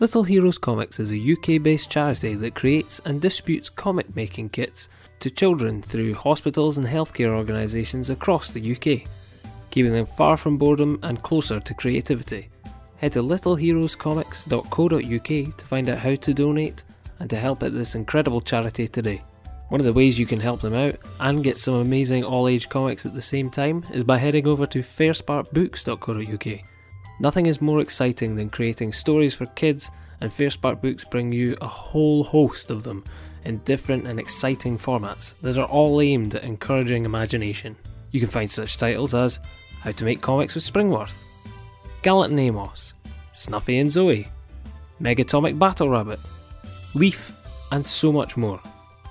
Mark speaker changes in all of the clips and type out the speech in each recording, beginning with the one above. Speaker 1: Little Heroes Comics is a UK based charity that creates and distributes comic making kits to children through hospitals and healthcare organisations across the UK, keeping them far from boredom and closer to creativity. Head to littleheroescomics.co.uk to find out how to donate and to help at this incredible charity today. One of the ways you can help them out and get some amazing all age comics at the same time is by heading over to fairsparkbooks.co.uk. Nothing is more exciting than creating stories for kids, and Fairspark Books bring you a whole host of them in different and exciting formats that are all aimed at encouraging imagination. You can find such titles as How to Make Comics with Springworth, Gallant and Amos, Snuffy and Zoe, Megatomic Battle Rabbit, Leaf, and so much more.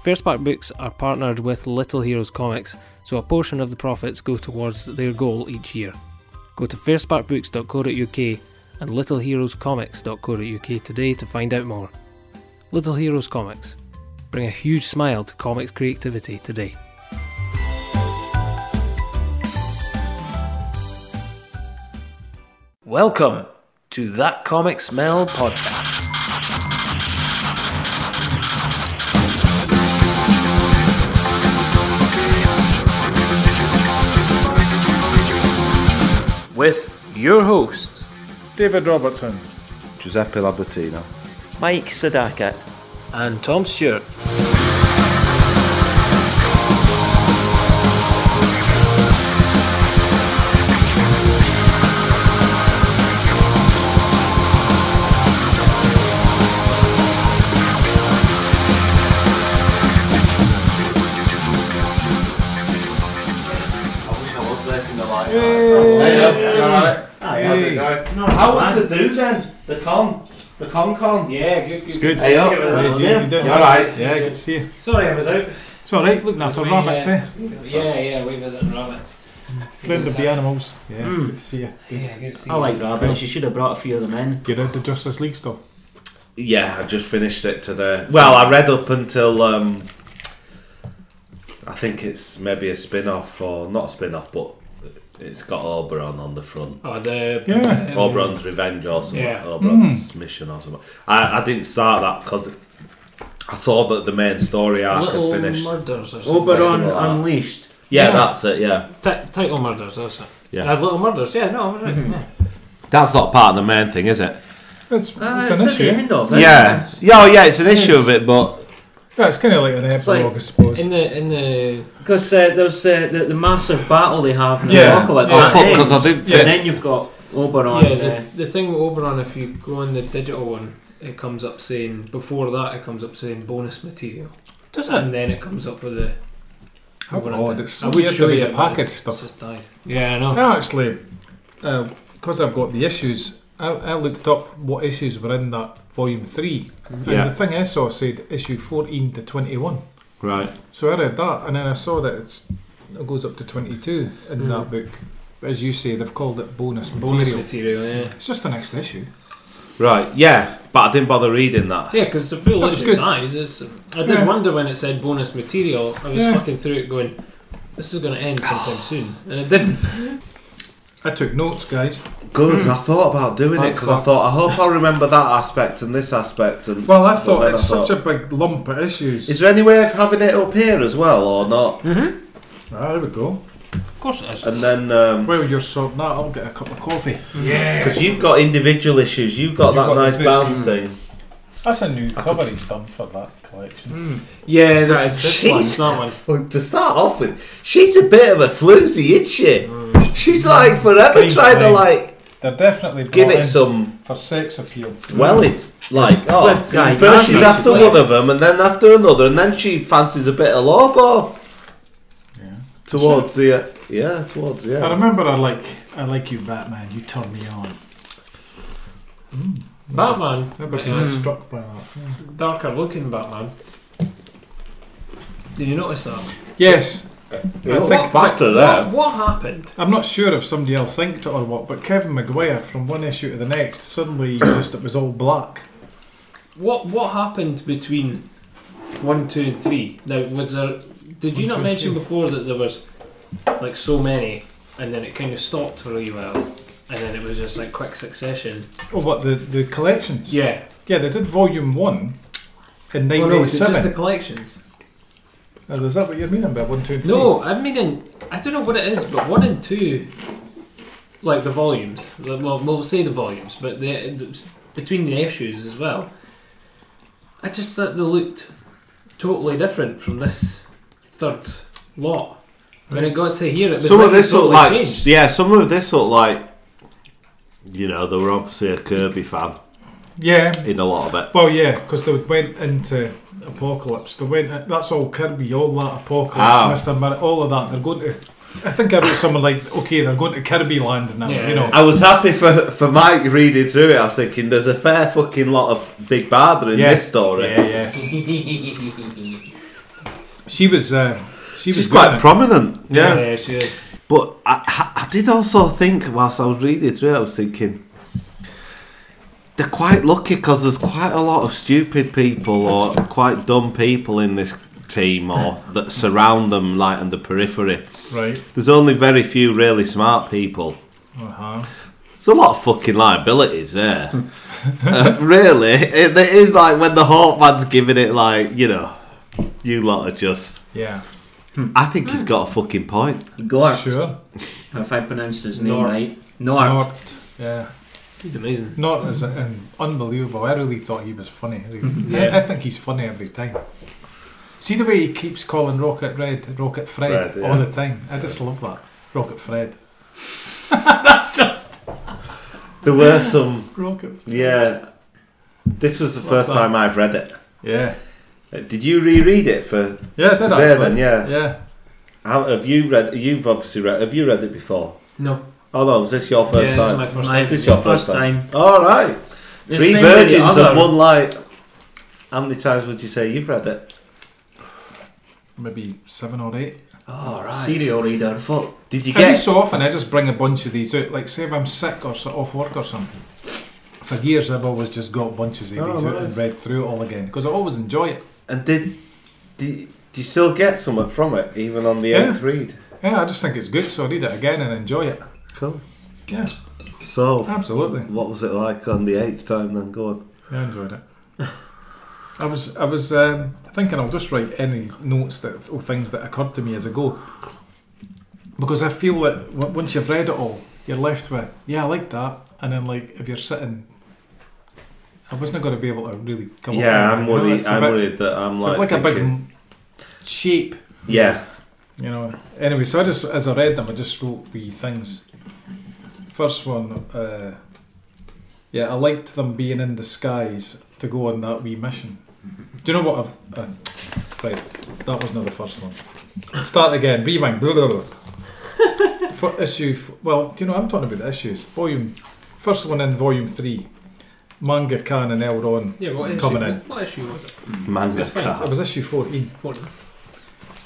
Speaker 1: Fairspark Books are partnered with Little Heroes Comics, so a portion of the profits go towards their goal each year. Go to fairsparkbooks.co.uk and littleheroescomics.co.uk today to find out more. Little Heroes Comics. Bring a huge smile to comics creativity today. Welcome to That Comic Smell Podcast. With your hosts,
Speaker 2: David Robertson.
Speaker 3: Giuseppe Labatino.
Speaker 4: Mike Sadakat.
Speaker 1: and Tom Stewart.
Speaker 5: I wish I was there in the light.
Speaker 3: How was the do then? The con? The con con?
Speaker 6: Yeah, good, good.
Speaker 2: It's good.
Speaker 3: Hey, up.
Speaker 2: How you doing? You doing?
Speaker 3: You alright?
Speaker 2: Yeah, good to see you.
Speaker 6: Sorry, I was out.
Speaker 2: It's alright, looking after
Speaker 6: We,
Speaker 2: rabbits,
Speaker 6: uh,
Speaker 2: eh?
Speaker 6: Yeah, yeah, we visited rabbits.
Speaker 2: Friend of the animals. Yeah,
Speaker 4: Mm.
Speaker 2: good to see you.
Speaker 6: Yeah, good to see
Speaker 4: I
Speaker 2: Oh,
Speaker 6: you.
Speaker 4: like rabbits. You should have brought a few of them in.
Speaker 2: You read the Justice League stuff?
Speaker 3: Yeah, I just finished it today. Well, I read up until um, I think it's maybe a spin off or not a spin off, but it's got Oberon on the front.
Speaker 6: Oh, the
Speaker 2: Yeah.
Speaker 6: um,
Speaker 3: Oberon's revenge or something.
Speaker 6: yeah.
Speaker 3: Oberon's mission or something. I, I didn't start that because I saw that the main story arc had
Speaker 1: Little
Speaker 3: finished.
Speaker 1: Murders or
Speaker 2: Oh,
Speaker 1: something.
Speaker 3: Oberon
Speaker 5: Oberon
Speaker 3: Basically, uh,
Speaker 5: Unleashed.
Speaker 3: yeah,
Speaker 6: Yeah.
Speaker 3: that's it. Yeah,
Speaker 1: Ti- title Murders, that's it.
Speaker 3: Yeah.
Speaker 1: Uh, little Murders, yeah, no, I'm right.
Speaker 2: Mm-hmm.
Speaker 1: yeah.
Speaker 3: that's not part of the main thing, is it?
Speaker 2: It's,
Speaker 5: Ah,
Speaker 2: it's an
Speaker 5: at
Speaker 2: issue.
Speaker 5: the end of it.
Speaker 3: Yeah, yeah, oh, yeah. It's an issue of it, but
Speaker 2: Yeah, it's kind of like an epilogue, I suppose.
Speaker 1: In the in the
Speaker 5: Because uh, there's uh, the, the massive battle they have in the
Speaker 2: Yeah.
Speaker 5: apocalypse.
Speaker 3: Oh,
Speaker 5: that
Speaker 3: fuck, 'cause I
Speaker 5: ends.
Speaker 3: didn't
Speaker 2: fit-
Speaker 5: And then you've got Oberon.
Speaker 6: yeah,
Speaker 5: uh,
Speaker 6: the, the thing with Oberon, if you go on the digital one, it comes up saying before that it comes up saying bonus material.
Speaker 2: Does
Speaker 6: And then it comes up with the.
Speaker 2: How
Speaker 6: Oberon
Speaker 2: odd,
Speaker 6: thing.
Speaker 2: it's
Speaker 6: I
Speaker 2: so
Speaker 6: would
Speaker 2: weird
Speaker 6: show
Speaker 2: the way
Speaker 6: you
Speaker 2: the
Speaker 6: but
Speaker 2: package
Speaker 6: it's
Speaker 2: stuff.
Speaker 6: Just died. Yeah, I know.
Speaker 2: I actually, because I've got the issues, I, I looked up what issues were in that volume 3.
Speaker 3: Yeah.
Speaker 2: And the thing I saw said issue 14 to 21.
Speaker 3: right.
Speaker 2: So I read that, and then I saw that it's, it goes up to 22 in
Speaker 6: Mm.
Speaker 2: that book. But as you say, they've called it Hmm. bonus
Speaker 6: Bonus
Speaker 2: material.
Speaker 6: material, yeah.
Speaker 2: It's just the next issue.
Speaker 3: Right, yeah, but I didn't bother reading that.
Speaker 6: Yeah, because the full
Speaker 2: That was
Speaker 6: list
Speaker 2: good.
Speaker 6: size is. I did
Speaker 2: Yeah.
Speaker 6: wonder when it said bonus material. I was
Speaker 2: Yeah.
Speaker 6: looking through it going, this is going to end sometime soon. And it didn't.
Speaker 2: I took notes, guys.
Speaker 3: Good,
Speaker 2: Hmm.
Speaker 3: I thought about doing it
Speaker 2: Thank
Speaker 3: because I
Speaker 2: fuck.
Speaker 3: thought I hope I remember that aspect and this aspect. And
Speaker 2: Well, I
Speaker 3: but
Speaker 2: thought
Speaker 3: then
Speaker 2: it's
Speaker 3: I thought,
Speaker 2: such a big lump of issues.
Speaker 3: Is there any way of having it up here as well or not?
Speaker 2: ah, there we go.
Speaker 6: Of course it is.
Speaker 3: And then um
Speaker 2: Well, you're sorting that. I'll get a cup of coffee.
Speaker 3: because you've got individual issues, you've got
Speaker 2: You've
Speaker 3: that
Speaker 2: got the
Speaker 3: nice
Speaker 2: big-
Speaker 3: bound thing.
Speaker 2: That's a new
Speaker 3: I
Speaker 2: cover
Speaker 3: could- Hmm.
Speaker 2: he's done for that collection.
Speaker 6: Yeah, that is this one.
Speaker 3: Jesus.
Speaker 6: That one.
Speaker 3: Well, to start off with, she's a bit of a floozy, isn't she?
Speaker 2: Hmm.
Speaker 3: She's like forever
Speaker 2: Green
Speaker 3: trying to
Speaker 2: flame.
Speaker 3: like
Speaker 2: They're definitely brought
Speaker 3: give
Speaker 2: in
Speaker 3: it some.
Speaker 2: for sex appeal.
Speaker 3: Well, it's like oh,
Speaker 5: Left guy,
Speaker 3: first she's
Speaker 5: right.
Speaker 3: after one of them and then after another, and then she fancies a bit of Lobo
Speaker 2: Yeah.
Speaker 3: towards the uh, yeah towards the
Speaker 2: I
Speaker 3: end.
Speaker 2: remember I like I like you, Batman. You turn me on.
Speaker 6: Batman.
Speaker 2: I remember
Speaker 6: but,
Speaker 2: being
Speaker 6: uh,
Speaker 2: struck by that.
Speaker 6: darker looking Batman. Did you notice that?
Speaker 2: Yes, I
Speaker 3: Yeah, think
Speaker 2: think-
Speaker 3: back to
Speaker 6: What,
Speaker 3: that.
Speaker 6: what happened?
Speaker 2: I'm not sure if somebody else inked it or what, but Kevin Maguire from one issue to the next suddenly just it was all black.
Speaker 6: What what happened between one, two, and three? Now, was there? Did you
Speaker 2: One, two,
Speaker 6: not
Speaker 2: and
Speaker 6: mention
Speaker 2: three.
Speaker 6: before that there was like so many, and then it kind of stopped for a wee while, and then it was just like quick succession?
Speaker 2: Oh, what the the collections?
Speaker 6: Yeah,
Speaker 2: Yeah, they did volume one in
Speaker 1: Oh, no, it's just the
Speaker 2: 1987.
Speaker 1: collections.
Speaker 2: Oh, Is that what you're meaning by one, two, and three?
Speaker 1: No, I'm meaning I don't know what it is, but one and two, like the volumes. the- Well, we'll say the volumes, but the between the issues as well. I just thought they looked totally different from this third lot. When I got to here, it was
Speaker 3: Some
Speaker 1: like
Speaker 3: of
Speaker 1: it
Speaker 3: this looked
Speaker 1: totally
Speaker 3: like,
Speaker 1: changed.
Speaker 3: yeah, some of this looked like, you know, they were obviously a Kirby fan
Speaker 2: Yeah.
Speaker 3: in a lot of it.
Speaker 2: Well, yeah, because they went into Apocalypse. They went. That's all Kirby, all that Apocalypse,
Speaker 3: Ah.
Speaker 2: Mr. Mirror, all of that. They're going to. I think I wrote something like, okay, they're going to Kirby Land now.
Speaker 1: Yeah.
Speaker 2: You know.
Speaker 3: I was happy for, for Mike reading through it. I was thinking, there's a fair fucking lot of Big Barda in
Speaker 2: Yeah.
Speaker 3: this story.
Speaker 2: Yeah, yeah. she was. Uh, she was
Speaker 3: She's
Speaker 2: good in
Speaker 3: quite
Speaker 2: it.
Speaker 3: prominent. Yeah.
Speaker 1: yeah, she is.
Speaker 3: But I, I I did also think, whilst I was reading through it, I was thinking, they're quite lucky because there's quite a lot of stupid people or quite dumb people in this team or that surround them, like on the periphery.
Speaker 2: right.
Speaker 3: There's only very few really smart people.
Speaker 2: Uh huh.
Speaker 3: There's a lot of fucking liabilities there. Uh, really, it, it is like when the Hawkman's giving it, like, you know, you lot are just.
Speaker 2: Yeah.
Speaker 3: I think he's got a fucking point.
Speaker 5: Gorp,
Speaker 2: Sure.
Speaker 5: if I pronounced his name
Speaker 1: Norp.
Speaker 5: right. Norp.
Speaker 2: Nort. Yeah.
Speaker 1: He's amazing.
Speaker 2: Nort is um, unbelievable. I really thought he was funny.
Speaker 1: Yeah.
Speaker 2: I, I think he's funny every time. See the way he keeps calling Rocket Red, Rocket Fred,
Speaker 3: Fred,
Speaker 2: all
Speaker 3: yeah.
Speaker 2: the time. I just love that. Rocket Fred.
Speaker 3: There were some
Speaker 2: Rocket.
Speaker 3: Yeah, this was the
Speaker 2: What's
Speaker 3: first
Speaker 2: that?
Speaker 3: time I've read it.
Speaker 2: Yeah.
Speaker 3: Uh, Did you reread it for
Speaker 2: Yeah, it did
Speaker 3: today?
Speaker 2: actually.
Speaker 3: Then, yeah.
Speaker 2: Yeah.
Speaker 3: How, have you read? You've obviously read. Have you read it before?
Speaker 1: No,
Speaker 3: Oh no, was this your first
Speaker 1: yeah, this is
Speaker 3: time?
Speaker 1: my first
Speaker 5: My-
Speaker 1: time.
Speaker 3: This is your first
Speaker 5: First
Speaker 3: time. All right.
Speaker 5: The
Speaker 3: Three
Speaker 5: same with the
Speaker 3: virgins
Speaker 5: other.
Speaker 3: and one light. How many times would you say you've read it?
Speaker 2: Maybe seven or eight.
Speaker 3: All right.
Speaker 5: Serial reader.
Speaker 3: Fuck. Did you
Speaker 2: Every
Speaker 3: get?
Speaker 2: so often, I just bring a bunch of these out. Like, say if I'm sick or so off work or something. For years, I've always just got bunches of
Speaker 3: Oh,
Speaker 2: these out
Speaker 3: nice.
Speaker 2: and read through it all again because I always enjoy it.
Speaker 3: And did? Did? Do you still get something from it, even on the
Speaker 2: Yeah.
Speaker 3: eighth read?
Speaker 2: Yeah, I just think it's good, so I read it again and enjoy it.
Speaker 3: Cool.
Speaker 2: Yeah,
Speaker 3: So,
Speaker 2: absolutely.
Speaker 3: what was it like on the eighth time? Then go on.
Speaker 2: Yeah, I enjoyed it. I was, I was um, thinking I'll just write any notes that or things that occurred to me as I go, because I feel that w- once you've read it all, you're left with yeah, I like that, and then like if you're sitting, I wasn't going to be able to really come. up
Speaker 3: yeah,
Speaker 2: with
Speaker 3: I'm
Speaker 2: it, you know,
Speaker 3: worried.
Speaker 2: it's a
Speaker 3: I'm
Speaker 2: bit-
Speaker 3: worried that I'm
Speaker 2: It's
Speaker 3: like,
Speaker 2: like, a big
Speaker 3: thinking-
Speaker 2: m- shape,
Speaker 3: yeah.
Speaker 2: you know. Anyway, so I just as I read them, I just wrote wee things. First one, uh, yeah, I liked them being in disguise to go on that wee mission. Do you know what I've? Uh, right, that was not the first one. Start again. Rewind. Blah, blah, blah. For issue, f- well, do you know I'm talking about the issues? Volume, first one in volume three, manga can and Elron.
Speaker 1: Yeah, what issue,
Speaker 2: Coming in.
Speaker 1: what issue was it?
Speaker 3: Manga
Speaker 1: That's fine.
Speaker 3: car.
Speaker 2: It was issue fourteen.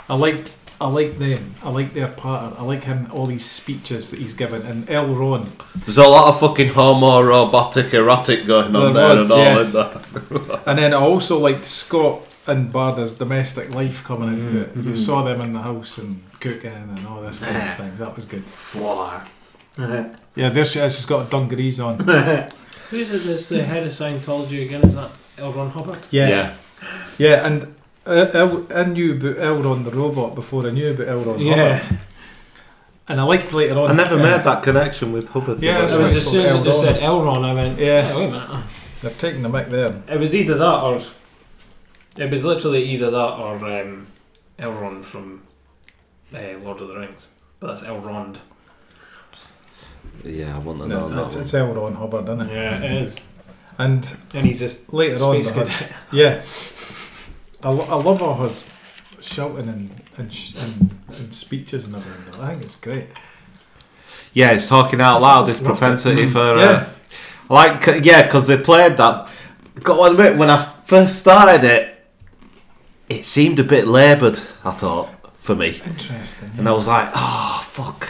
Speaker 2: I like I like them. I like their pattern. I like him all these speeches that he's given and L Ron.
Speaker 3: There's a lot of fucking homo robotic erotic going
Speaker 2: There
Speaker 3: on there,
Speaker 2: was,
Speaker 3: and all
Speaker 2: yes.
Speaker 3: isn't there?
Speaker 2: And then I also liked Scott and Barda's domestic life coming into it. You saw them in the house and cooking and all this kind of thing. That was good. Yeah, there she is. She's got dungarees on.
Speaker 1: Who's this? The head of Scientology again? Is that L. Ron Hubbard?
Speaker 2: Yeah, yeah, and. Uh, El- I knew about Elron the robot before I knew about Elron
Speaker 1: Yeah.
Speaker 2: Hubbard. And I liked later on.
Speaker 3: I never
Speaker 2: uh,
Speaker 3: made that connection with Hubbard.
Speaker 2: Yeah,
Speaker 3: Did
Speaker 2: that's
Speaker 1: It
Speaker 3: I?
Speaker 1: was
Speaker 2: right.
Speaker 1: as soon as it just said Elron, I went,
Speaker 2: Yeah.
Speaker 1: yeah. wait a minute.
Speaker 2: They're taking the mic there.
Speaker 1: It was either that or. It was literally either that or um, Elrond from uh, Lord of the Rings. But that's Elrond.
Speaker 3: yeah, I wouldn't
Speaker 2: No,
Speaker 3: know that
Speaker 2: it's,
Speaker 3: one.
Speaker 2: it's Elron Hubbard, isn't it?
Speaker 1: Yeah, it is.
Speaker 2: And
Speaker 1: And he's just
Speaker 2: later
Speaker 1: space
Speaker 2: on. they had-
Speaker 1: cadet.
Speaker 2: Yeah, I, lo- I love all his shouting and and, sh- and and speeches and everything. I think it's great.
Speaker 3: Yeah, it's talking out loud. Ah, This
Speaker 2: Just loved it. Mm.
Speaker 3: propensity for uh,
Speaker 2: Mm-hmm. Yeah.
Speaker 3: like c- yeah, because they played that. Got to admit, when I first started it, it seemed a bit laboured. I thought for me,
Speaker 2: Interesting.
Speaker 3: and I was like, oh fuck,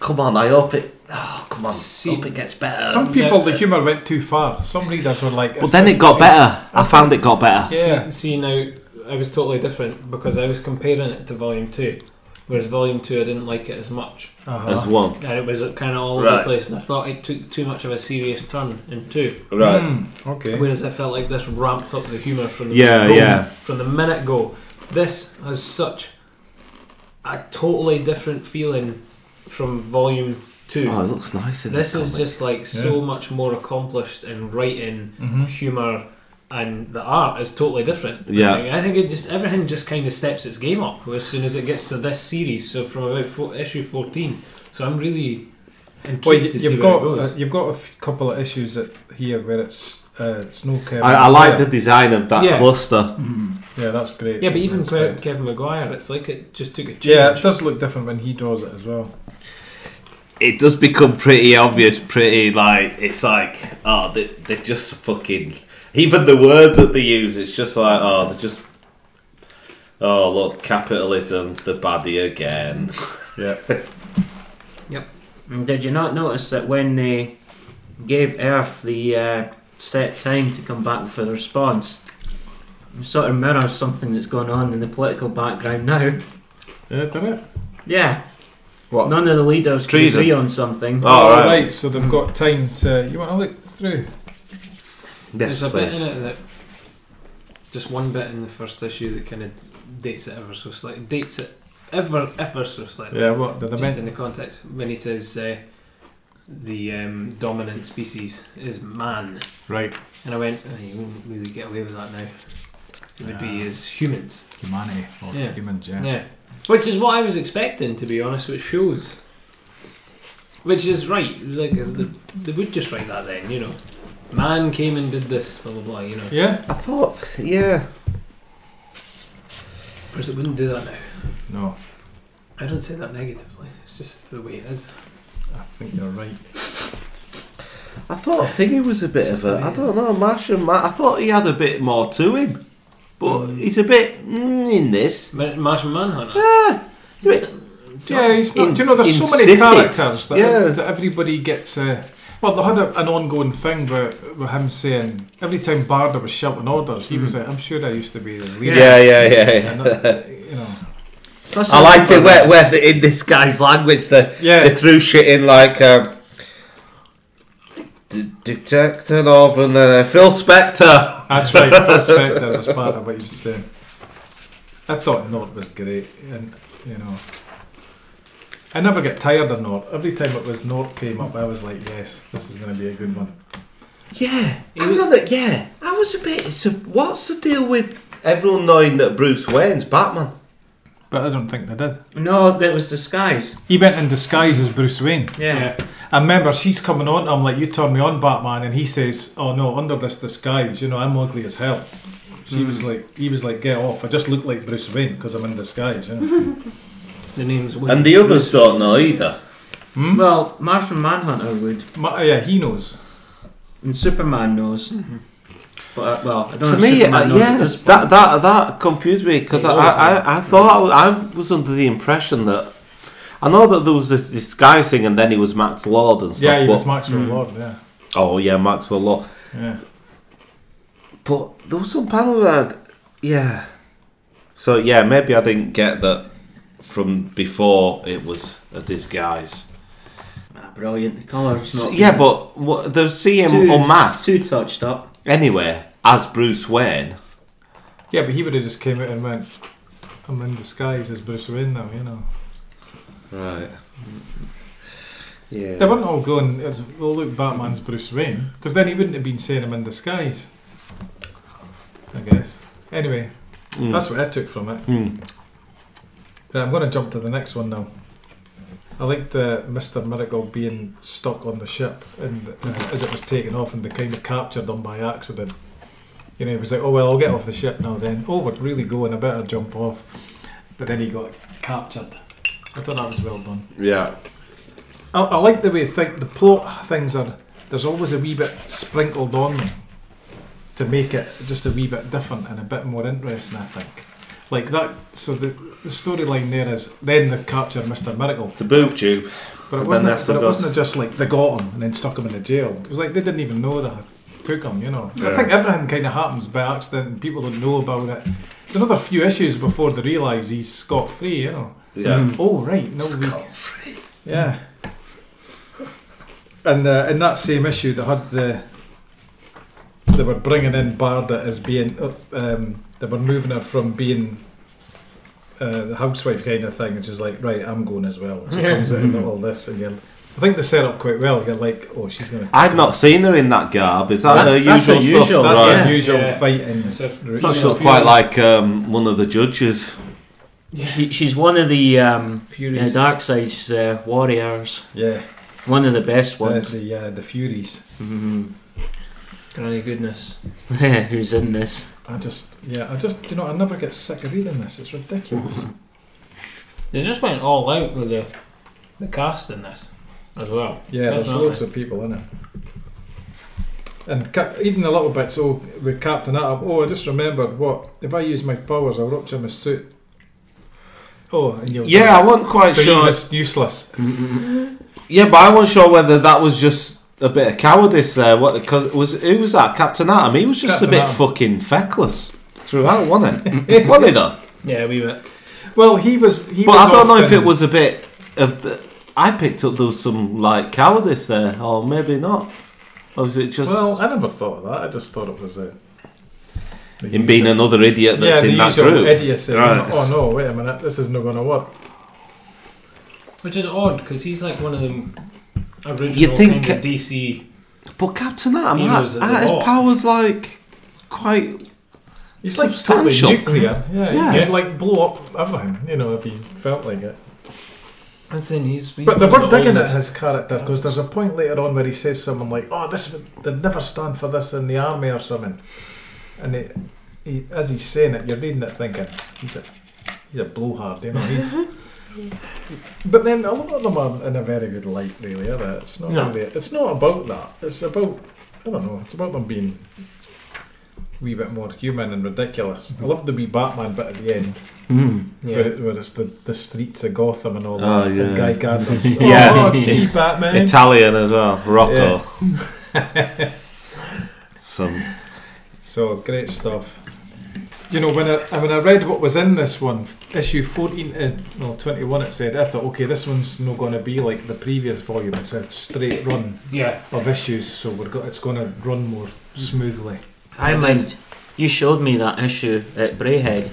Speaker 3: come on, I hope it. Oh come on,
Speaker 1: See-
Speaker 3: hope it gets better.
Speaker 2: Some people the humour went too far. Some readers were like,
Speaker 3: but
Speaker 2: "Is
Speaker 3: then
Speaker 2: this
Speaker 3: it got
Speaker 2: the
Speaker 3: better. I found it got better.
Speaker 2: Yeah.
Speaker 1: See, see, now, I was totally different because I was comparing it to Volume 2. Whereas Volume Two, I didn't like it as much,
Speaker 3: as
Speaker 2: Uh-huh.
Speaker 3: one.
Speaker 1: and it was kind of all over the
Speaker 3: Right.
Speaker 1: place. And I thought it took too much of a serious turn in two.
Speaker 3: Right.
Speaker 2: Hmm, okay.
Speaker 1: Whereas I felt like this ramped up the humour from the
Speaker 3: Yeah,
Speaker 1: minute go,
Speaker 3: yeah.
Speaker 1: from the minute go. This has such a totally different feeling from Volume Two.
Speaker 3: Oh, it looks nice in
Speaker 1: this
Speaker 3: the
Speaker 1: is
Speaker 3: comic.
Speaker 1: just like so much more accomplished in writing,
Speaker 2: Mhm.
Speaker 1: humour, and the art is totally different. I
Speaker 3: Yeah.
Speaker 1: think- I think it just everything just kind of steps its game up as soon as it gets to this series. So from about four, issue fourteen, so I'm really intrigued
Speaker 2: Well, you,
Speaker 1: to see
Speaker 2: you've
Speaker 1: where
Speaker 2: got
Speaker 1: it goes.
Speaker 2: uh, you've got a f- couple of issues that, here where it's uh, snow covered.
Speaker 3: I, I like the design of that
Speaker 1: Yeah.
Speaker 3: cluster.
Speaker 2: yeah, that's great.
Speaker 1: yeah, but even
Speaker 2: That's
Speaker 1: Ke-
Speaker 2: great.
Speaker 1: Kevin Maguire, it's like it just took a change.
Speaker 2: yeah, it does look different when he draws it as well.
Speaker 3: It does become pretty obvious, pretty like it's like oh they they just fucking even the words that they use. It's just like oh they're just oh look capitalism the baddie again.
Speaker 2: Yeah,
Speaker 5: And did you not notice that when they gave Earth the uh, set time to come back with a response, it sort of mirrors something that's going on in the political background now.
Speaker 2: yeah, did it?
Speaker 5: Yeah.
Speaker 2: What?
Speaker 5: None of the leaders can
Speaker 3: Treason.
Speaker 5: agree on something.
Speaker 3: Oh, right.
Speaker 2: So they've got time to. You want to look through?
Speaker 3: Yes,
Speaker 1: There's a bit
Speaker 3: please.
Speaker 1: in it that just one bit in the first issue that kind of dates it ever so slightly. Dates it ever ever so slightly.
Speaker 2: Yeah, what did I
Speaker 1: Just
Speaker 2: mean?
Speaker 1: in the context when he says uh, the um, dominant species is man,
Speaker 2: Right,
Speaker 1: and I went, oh, you won't really get away with that now. It would be as humans.
Speaker 2: humanity or
Speaker 1: Yeah.
Speaker 2: humans.
Speaker 1: Yeah. which is what I was expecting to be honest. Which shows, which is right. Like they, they would just write that then, you know. Man came and did this, blah blah blah. You know,
Speaker 2: Yeah.
Speaker 3: I thought yeah.
Speaker 1: of course it wouldn't do that now.
Speaker 2: No,
Speaker 1: I don't say that negatively. It's just the way it is.
Speaker 2: I think you're right.
Speaker 3: I thought Thingy was a bit of a. I don't know, Martian Matt. I thought he had a bit more to him, but
Speaker 1: Hmm.
Speaker 3: he's a bit mm, in this.
Speaker 1: Ma- Martian Manhunter.
Speaker 2: Yeah, he's not.
Speaker 3: In-
Speaker 2: do you know there's so many
Speaker 3: insipid.
Speaker 2: characters that,
Speaker 3: Yeah.
Speaker 2: that everybody gets. Uh, well, they had a, an ongoing thing with, with him saying every time Barda was shouting orders, he was like, "I'm sure I used to be the leader."
Speaker 3: yeah, yeah.
Speaker 2: And that, you know.
Speaker 5: Plus
Speaker 3: I liked it where,
Speaker 5: remember-
Speaker 3: where the, in this guy's language they,
Speaker 2: Yeah.
Speaker 3: they threw shit in like um, D- Detector Northern uh, Phil Spector.
Speaker 2: That's right, Phil Spector was part of what he was saying. I thought Nort was great, and you know, I never get tired of Nort. Every time it was Nort came up, I was like, yes, this is going to be a good one.
Speaker 3: Yeah, I know that. Yeah, I was a bit. It's a, what's the deal with everyone knowing that Bruce Wayne's Batman?
Speaker 2: But I don't think they did.
Speaker 5: No, that was disguise.
Speaker 2: He went in disguise as Bruce Wayne.
Speaker 5: Yeah.
Speaker 2: I remember she's coming on, I'm like, you turn me on, Batman, and he says, oh no, under this disguise, you know, I'm ugly as hell. She was like, he was like, get off. I just look like Bruce Wayne because I'm in disguise, you know.
Speaker 1: The name's Wayne.
Speaker 3: And the others don't know either.
Speaker 5: Well, Martian Manhunter would,
Speaker 2: Ma- yeah, he knows.
Speaker 5: and Superman knows. But, uh, well, I don't know
Speaker 3: Hmm. to
Speaker 5: if
Speaker 3: me,
Speaker 5: Superman
Speaker 3: uh,
Speaker 5: knows
Speaker 3: yeah,
Speaker 5: at this
Speaker 3: that, that that confused me because
Speaker 1: Yeah,
Speaker 3: I,
Speaker 1: it was,
Speaker 3: I, I, I thought I was, I was under the impression that I know that there was this disguise thing and then he was Max Lord and stuff.
Speaker 2: yeah, he
Speaker 3: but,
Speaker 2: was Maxwell Lord, yeah.
Speaker 3: oh yeah, Maxwell Lord.
Speaker 2: Yeah.
Speaker 3: But there was some panel that yeah. So yeah, maybe I didn't get that from before it was a disguise.
Speaker 5: Ah, brilliant. The colour's
Speaker 3: So-
Speaker 5: not.
Speaker 3: yeah, but what, they see him
Speaker 5: Too-
Speaker 3: unmasked
Speaker 5: Too touched up.
Speaker 3: anyway as Bruce Wayne.
Speaker 2: Yeah, but he would have just came out and went, I'm in disguise as Bruce Wayne now, you know.
Speaker 3: Right.
Speaker 5: Mm.
Speaker 2: They
Speaker 3: Yeah.
Speaker 2: weren't all going as, well, look, Batman's Bruce Wayne, because then he wouldn't have been saying I'm in disguise. I guess. Anyway,
Speaker 3: Mm.
Speaker 2: that's what I took from it.
Speaker 3: Mm.
Speaker 2: Right, I'm going to jump to the next one now. I liked uh, Mr. Miracle being stuck on the ship and uh, as it was taking off and they kind of captured him by accident. You know, he was like, oh, well, I'll get off the ship now then. Oh, we're really going, I better jump off. But then he got captured. I thought that was well done.
Speaker 3: Yeah.
Speaker 2: I, I like the way think the plot things are. There's always a wee bit sprinkled on them to make it just a wee bit different and a bit more interesting. I think, like that. So the, the storyline there is then they capture Mister Miracle,
Speaker 3: The boob tube.
Speaker 2: but
Speaker 3: And
Speaker 2: it
Speaker 3: then
Speaker 2: wasn't.
Speaker 3: they have to
Speaker 2: But it
Speaker 3: go-
Speaker 2: wasn't just like they got him and then stuck him in the jail. It was like they didn't even know that I took him. You know, I
Speaker 3: Yeah.
Speaker 2: think everything kind of happens by accident and people don't know about it. It's another few issues before they realise he's scot free. You know.
Speaker 3: Yeah.
Speaker 5: Mhm.
Speaker 2: Oh right, no we-
Speaker 3: Scot free.
Speaker 2: Yeah. And uh, in that same issue, they had the they were bringing in Barda as being uh, um, they were moving her from being uh, the housewife kind of thing, and she's like, right, I'm going as well. And she comes out and all this, and you're, I think they set up quite well. You're like, oh, she's gonna.
Speaker 3: I've not seen her in that garb. Is that
Speaker 2: That's-
Speaker 3: her
Speaker 2: that's
Speaker 3: usual
Speaker 2: her
Speaker 3: stuff?
Speaker 2: usual. That's
Speaker 3: right.
Speaker 2: an unusual
Speaker 1: Yeah.
Speaker 2: fighting.
Speaker 3: She
Speaker 2: route.
Speaker 3: looked quite like um, one of the judges.
Speaker 5: She, she's one of the um, uh,
Speaker 2: Furies.
Speaker 5: Dark Side's uh, warriors.
Speaker 2: Yeah,
Speaker 5: One of the best
Speaker 2: that's
Speaker 5: ones.
Speaker 2: the uh, the Furies.
Speaker 5: Mhm.
Speaker 1: Granny goodness.
Speaker 5: Who's in this?
Speaker 2: I just, yeah, I just, you know, I never get sick of reading this. It's ridiculous.
Speaker 1: They just went all out with the the cast in this as well.
Speaker 2: Yeah, there's
Speaker 1: Definitely.
Speaker 2: loads of people in it. And ca- even the little bits, oh, with Captain Atom, oh, I just remembered what, if I use my powers, I'll rupture my suit. Oh, and you'll
Speaker 3: Yeah, I wasn't quite
Speaker 2: so
Speaker 3: sure.
Speaker 2: you're just useless.
Speaker 3: Yeah, but I wasn't sure whether that was just a bit of cowardice there. What? Because was who was that? Captain Atom. He was just
Speaker 2: Captain
Speaker 3: a bit
Speaker 2: Atom.
Speaker 3: fucking feckless throughout, wasn't it? wasn't he though?
Speaker 1: Yeah, we were.
Speaker 2: Well, he was. He
Speaker 3: But
Speaker 2: was
Speaker 3: I don't know if
Speaker 2: often-
Speaker 3: it was a bit of the. I picked up there was some like cowardice there, or maybe not. Or was it just
Speaker 2: Well, I never thought of that. I just thought it was a. the
Speaker 3: in being
Speaker 2: usual-
Speaker 3: another idiot
Speaker 2: yeah,
Speaker 3: that's
Speaker 2: the
Speaker 3: in that
Speaker 2: usual
Speaker 3: group?
Speaker 2: idiocy.
Speaker 3: Right.
Speaker 2: Oh no! Wait a minute. This is not going to work.
Speaker 1: Which is odd because he's like one of them original
Speaker 3: You'd think-
Speaker 1: kind of DC.
Speaker 3: But Captain Atom,
Speaker 1: He
Speaker 3: that,
Speaker 1: was at
Speaker 3: that
Speaker 1: the
Speaker 3: his
Speaker 1: bottom.
Speaker 3: powers like quite.
Speaker 2: He's like totally
Speaker 3: Substantial.
Speaker 2: nuclear. Yeah,
Speaker 3: Yeah.
Speaker 2: he could like blow up everything. You know, if he felt like it.
Speaker 1: I'm saying he's. he's
Speaker 2: But they
Speaker 1: one
Speaker 2: were
Speaker 1: of
Speaker 2: digging at
Speaker 1: oldest.
Speaker 2: his character because there's a point later on where he says something like, "Oh, this would- they'd never stand for this in the army or something," and he, he, as he's saying it, you're reading it thinking he's a he's a blowhard, you know. He's but then a lot of them aren't in a very good light, really. Are they? It's not
Speaker 1: No.
Speaker 2: really. It's not about that. It's about I don't know. It's about them being a wee bit more human and ridiculous.
Speaker 1: Mm-hmm.
Speaker 2: I love the wee Batman bit at the end
Speaker 5: Mm.
Speaker 2: where,
Speaker 1: Yeah.
Speaker 2: it- where it's the, the streets of Gotham and all that.
Speaker 5: Ah,
Speaker 3: Oh,
Speaker 2: And
Speaker 3: yeah.
Speaker 2: Guy Gardner's.
Speaker 3: Yeah.
Speaker 2: Oh, gee, Batman.
Speaker 3: Italian as well, Rocco. Some
Speaker 2: so great stuff. You know, when I, and when I read what was in this one, issue 14 to no, 21, it said, I thought, okay, this one's not going to be like the previous volume. It's a straight run
Speaker 1: Yeah.
Speaker 2: of issues, so we're go- it's going to run more smoothly.
Speaker 5: I mind. You showed me that issue at Brayhead.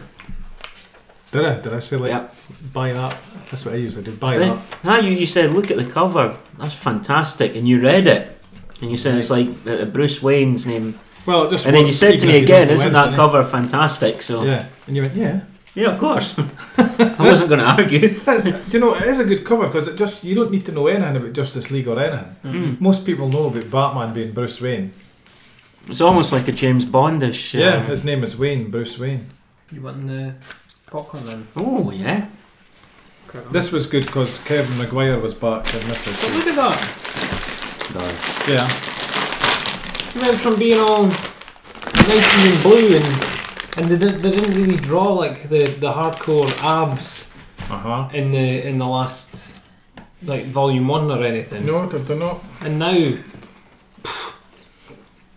Speaker 2: Did I? Did I say, like,
Speaker 5: Yep.
Speaker 2: buy that? That's what I usually do, buy
Speaker 5: Then-
Speaker 2: that.
Speaker 5: Ah, you, you said, look at the cover. That's fantastic. And you read it. And you said it's like uh, Bruce Wayne's name.
Speaker 2: Well, it just
Speaker 5: And then you
Speaker 2: works
Speaker 5: said to
Speaker 2: even
Speaker 5: me
Speaker 2: if you don't
Speaker 5: again,
Speaker 2: know
Speaker 5: isn't that
Speaker 2: anything."
Speaker 5: cover fantastic? So, yeah,
Speaker 2: Yeah. And you went, yeah.
Speaker 5: of course. I wasn't going to argue.
Speaker 2: Do you know it is a good cover because it just you don't need to know anything about Justice League or anything.
Speaker 5: Mm.
Speaker 2: Most people know about Batman being Bruce Wayne.
Speaker 5: It's almost like a James Bondish.
Speaker 2: Yeah,
Speaker 5: Uh,
Speaker 2: his name is Wayne, Bruce Wayne.
Speaker 1: You want the popcorn then?
Speaker 5: oh, yeah.
Speaker 1: Crack on.
Speaker 2: This was good because Kevin Maguire was back in this
Speaker 1: But
Speaker 2: issue.
Speaker 1: look at that.
Speaker 3: nice.
Speaker 2: Yeah,
Speaker 1: He went from being all nice and in blue and and they didn't, they didn't really draw like the, the hardcore abs
Speaker 2: uh huh.
Speaker 1: in the in the last like volume one or anything.
Speaker 2: No, did they not?
Speaker 1: And now pff,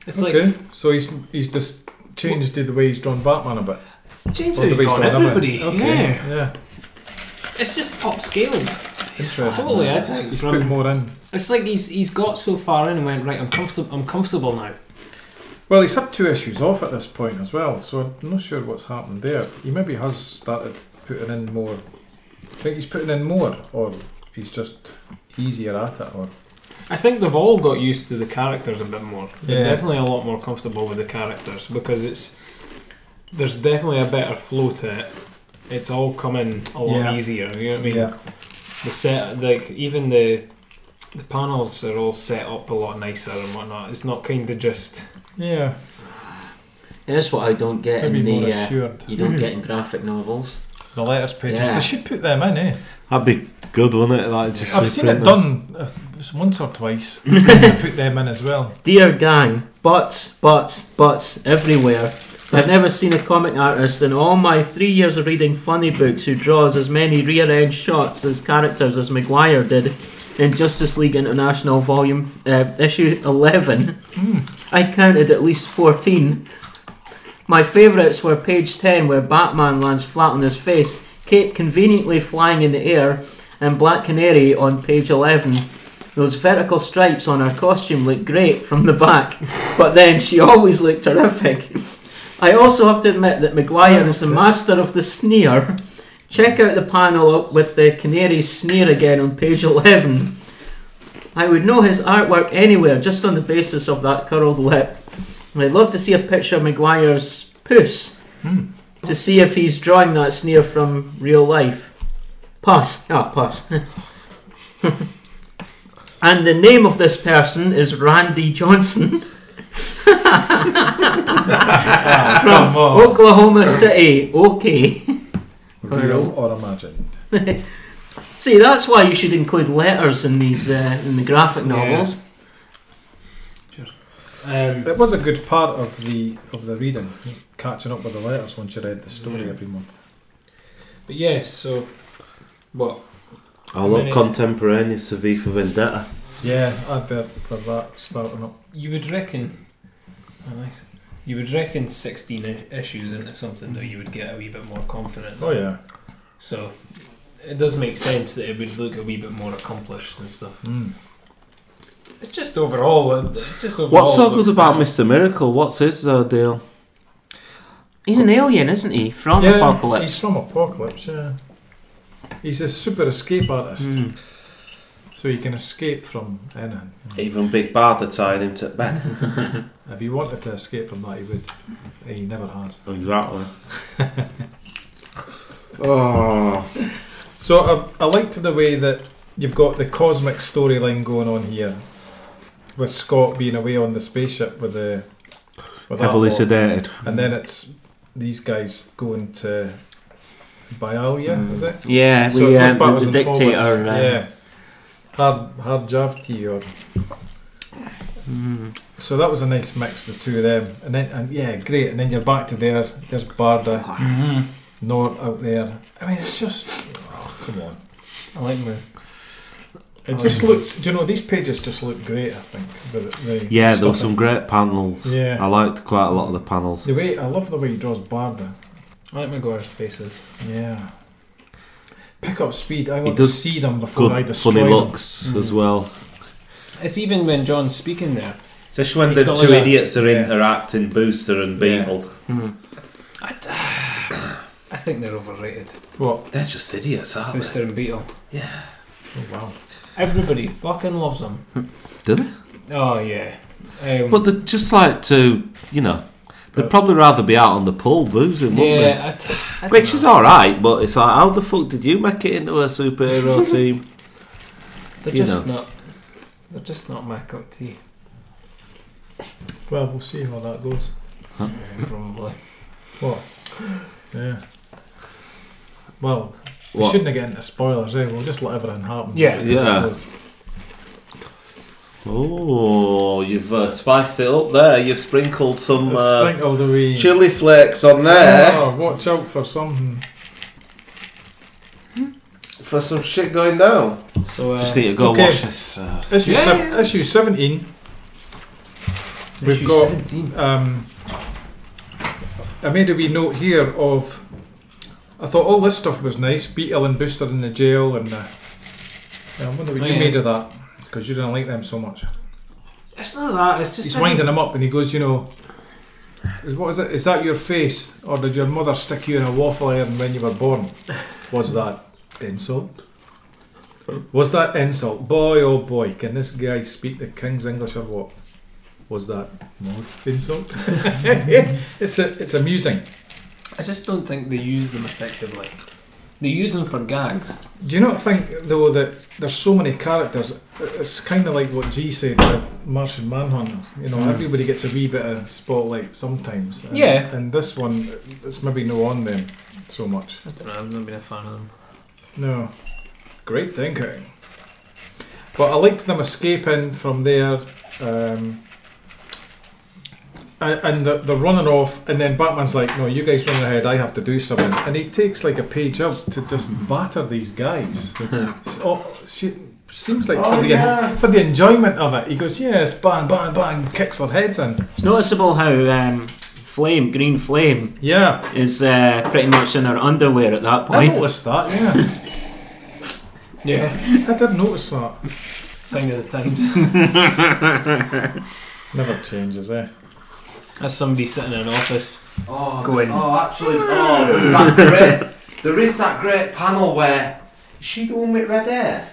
Speaker 1: it's
Speaker 2: okay, so he's he's just changed the way he's drawn Batman a bit.
Speaker 1: like James
Speaker 2: Or the
Speaker 1: has
Speaker 2: way he's
Speaker 1: drawn
Speaker 2: Batman.
Speaker 1: everybody.
Speaker 2: Okay.
Speaker 1: Yeah. It's just upscaled.
Speaker 2: interesting.
Speaker 1: Totally, I think
Speaker 2: He's
Speaker 1: from-
Speaker 2: put more in.
Speaker 1: It's like he's he's got so far in and went, right, I'm comfortable I'm comfortable now.
Speaker 2: Well, he's had two issues off at this point as well, so I'm not sure what's happened there. He maybe has started putting in more. I think he's putting in more, or he's just easier at it, or
Speaker 1: I think they've all got used to the characters a bit more. They're
Speaker 2: Yeah.
Speaker 1: definitely a lot more comfortable with the characters because it's there's definitely a better flow to it. It's all coming a lot
Speaker 2: Yeah.
Speaker 1: easier. You know what I mean?
Speaker 2: yeah,
Speaker 1: The set, like even the the panels are all set up a lot nicer and whatnot. It's not kind of just
Speaker 2: yeah,
Speaker 5: That's what I don't get
Speaker 2: maybe
Speaker 5: in
Speaker 2: more
Speaker 5: the. Uh,
Speaker 2: assured.
Speaker 5: you don't get in graphic novels.
Speaker 2: The letters pages,
Speaker 5: Yeah.
Speaker 2: they should put them in, eh?
Speaker 3: That'd be good, wouldn't it? Like just
Speaker 2: I've seen it
Speaker 3: reprint
Speaker 2: done uh, once or twice. They put them in as well.
Speaker 5: Dear gang, butts, butts, butts everywhere. I've never seen a comic artist in all my three years of reading funny books who draws as many rear end shots as characters as Maguire did in Justice League International Volume uh, Issue 11. I counted at least 14. My favourites were page 10, where Batman lands flat on his face, Cape conveniently flying in the air, and Black Canary on page 11. Those vertical stripes on her costume look great from the back, but then she always looked terrific. I also have to admit that Maguire is the master of the sneer. Check out the panel up with the canary sneer again on page 11. I would know his artwork anywhere just on the basis of that curled lip. I'd love to see a picture of Maguire's puss
Speaker 2: Hmm.
Speaker 5: to see if he's drawing that sneer from real life. Pass. Ah, pass. and the name of this person is Randy Johnson
Speaker 2: Ah,
Speaker 5: from
Speaker 2: come on.
Speaker 5: Oklahoma City. Okay.
Speaker 2: Real or imagined?
Speaker 5: See, that's why you should include letters in these uh, in the graphic novels.
Speaker 1: Um,
Speaker 2: It was a good part of the of the reading, catching up with the letters once you read the story
Speaker 1: Yeah.
Speaker 2: every month.
Speaker 1: but yes, so what?
Speaker 3: I love
Speaker 1: Many-
Speaker 3: contemporaneous of Visa Vendetta.
Speaker 2: Yeah, advert for that starting up.
Speaker 1: You would reckon? Oh, nice. You would reckon sixteen i- issues into something that you would get a wee bit more confident. in.
Speaker 2: Oh, yeah.
Speaker 1: So it does make sense that it would look a wee bit more accomplished and stuff.
Speaker 2: Mm.
Speaker 1: It's just overall. it- It's just overall.
Speaker 3: What's so
Speaker 1: looks
Speaker 3: good about
Speaker 1: better.
Speaker 3: Mr. Miracle? What's his uh, deal?
Speaker 5: He's an alien, isn't he? From
Speaker 2: yeah,
Speaker 5: Apocalypse.
Speaker 2: He's from Apocalypse, yeah. He's a super escape artist,
Speaker 5: Hmm.
Speaker 2: so he can escape from anything.
Speaker 3: Even Big Barda tied him to bed.
Speaker 2: If he wanted to escape from that, he would. He never has.
Speaker 3: exactly. oh.
Speaker 2: So I, I liked the way that you've got the cosmic storyline going on here, with Scott being away on the spaceship with the with that
Speaker 3: Heavily
Speaker 2: lot.
Speaker 3: sedated.
Speaker 2: and then it's these guys going to Bialia, is it?
Speaker 5: Yeah,
Speaker 2: So
Speaker 5: we,
Speaker 2: it goes
Speaker 5: um,
Speaker 2: backwards
Speaker 5: the, the
Speaker 2: and forwards.
Speaker 5: dictator. Uh,
Speaker 2: yeah, hard hard Javti or
Speaker 5: hmm.
Speaker 2: So that was a nice mix, the two of them, and then and yeah, great. And then you're back to there. There's Barda,
Speaker 1: Mhm.
Speaker 2: Nord out there. I mean, it's just oh, come on.
Speaker 1: I like the
Speaker 2: It just looks. Do you know these pages just look great? I think. The, the
Speaker 3: Yeah, there were
Speaker 2: stuff
Speaker 3: some great panels.
Speaker 2: in- Yeah.
Speaker 3: I liked quite a lot of the panels.
Speaker 2: the way I love the way he draws Barda.
Speaker 1: I like McGuire's faces.
Speaker 2: Yeah. Pick up speed. I want to
Speaker 3: does
Speaker 2: see them before I
Speaker 3: Good,
Speaker 2: destroy
Speaker 3: funny
Speaker 2: them.
Speaker 3: looks as well.
Speaker 1: It's even when John's speaking there.
Speaker 3: Especially when
Speaker 1: He's
Speaker 3: the
Speaker 1: got
Speaker 3: two
Speaker 1: like a-
Speaker 3: idiots are
Speaker 2: Yeah.
Speaker 3: interacting, Booster and
Speaker 2: Yeah.
Speaker 3: Beetle.
Speaker 5: Hmm.
Speaker 1: I, d- I think they're overrated.
Speaker 2: What?
Speaker 3: They're just idiots, aren't they?
Speaker 1: Booster and Beetle.
Speaker 2: Oh wow.
Speaker 1: Everybody fucking loves them.
Speaker 3: Do they?
Speaker 1: Oh yeah. Um,
Speaker 3: But they're just like to, you know, they'd probably rather be out on the pool boozing, wouldn't they?
Speaker 1: yeah, I t- I
Speaker 3: Which
Speaker 1: dunno.
Speaker 3: is alright, but it's like, how the fuck did you make it into a superhero team?
Speaker 1: They're
Speaker 3: you
Speaker 1: just not. They're just not my cup of tea.
Speaker 2: Well, we'll see how that goes.
Speaker 1: um, Probably.
Speaker 2: What? Yeah. Well, We
Speaker 3: What?
Speaker 2: shouldn't have got into spoilers, eh? We'll just let everything happen.
Speaker 1: Yeah.
Speaker 2: As it- as it
Speaker 3: Yeah.
Speaker 2: goes.
Speaker 3: Oh, you've uh, spiced it up there. You've sprinkled some
Speaker 2: Let's
Speaker 3: uh,
Speaker 2: think all the way.
Speaker 3: chili flakes on there
Speaker 2: Oh, watch out for something.
Speaker 3: for some shit going down.
Speaker 1: So uh,
Speaker 3: Just need to go
Speaker 2: okay.
Speaker 3: watch this. Uh,
Speaker 2: Issue,
Speaker 1: Yeah,
Speaker 2: sev-
Speaker 1: yeah, yeah.
Speaker 2: issue 17,
Speaker 1: issue
Speaker 2: we've got-
Speaker 1: 17.
Speaker 2: um, I made a wee note here of. I thought all this stuff was nice Beetle and Booster in the jail, and uh, yeah, I wonder what
Speaker 1: Oh,
Speaker 2: you
Speaker 1: yeah.
Speaker 2: made of that. Because you didn't like them so much.
Speaker 1: It's not that. It's just.
Speaker 2: He's
Speaker 1: every-
Speaker 2: winding them up and he goes, you know, is, what is it? Is that your face? Or did your mother stick you in a waffle iron when you were born? Was that insult? Was that insult? Boy, oh boy, can this guy speak the King's English or what? Was that not insult? it's a, it's amusing.
Speaker 1: I just don't think they use them effectively. They use them for gags.
Speaker 2: Do you not think though that there's so many characters? It's kind of like what G said with Martian Manhunter. You know, everybody gets a wee bit of spotlight sometimes. And,
Speaker 1: Yeah.
Speaker 2: And this one, it's maybe no on them so much.
Speaker 1: I don't know. I've not been a fan of them.
Speaker 2: No. Great thinking. But I liked them escaping from there. Um, and and they're, they're running off, and then Batman's like, No, you guys run ahead, I have to do something. And he takes like a page out to just batter these guys. oh, she seems like for, the, for the enjoyment of it, he goes, Yes, bang, bang, bang, kicks their heads in.
Speaker 5: It's noticeable how um, Flame, Green Flame,
Speaker 2: Yeah,
Speaker 5: is uh, pretty much in her underwear at that
Speaker 2: I
Speaker 5: point.
Speaker 2: noticed that. Yeah,
Speaker 1: Yeah.
Speaker 2: I did notice that.
Speaker 1: Sign of the times.
Speaker 2: Never changes, eh?
Speaker 1: That's somebody sitting in an office.
Speaker 3: Oh,
Speaker 1: Go in.
Speaker 3: oh, actually, oh, there's that great, there is that great panel where is she the one with red hair?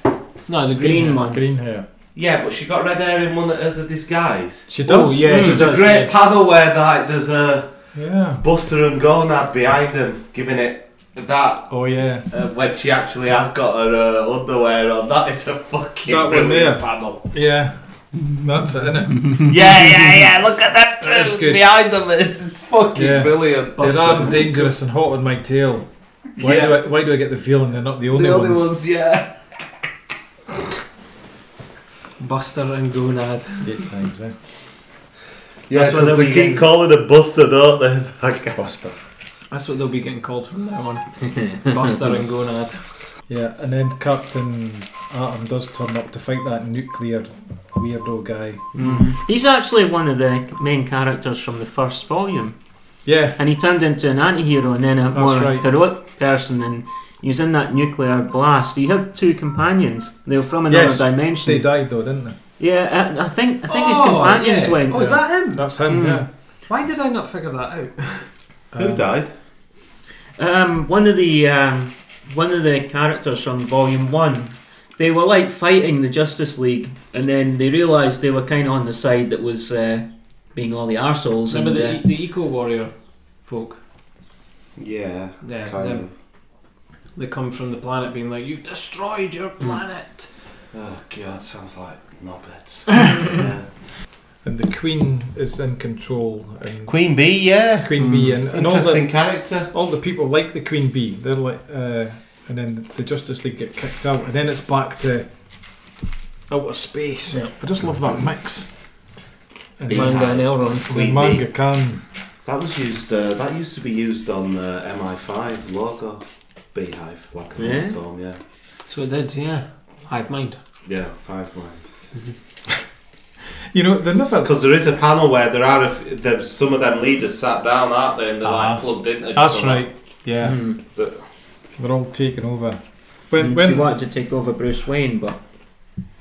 Speaker 1: No, the green,
Speaker 5: Green
Speaker 1: one.
Speaker 5: one.
Speaker 2: Green hair.
Speaker 3: Yeah, but she got red hair in one as a disguise.
Speaker 2: She
Speaker 1: Oh
Speaker 2: does. Hmm.
Speaker 1: yeah, she
Speaker 3: There's a
Speaker 1: does.
Speaker 3: great panel where like there's a
Speaker 2: Yeah.
Speaker 3: Buster and Gonad behind them giving it that
Speaker 2: Oh yeah.
Speaker 3: uh, when she actually has got her uh, underwear on. That is a fucking
Speaker 2: That one
Speaker 3: brilliant
Speaker 2: there.
Speaker 3: panel.
Speaker 2: Yeah. That's it, innit?
Speaker 3: yeah, yeah, yeah. Look at that
Speaker 2: That's
Speaker 3: two
Speaker 2: good.
Speaker 3: behind them. It's fucking
Speaker 2: Yeah.
Speaker 3: brilliant.
Speaker 2: They're damn dangerous and hot on my tail. Why, do I, why do I get the feeling they're not the only
Speaker 3: the
Speaker 2: ones?
Speaker 3: other ones, yeah.
Speaker 1: Buster and Gonad.
Speaker 2: Eight times, eh?
Speaker 3: Yeah,
Speaker 1: That's what
Speaker 3: 'cause
Speaker 1: they'll
Speaker 3: they
Speaker 1: be
Speaker 3: keep
Speaker 1: getting.
Speaker 3: calling her Buster, don't they? That guy.
Speaker 2: Buster.
Speaker 1: That's what they'll be getting called from now on. Buster and Gonad.
Speaker 2: Yeah, and then Captain Atom does turn up to fight that nuclear weirdo guy.
Speaker 5: Hmm. He's actually one of the main characters from the first volume.
Speaker 2: Yeah.
Speaker 5: And he turned into an anti hero and then a
Speaker 2: That's
Speaker 5: more
Speaker 2: right.
Speaker 5: heroic person. And he was in that nuclear blast. He had two companions. They were from another
Speaker 2: Yes,
Speaker 5: dimension.
Speaker 2: They
Speaker 3: Hmm.
Speaker 2: died Oh, though, didn't they?
Speaker 5: Yeah, uh, I, I think I think his companions
Speaker 1: yeah.
Speaker 5: went.
Speaker 1: Oh, is that him?
Speaker 2: That's him,
Speaker 5: Mm.
Speaker 2: yeah.
Speaker 1: Why did I not figure that out?
Speaker 3: Hmm. Who died?
Speaker 5: Um, one of the um, one of the characters from Volume One, they were like fighting the Justice League, and then they realised they were kind of on the side that was uh, being all the arseholes.
Speaker 1: Remember
Speaker 5: And,
Speaker 1: the, e-,
Speaker 5: uh,
Speaker 1: the eco warrior folk?
Speaker 3: Yeah,
Speaker 1: Yeah, them. They come from the planet being like, You've destroyed your planet!
Speaker 3: Oh god, sounds like knobbits. yeah.
Speaker 2: And the Queen is in control. And
Speaker 3: Queen Bee, yeah.
Speaker 2: Queen Bee and, and all
Speaker 3: Interesting
Speaker 2: the
Speaker 3: character.
Speaker 2: all the people like the Queen Bee. They're like, uh, and then the Justice League get kicked out, and then it's back to outer space.
Speaker 1: Yeah.
Speaker 2: I just love that mix. And
Speaker 5: Bee
Speaker 2: manga,
Speaker 1: Manga and Elrond.
Speaker 2: the
Speaker 3: Queen
Speaker 2: manga
Speaker 3: Bee.
Speaker 2: can.
Speaker 3: That was used. Uh, that used to be used on uh, MI5 logo. Beehive, like a
Speaker 5: Yeah?
Speaker 3: yeah. yeah,
Speaker 1: So it did, yeah. Hive mind.
Speaker 3: yeah, five mind.
Speaker 2: You know, they're never.
Speaker 3: Because there is a panel where there are a f- there's some of them leaders sat down, aren't they? And they're
Speaker 2: Uh-huh.
Speaker 3: like plugged into.
Speaker 2: That's
Speaker 3: someone.
Speaker 2: right. Yeah,
Speaker 5: hmm.
Speaker 2: they're all taken over.
Speaker 5: She
Speaker 2: E- When when
Speaker 5: wanted to take over Bruce Wayne, but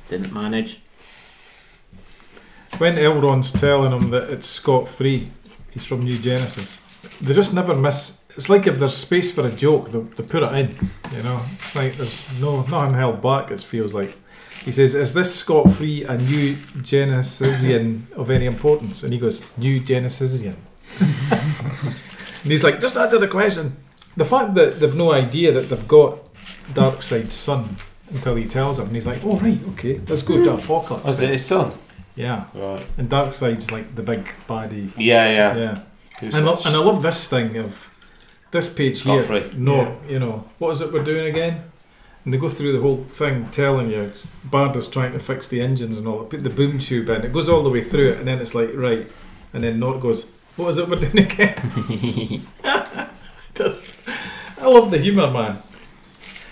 Speaker 5: didn't manage.
Speaker 2: When Elrond's telling him that it's scot free, he's from New Genesis. They just never miss. It's like if there's space for a joke, they, they put it in. You know, it's like there's no nothing held back. It feels like. He says, "Is this scot free a new Genesisian of any importance?" And he goes, "New Genesisian." and he's like, "Just answer the question." The fact that they've no idea that they've got Darkseid's son until he tells them, and he's like, "Oh right, okay, let's go to Apocalypse."
Speaker 3: Was it his son?
Speaker 2: Yeah.
Speaker 3: Right.
Speaker 2: And Darkseid's like the big baddie.
Speaker 3: Yeah, yeah.
Speaker 2: Yeah.
Speaker 3: Who's
Speaker 2: And, lo-
Speaker 3: that?
Speaker 2: and I love this thing of this page
Speaker 3: Scot
Speaker 2: here.
Speaker 3: free.
Speaker 2: No, you know, what is it we're doing again? And they go through the whole thing telling you Bard is trying to fix the engines and all that, put the boom tube in. It goes all the way through it and then it's like, right. And then Nort goes, what is it we're doing again? Just, I love the humour, man.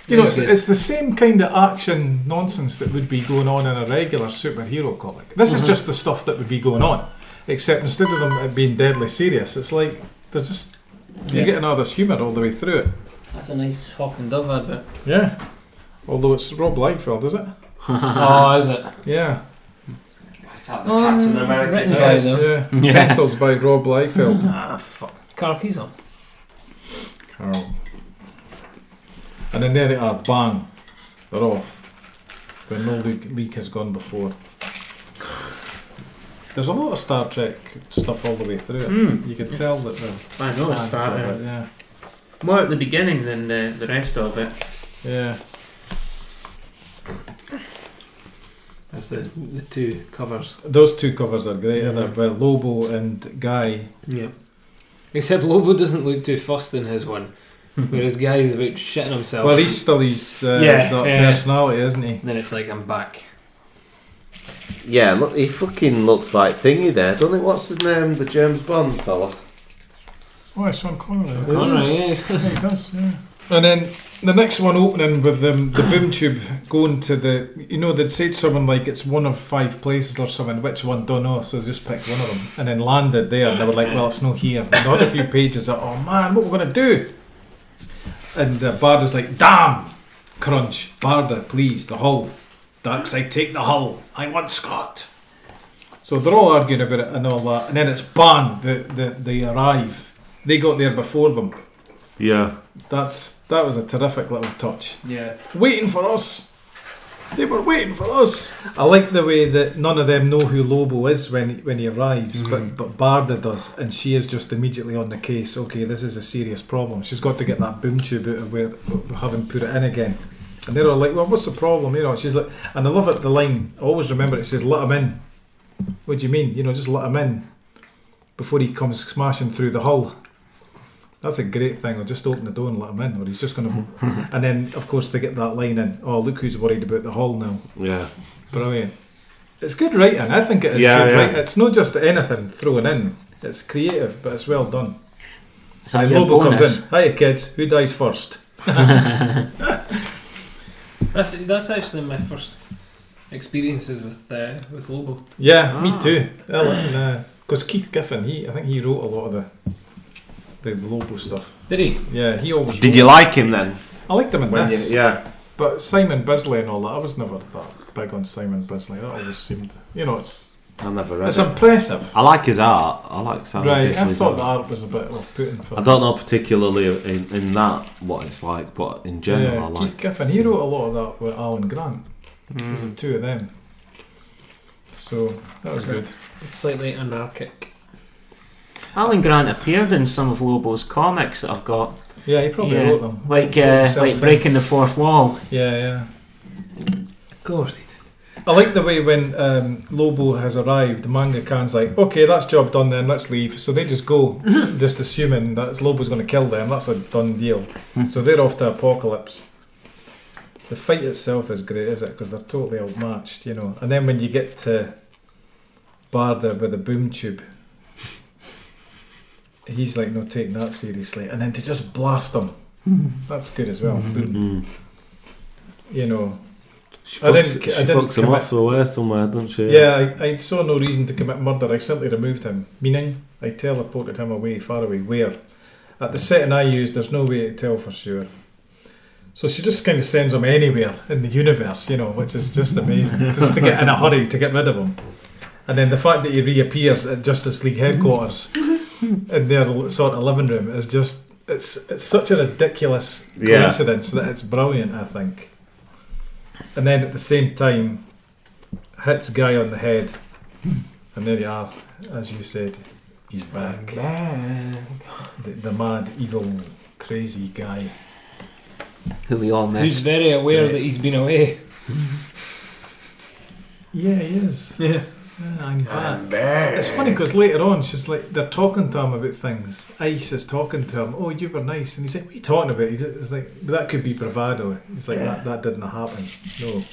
Speaker 2: You know,
Speaker 1: Yeah,
Speaker 2: it's,
Speaker 1: it's-
Speaker 2: it's the same kind of action nonsense that would be going on in a regular superhero comic. This is just the stuff that would be going on except instead of them it being deadly serious, it's like they're just
Speaker 1: Yeah.
Speaker 2: you're getting all this humour all the way through it.
Speaker 1: That's a nice Hawk and Dove advert.
Speaker 2: Yeah. Although it's Rob Liefeld, is it?
Speaker 1: oh, is it?
Speaker 2: Yeah.
Speaker 3: Is that the Captain America?
Speaker 1: written by
Speaker 3: dress?
Speaker 1: them.
Speaker 2: Um, yeah.
Speaker 5: Yeah.
Speaker 2: Pencils by Rob Liefeld.
Speaker 1: Ah, fuck. Carl Keys on.
Speaker 2: Carl. And then there they are, bang. They're off. When no leak, leak has gone before. There's a lot of Star Trek stuff all the way through it.
Speaker 5: Hmm.
Speaker 2: You can tell that they're
Speaker 5: I know it's
Speaker 2: fans of
Speaker 5: that.
Speaker 2: it, yeah.
Speaker 5: More at the beginning than the, the rest of it.
Speaker 2: Yeah.
Speaker 1: That's the, the two covers.
Speaker 2: Those two covers are great, and they're by Lobo and Guy.
Speaker 1: Yeah. Except Lobo doesn't look too fussed in his one, whereas Guy's about shitting himself.
Speaker 2: Well, he's still his uh,
Speaker 1: Yeah,
Speaker 2: that
Speaker 1: yeah.
Speaker 2: personality, isn't he?
Speaker 1: Then it's like, I'm back.
Speaker 3: Yeah, look, he fucking looks like Thingy there, doesn't it? What's his name? The James Bond fella.
Speaker 2: Oh, it's Sean Connery.
Speaker 1: Alright, yeah.
Speaker 2: does, yeah. And then the next one opening with them, the boom tube going to the, you know, they'd say to someone like it's one of five places or something, which one, don't know, so they just picked one of them and then landed there and they were like, well, it's not here. And on a few pages, like, oh man, what we're going to do? And uh, Bard is like, damn, crunch, Barda, please, the hull. Darkseid, take the hull. I want Scott. So they're all arguing about it and all that, and then it's banned. They, they, they arrive. They got there before them.
Speaker 3: Yeah.
Speaker 2: That's that was a terrific little touch.
Speaker 1: Yeah.
Speaker 2: Waiting for us. They were waiting for us. I like the way that none of them know who Lobo is when when he arrives, but but Barda does, and she is just immediately on the case. Okay, this is a serious problem. She's got to get that boom tube out of where having put it in again. And they're all like, "Well, what's the problem?" You know, she's like, and I love it. The line I always remember. It says, "Let him in." What do you mean? You know, just let him in before he comes smashing through the hull. That's a great thing. I'll just open the door and let him in, or he's just going to. and then, of course, they get that line in. Oh, look who's worried about the hall now.
Speaker 3: Yeah.
Speaker 2: Brilliant. It's good writing. I think it is
Speaker 3: Yeah,
Speaker 2: good
Speaker 3: yeah.
Speaker 2: writing. It's not just anything thrown in. It's creative, but it's well done.
Speaker 5: It's like
Speaker 2: And
Speaker 5: your
Speaker 2: Lobo comes
Speaker 5: bonus.
Speaker 2: in. Hiya, kids. Who dies first?
Speaker 1: That's that's actually my first experiences with uh, with Lobo.
Speaker 2: Yeah, me
Speaker 5: Ah.
Speaker 2: too. Because Keith Giffen, he I think he wrote a lot of the the Lobo stuff.
Speaker 1: Did he?
Speaker 2: Yeah, he always.
Speaker 3: Did
Speaker 2: wrote-
Speaker 3: you like him then?
Speaker 2: I liked him in
Speaker 3: When
Speaker 2: this.
Speaker 3: you, yeah.
Speaker 2: But Simon Bisley and all that, I was never that big on Simon Bisley. That always seemed, you know, it's
Speaker 3: I never read
Speaker 2: it's
Speaker 3: it.
Speaker 2: impressive.
Speaker 3: I like his art. I like Simon
Speaker 2: right, I
Speaker 3: Bisley's
Speaker 2: thought
Speaker 3: art.
Speaker 2: the art was a bit off putting for.
Speaker 3: I don't know particularly in, in that what it's like, but in general,
Speaker 2: yeah,
Speaker 3: I like.
Speaker 2: Keith Giffen. He wrote a lot of that with Alan Grant. It
Speaker 5: Mm.
Speaker 2: was the two of them. So that was
Speaker 1: Okay.
Speaker 2: good.
Speaker 1: Slightly anarchic.
Speaker 5: Alan Grant appeared in some of Lobo's comics that I've got.
Speaker 2: Yeah, he probably
Speaker 5: Yeah,
Speaker 2: wrote them.
Speaker 5: Like
Speaker 2: Wrote
Speaker 5: uh,
Speaker 2: himself
Speaker 3: eh?
Speaker 5: like
Speaker 2: in.
Speaker 5: breaking the fourth wall.
Speaker 2: Yeah, yeah.
Speaker 1: Of course he did.
Speaker 2: I like the way when um, Lobo has arrived, the manga can's like, okay, that's job done then, let's leave. So they just go, just assuming that Lobo's going to kill them. That's a done deal. so they're off to Apocalypse. The fight itself is great, is it? Because they're totally outmatched, you know. And then when you get to Barda with the boom tube, he's like, no, taking that seriously. And then to just blast them, that's good as well. Boom.
Speaker 3: Mm.
Speaker 2: You know.
Speaker 3: She
Speaker 2: I
Speaker 3: fucks,
Speaker 2: didn't-
Speaker 3: she
Speaker 2: I didn't
Speaker 3: fucks him
Speaker 2: commit-
Speaker 3: off the way somewhere, doesn't she?
Speaker 2: Yeah, I, I saw no reason to commit murder. I simply removed him, meaning I teleported him away, far away. Where? At the setting I used, there's no way to tell for sure. So she just kind of sends him anywhere in the universe, you know, which is just amazing. just to get in a hurry to get rid of him. And then the fact that he reappears at Justice League headquarters in their l- sort of living room is just. It's, it's such a ridiculous
Speaker 3: Yeah.
Speaker 2: coincidence that it's brilliant, I think. And then at the same time, hits guy on the head, and there you are, as you said, he's back. The, the mad, evil, crazy guy.
Speaker 5: Who we all
Speaker 1: He's
Speaker 5: missed.
Speaker 1: very aware
Speaker 2: Great.
Speaker 1: that he's been away.
Speaker 2: Yeah, he is.
Speaker 1: Yeah.
Speaker 2: Yeah, I'm back. It's funny because later on, she's like, they're talking to him about things. Ice is talking to him. Oh, you were nice, and he's like, "What are you talking about?" He's it's like, "But that could be bravado." He's like, "That that didn't happen." No.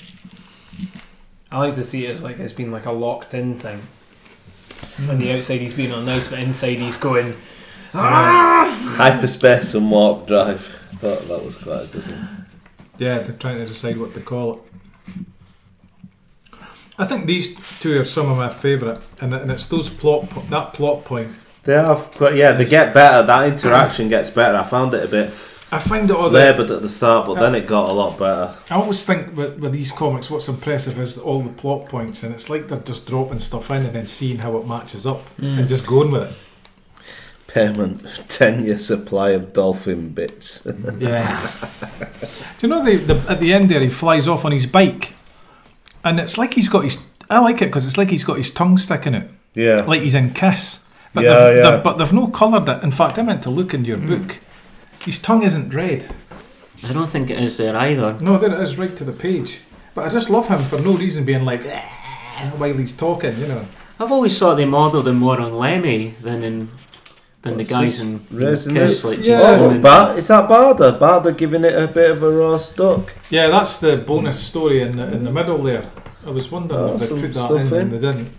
Speaker 1: I like to see it as like it's been like a locked in thing. On the outside he's being all nice, but inside he's going.
Speaker 3: Hyperspace and warp drive. I thought that was quite good.
Speaker 2: Yeah, they're trying to decide what to call it. I think these two are some of my favourite, and, and it's those plot po- that plot point.
Speaker 3: They have, but yeah, they get better. That interaction gets better. I found it a bit
Speaker 2: I find it all the,
Speaker 3: laboured at the start, but then it got a lot better.
Speaker 2: I always think with, with these comics, what's impressive is all the plot points, and it's like they're just dropping stuff in and then seeing how it matches up and just going with it.
Speaker 3: Payment, ten-year supply of dolphin bits.
Speaker 2: Yeah. Do you know the, the at the end there he flies off on his bike, and it's like he's got his. I like it because it's like he's got his tongue sticking out.
Speaker 3: yeah,
Speaker 2: like he's in Kiss. But
Speaker 3: Yeah,
Speaker 2: they've,
Speaker 3: yeah.
Speaker 2: They've, but they've no coloured it. In fact, I meant to look in your book. His tongue isn't red.
Speaker 5: I don't think it is there either.
Speaker 2: No, there it is, right to the page. But I just love him for no reason being like "Eh," while he's talking, you know.
Speaker 5: I've always thought they modelled him more on Lemmy than in than the
Speaker 3: What's
Speaker 5: guys
Speaker 3: this?
Speaker 5: in
Speaker 3: Raising
Speaker 5: Kiss,
Speaker 3: it?
Speaker 5: like
Speaker 2: Yeah.
Speaker 5: Jason
Speaker 3: Oh,
Speaker 5: and-
Speaker 3: look, Bar- is that Barda? Barda giving it a bit of a roast duck.
Speaker 2: Yeah, that's the bonus story in the, in the middle there. I was wondering
Speaker 3: Oh,
Speaker 2: if they
Speaker 3: some
Speaker 2: put that
Speaker 3: stuff
Speaker 2: in, and
Speaker 3: in.
Speaker 2: they didn't.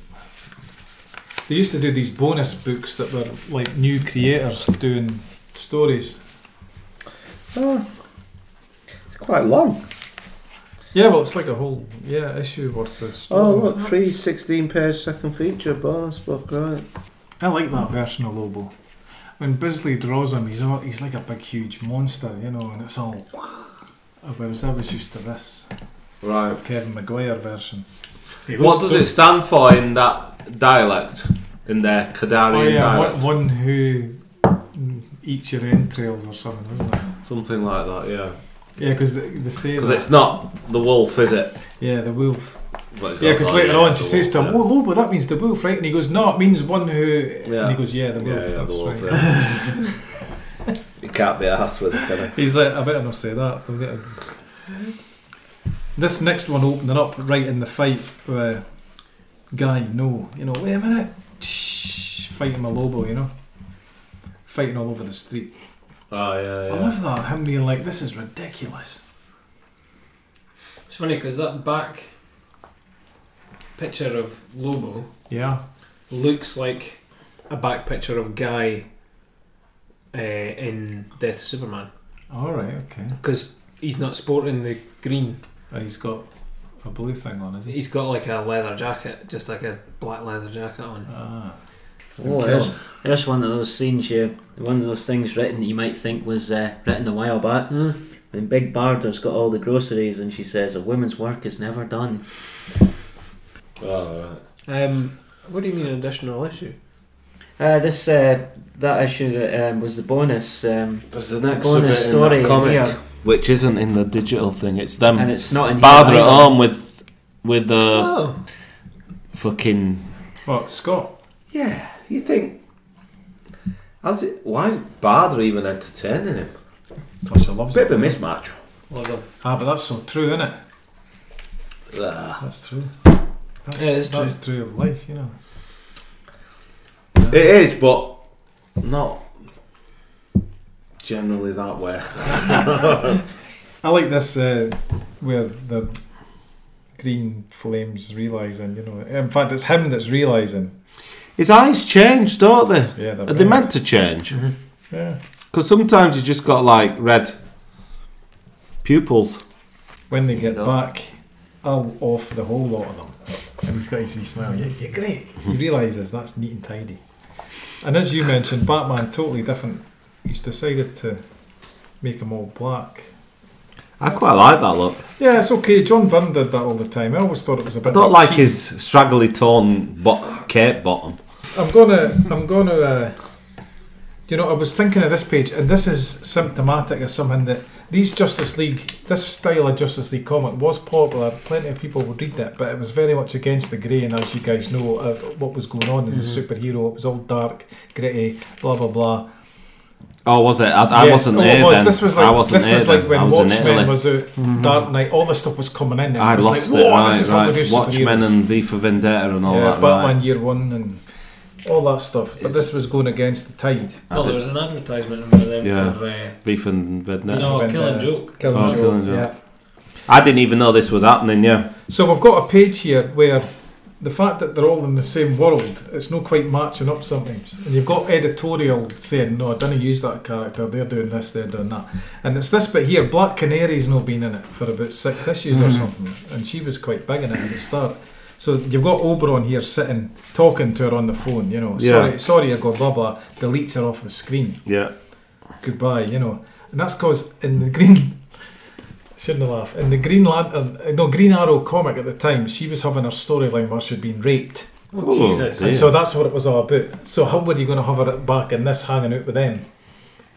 Speaker 2: They used to do these bonus books that were like new creators doing stories.
Speaker 3: Oh, It's quite long.
Speaker 2: Yeah, well, it's like a whole yeah issue worth of story.
Speaker 3: Oh, look, free 16 page second feature bonus book, right?
Speaker 2: I like that version of Lobo. When Bisley draws him, he's all, he's like a big, huge monster, you know, and it's all. Whereas I was used to this
Speaker 3: Right.
Speaker 2: Kevin Maguire version.
Speaker 3: What does it stand for in that dialect? In their
Speaker 2: Oh
Speaker 3: Kadarian
Speaker 2: yeah,
Speaker 3: dialect?
Speaker 2: one, one who eats your entrails or something, isn't it?
Speaker 3: Something like that, yeah.
Speaker 2: Yeah, because the, the sailor.
Speaker 3: Because it's not the wolf, is it?
Speaker 2: yeah, the wolf.
Speaker 3: But it's
Speaker 2: Yeah,
Speaker 3: got-
Speaker 2: because
Speaker 3: oh,
Speaker 2: later
Speaker 3: yeah,
Speaker 2: on
Speaker 3: it's
Speaker 2: she
Speaker 3: the
Speaker 2: says to
Speaker 3: wolf,
Speaker 2: him,
Speaker 3: yeah.
Speaker 2: "Oh, Lobo, that means the wolf, right?" And he goes, "No, it means one who." And
Speaker 3: Yeah.
Speaker 2: he goes, "Yeah, the wolf."
Speaker 3: Yeah, yeah,
Speaker 2: that's
Speaker 3: the wolf.
Speaker 2: right."
Speaker 3: Yeah. you can't be asked with it, can
Speaker 2: He's like, I better not say that. I'll get a-" This next one opening up right in the fight. Uh, guy, no, you know, wait a minute, Shh, fighting a Lobo, you know, fighting all over the street.
Speaker 3: I? Oh, yeah,
Speaker 2: I love that him being like, "This is ridiculous."
Speaker 1: It's funny because that back picture of Lobo
Speaker 2: Yeah,
Speaker 1: looks like a back picture of Guy uh, in Death of Superman
Speaker 2: all right, okay.
Speaker 1: because he's not sporting the green.
Speaker 2: Uh, he's got a blue thing on, is he?
Speaker 1: He's got like a leather jacket, just like a black leather jacket on.
Speaker 2: Ah,
Speaker 5: Oh, there's, there's one of those scenes, you, one of those things written that you might think was uh, written a while back.
Speaker 1: Mm.
Speaker 5: When Big Barder's got all the groceries and she says, A woman's work is never done.
Speaker 3: yeah. Oh, right.
Speaker 1: Um, what do you mean additional issue?
Speaker 5: Uh, this uh, That issue that, um, was the bonus, um,
Speaker 3: There's an
Speaker 5: Bonus
Speaker 3: extra bit
Speaker 5: story
Speaker 3: in
Speaker 5: in
Speaker 3: that comic,
Speaker 5: here.
Speaker 3: which isn't in the digital thing. It's them
Speaker 5: and Hmm. it's not in
Speaker 3: Barbara
Speaker 5: here
Speaker 3: at
Speaker 5: either.
Speaker 3: home with with the
Speaker 1: oh,
Speaker 3: fucking.
Speaker 2: well, Scott.
Speaker 3: Yeah, you think. How's it? Why is Barbara even entertaining him?
Speaker 2: Oh, she loves
Speaker 3: Bit
Speaker 2: it.
Speaker 3: of a mismatch.
Speaker 1: love them.
Speaker 2: Ah, but that's so true, isn't it?
Speaker 3: Ugh.
Speaker 2: That's true. That's,
Speaker 1: Yeah, it's
Speaker 2: that's true. of life, you know.
Speaker 3: It is, but not generally that way.
Speaker 2: I like this uh, where the green flames realizing, you know. In fact, it's him that's realizing.
Speaker 3: His eyes change, don't they?
Speaker 2: Yeah, they're
Speaker 3: Are they
Speaker 2: red.
Speaker 3: meant to change?
Speaker 2: Mm-hmm. Yeah.
Speaker 3: Because sometimes you just got like red pupils.
Speaker 2: When they
Speaker 5: There you
Speaker 2: get
Speaker 5: go.
Speaker 2: back, I'll off the whole lot of them. And he's got his wee smile. Yeah, yeah, great. He realizes that's neat and tidy. And as you mentioned, Batman totally different. He's decided to make them all black.
Speaker 3: I quite like that look.
Speaker 2: Yeah, it's okay. John Byrne did that all the time. I always thought it was a bit.
Speaker 3: I don't like
Speaker 2: cheap.
Speaker 3: his straggly torn bo- cape bottom.
Speaker 2: I'm gonna, I'm gonna. Uh, you know, I was thinking of this page, and this is symptomatic of something that these Justice League, this style of Justice League comic was popular. Plenty of people would read that, but it was very much against the grain, as you guys know, uh, what was going on in the superhero. It was all dark, gritty, blah blah blah.
Speaker 3: Oh, was it? I, I
Speaker 2: Yeah,
Speaker 3: wasn't
Speaker 2: oh, it
Speaker 3: there
Speaker 2: was.
Speaker 3: then.
Speaker 2: This was like
Speaker 3: I wasn't
Speaker 2: this
Speaker 3: there
Speaker 2: was
Speaker 3: then.
Speaker 2: like when
Speaker 3: I was in Italy.
Speaker 2: Watchmen was out, Dark Knight. All this stuff was coming in. And
Speaker 3: I
Speaker 2: it was
Speaker 3: lost
Speaker 2: like,
Speaker 3: it.
Speaker 2: "Whoa,
Speaker 3: Right,
Speaker 2: this is how we
Speaker 3: right.
Speaker 2: do
Speaker 3: Watchmen
Speaker 2: superheroes."
Speaker 3: and V for Vendetta and all
Speaker 2: yeah,
Speaker 3: that.
Speaker 2: Batman
Speaker 3: Right.
Speaker 2: Year One and all that stuff. But
Speaker 3: It's- Oh,
Speaker 2: this was going against the tide.
Speaker 3: I
Speaker 1: Well, there
Speaker 3: did
Speaker 1: was an advertisement in one of them
Speaker 3: Yeah.
Speaker 1: for uh,
Speaker 3: V for Vendetta.
Speaker 1: no
Speaker 2: Vendetta.
Speaker 1: killing joke.
Speaker 2: Killing
Speaker 3: Oh,
Speaker 2: Joke.
Speaker 3: Killing Joke.
Speaker 2: Yeah.
Speaker 3: I didn't even know this was happening. Yeah.
Speaker 2: So we've got a page here where the fact that they're all in the same world, it's not quite matching up sometimes. And you've got editorial saying, "No, I didn't use that character. They're doing this. They're doing that." And it's this bit here. Black Canary's not been in it for about six issues
Speaker 3: Mm-hmm.
Speaker 2: or something, and she was quite big in it at the start. So you've got Oberon here sitting, talking to her on the phone. You know,
Speaker 3: Yeah.
Speaker 2: sorry, sorry, I got blah blah. Deletes her off the screen.
Speaker 3: Yeah.
Speaker 2: goodbye, you know. And that's because in the Green, shouldn't have laughed, in the Green Lantern, uh, no, Green Arrow comic at the time, she was having her storyline where she'd been raped.
Speaker 3: Oh,
Speaker 1: Jesus.
Speaker 3: dear.
Speaker 2: And so that's what it was all about. So how were you going to have her back in this hanging out with them?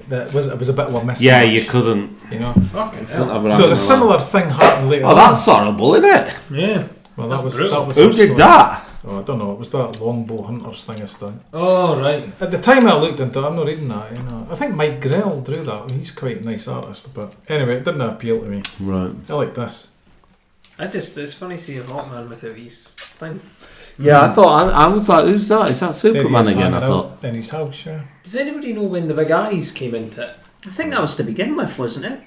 Speaker 2: That was, it was a bit of a missing.
Speaker 3: yeah,
Speaker 2: match,
Speaker 3: you couldn't.
Speaker 2: You know?
Speaker 1: Fucking
Speaker 3: couldn't
Speaker 1: hell.
Speaker 3: have her
Speaker 2: So
Speaker 3: hanging
Speaker 2: the similar
Speaker 3: around.
Speaker 2: thing happened later
Speaker 3: Oh, that's
Speaker 2: on.
Speaker 3: horrible, isn't it?
Speaker 1: Yeah.
Speaker 2: Well,
Speaker 1: that's
Speaker 2: that was,
Speaker 1: brutal.
Speaker 2: that was
Speaker 3: Who
Speaker 2: her
Speaker 3: did
Speaker 2: story.
Speaker 3: that?
Speaker 2: Oh, I don't know. It was that Longbow Hunters thing I done.
Speaker 1: Oh right.
Speaker 2: At the time I looked into it, I'm not reading that, you know. I think Mike Grell drew that. He's quite a nice artist, but anyway, it didn't appeal to me.
Speaker 3: Right.
Speaker 2: I like this.
Speaker 1: I just it's funny seeing Hawkman without his thing.
Speaker 3: Yeah, I thought I, I was like, who's that? Is that
Speaker 2: There he
Speaker 3: Superman
Speaker 2: is
Speaker 3: again? I
Speaker 2: hanging out
Speaker 3: thought.
Speaker 2: In his house, yeah.
Speaker 1: Does anybody know when the big eyes came into it?
Speaker 5: I think that was to begin with, wasn't it?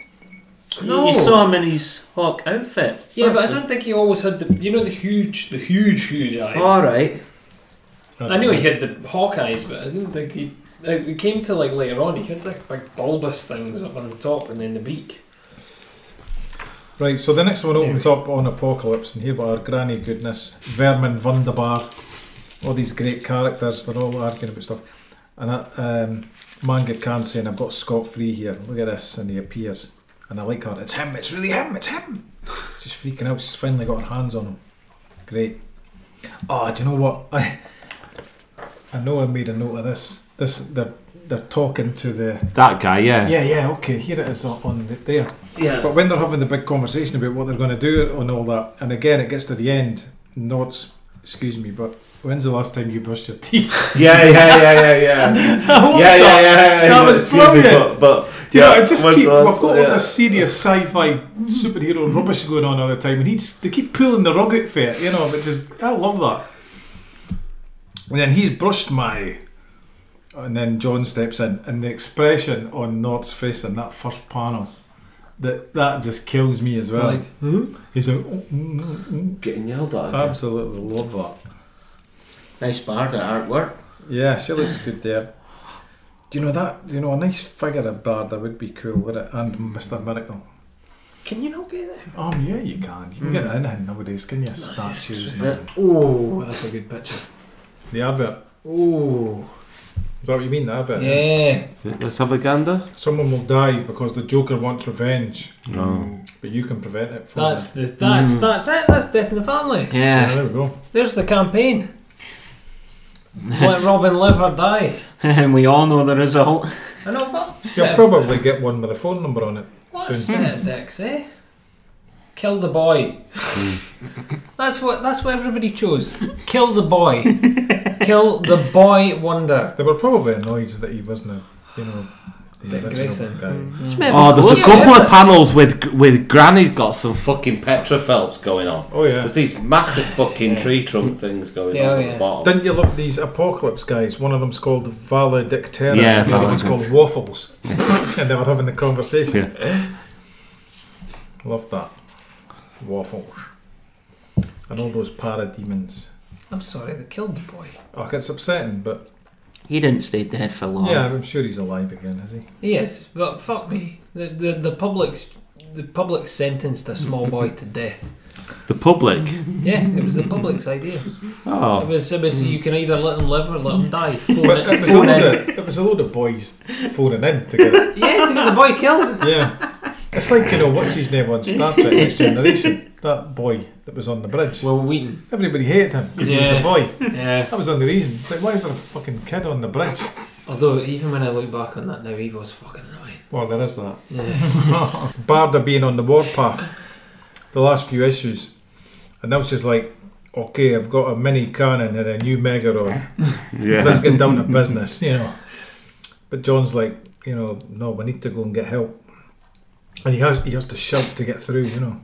Speaker 5: You-
Speaker 1: No.
Speaker 5: You saw him in his hawk outfit.
Speaker 1: Yeah, but I don't think he always had the you know the huge the huge huge eyes.
Speaker 3: Oh,
Speaker 5: Alright.
Speaker 1: I knew he had the hawk eyes, but I didn't think he. It it came to like later on. He had like big bulbous things up on the top and then the beak.
Speaker 2: Right, so the next one opens up on Apocalypse, and here we are Granny Goodness, Vermin Wunderbar, all these great characters, they're all arguing about stuff. And that um, manga can saying, I've got Scott Free here, look at this, and he appears. And I like her, it's him, it's really him, it's him! She's freaking out, she's finally got her hands on him. Great. Oh, do you know what? I I know I made a note of this. This They're, they're talking to the.
Speaker 7: That guy, yeah.
Speaker 2: Yeah, yeah, okay, here it is on the, there.
Speaker 1: Yeah.
Speaker 2: But when they're having the big conversation about what they're going to do and all that, and again it gets to the end, Nods, excuse me, but when's the last time you brushed your teeth?
Speaker 3: Yeah, yeah, yeah, yeah, yeah.
Speaker 2: yeah,
Speaker 3: yeah, yeah, yeah, yeah.
Speaker 2: That was
Speaker 3: excuse me,
Speaker 2: brilliant.
Speaker 3: But, but
Speaker 2: You
Speaker 3: yeah,
Speaker 2: know, I just
Speaker 3: when's
Speaker 2: keep,
Speaker 3: the
Speaker 2: I've
Speaker 3: last-
Speaker 2: got all
Speaker 3: yeah. Mm-hmm.
Speaker 2: this serious sci-fi superhero rubbish going on all the time, and he's, they keep pulling the rug out for it, you know, which is, I love that. And then he's brushed my, and then John steps in, and the expression on Nord's face in that first panel, that that just kills me as well.
Speaker 1: Like, hmm?
Speaker 2: he's like, "Oh, mm, mm, mm."
Speaker 3: Getting yelled at. Again.
Speaker 2: absolutely love that.
Speaker 5: Nice bar, that artwork.
Speaker 2: Yeah, she looks good there. Do you know that? You know, a nice figure of Bard that would be cool, would it? And Mr. Miracle.
Speaker 1: Can you not get that?
Speaker 2: Um, yeah, you can. You can get it in here nowadays, can you? Statues. and
Speaker 5: Yeah.
Speaker 2: everything.
Speaker 1: Oh, that's a good picture.
Speaker 2: The advert.
Speaker 1: Oh,
Speaker 2: Is that what you mean, the advert?
Speaker 1: yeah.
Speaker 7: Let's have a gander.
Speaker 2: Someone will die because the Joker wants revenge,
Speaker 7: No.
Speaker 2: but you can prevent it from
Speaker 1: That's the
Speaker 3: Mm.
Speaker 1: that's that's it. That's death in the family.
Speaker 2: them. Yeah,
Speaker 5: Yeah.
Speaker 2: there we go.
Speaker 1: There's the campaign. Let Robin live or die.
Speaker 5: and we all know the result.
Speaker 1: I know what.
Speaker 2: You'll probably get one with a phone number on it.
Speaker 1: What
Speaker 2: soon.
Speaker 1: set Dex, eh? Kill the boy. that's what that's what everybody chose. Kill the boy. Kill the boy wonder.
Speaker 2: They were probably annoyed that he wasn't a, you know, the
Speaker 1: Dick
Speaker 2: original
Speaker 1: Grayson.
Speaker 2: guy.
Speaker 5: Hmm.
Speaker 7: Oh, there's a
Speaker 1: cool.
Speaker 7: couple of panels with with Granny's got some fucking Petra Phelps going on.
Speaker 2: Oh, yeah.
Speaker 7: There's these massive fucking tree trunk things going
Speaker 1: Yeah,
Speaker 2: oh,
Speaker 7: on
Speaker 1: yeah.
Speaker 7: at the bottom.
Speaker 2: Didn't you love these apocalypse guys? One of them's called Valedictarian,
Speaker 7: Yeah,
Speaker 2: the other one's called
Speaker 7: Valedict-
Speaker 2: Waffles. and they were having the conversation. Love that. Waffles. And all those parademons.
Speaker 1: I'm sorry, they killed the boy.
Speaker 2: Oh, it's upsetting, but
Speaker 5: He didn't stay dead for long.
Speaker 2: yeah, I'm sure he's alive again, is he?
Speaker 1: Yes, but fuck me. The the, the public the public sentenced a small boy to death.
Speaker 7: The public.
Speaker 1: Yeah, it was the public's idea. It
Speaker 7: Oh,
Speaker 1: was it was you can either let him live or let him die. Phone
Speaker 2: But it
Speaker 1: it,
Speaker 2: was, a
Speaker 1: phone
Speaker 2: load
Speaker 1: in.
Speaker 2: of, it was a load of boys phoning in to get it.
Speaker 1: Yeah, to get the boy killed.
Speaker 2: Yeah. It's like, you know, what's his name on Star Trek Next Generation? That boy that was on the bridge.
Speaker 1: Well, Wheaton.
Speaker 2: Everybody hated him because he was
Speaker 1: Yeah.
Speaker 2: a boy.
Speaker 1: Yeah.
Speaker 2: That was the only reason. It's like, why is there a fucking kid on the bridge?
Speaker 1: Although even when I look back on that now, he was fucking annoying.
Speaker 2: Well, there is that.
Speaker 1: Yeah.
Speaker 2: Barda being on the warpath the last few issues. And now she's like, okay, I've got a mini cannon and a new Megarod. Let's get down to business, you know. But John's like, you know, no, we need to go and get help. And he has he has to shout to get through, you know.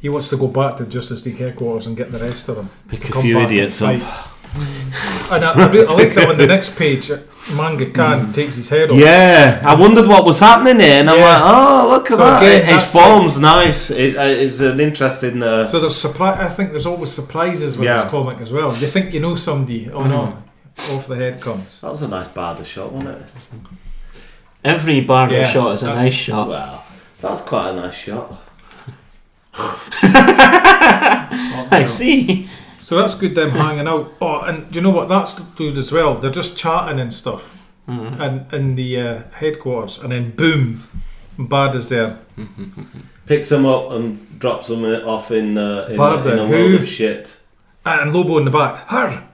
Speaker 2: He wants to go back to Justice League headquarters and get the rest of them.
Speaker 7: pick
Speaker 2: Come
Speaker 7: a few
Speaker 2: back and
Speaker 7: idiots up.
Speaker 2: fight. And I, I, re- I like that on the next page, Manga Khan takes his head off.
Speaker 7: Mm. Yeah, I wondered what was happening here, and I'm
Speaker 2: Yeah.
Speaker 7: like, oh, look at
Speaker 2: So
Speaker 7: that.
Speaker 2: again,
Speaker 7: It- His
Speaker 2: that's like-
Speaker 7: form's nice. It, uh, it's an interesting. Uh,
Speaker 2: So there's surprise. I think there's always surprises with
Speaker 7: Yeah. Mm.
Speaker 2: this comic as well. You think you know somebody, oh no, off the head comes.
Speaker 7: that was a nice barber shot, wasn't it?
Speaker 5: Every bar
Speaker 2: Yeah,
Speaker 5: shot is a
Speaker 2: that's-
Speaker 5: nice shot.
Speaker 7: Wow, that's quite a nice shot.
Speaker 5: I see.
Speaker 2: So that's good. Them hanging out. Oh, and do you know what? That's good as well. They're just chatting and stuff,
Speaker 7: Mm-hmm.
Speaker 2: and in the uh, headquarters, and then boom, Bard is there.
Speaker 7: Picks them up and drops them off in uh, in,
Speaker 2: Barber,
Speaker 7: in a
Speaker 2: who-
Speaker 7: world of shit.
Speaker 2: And Lobo in the back. Her.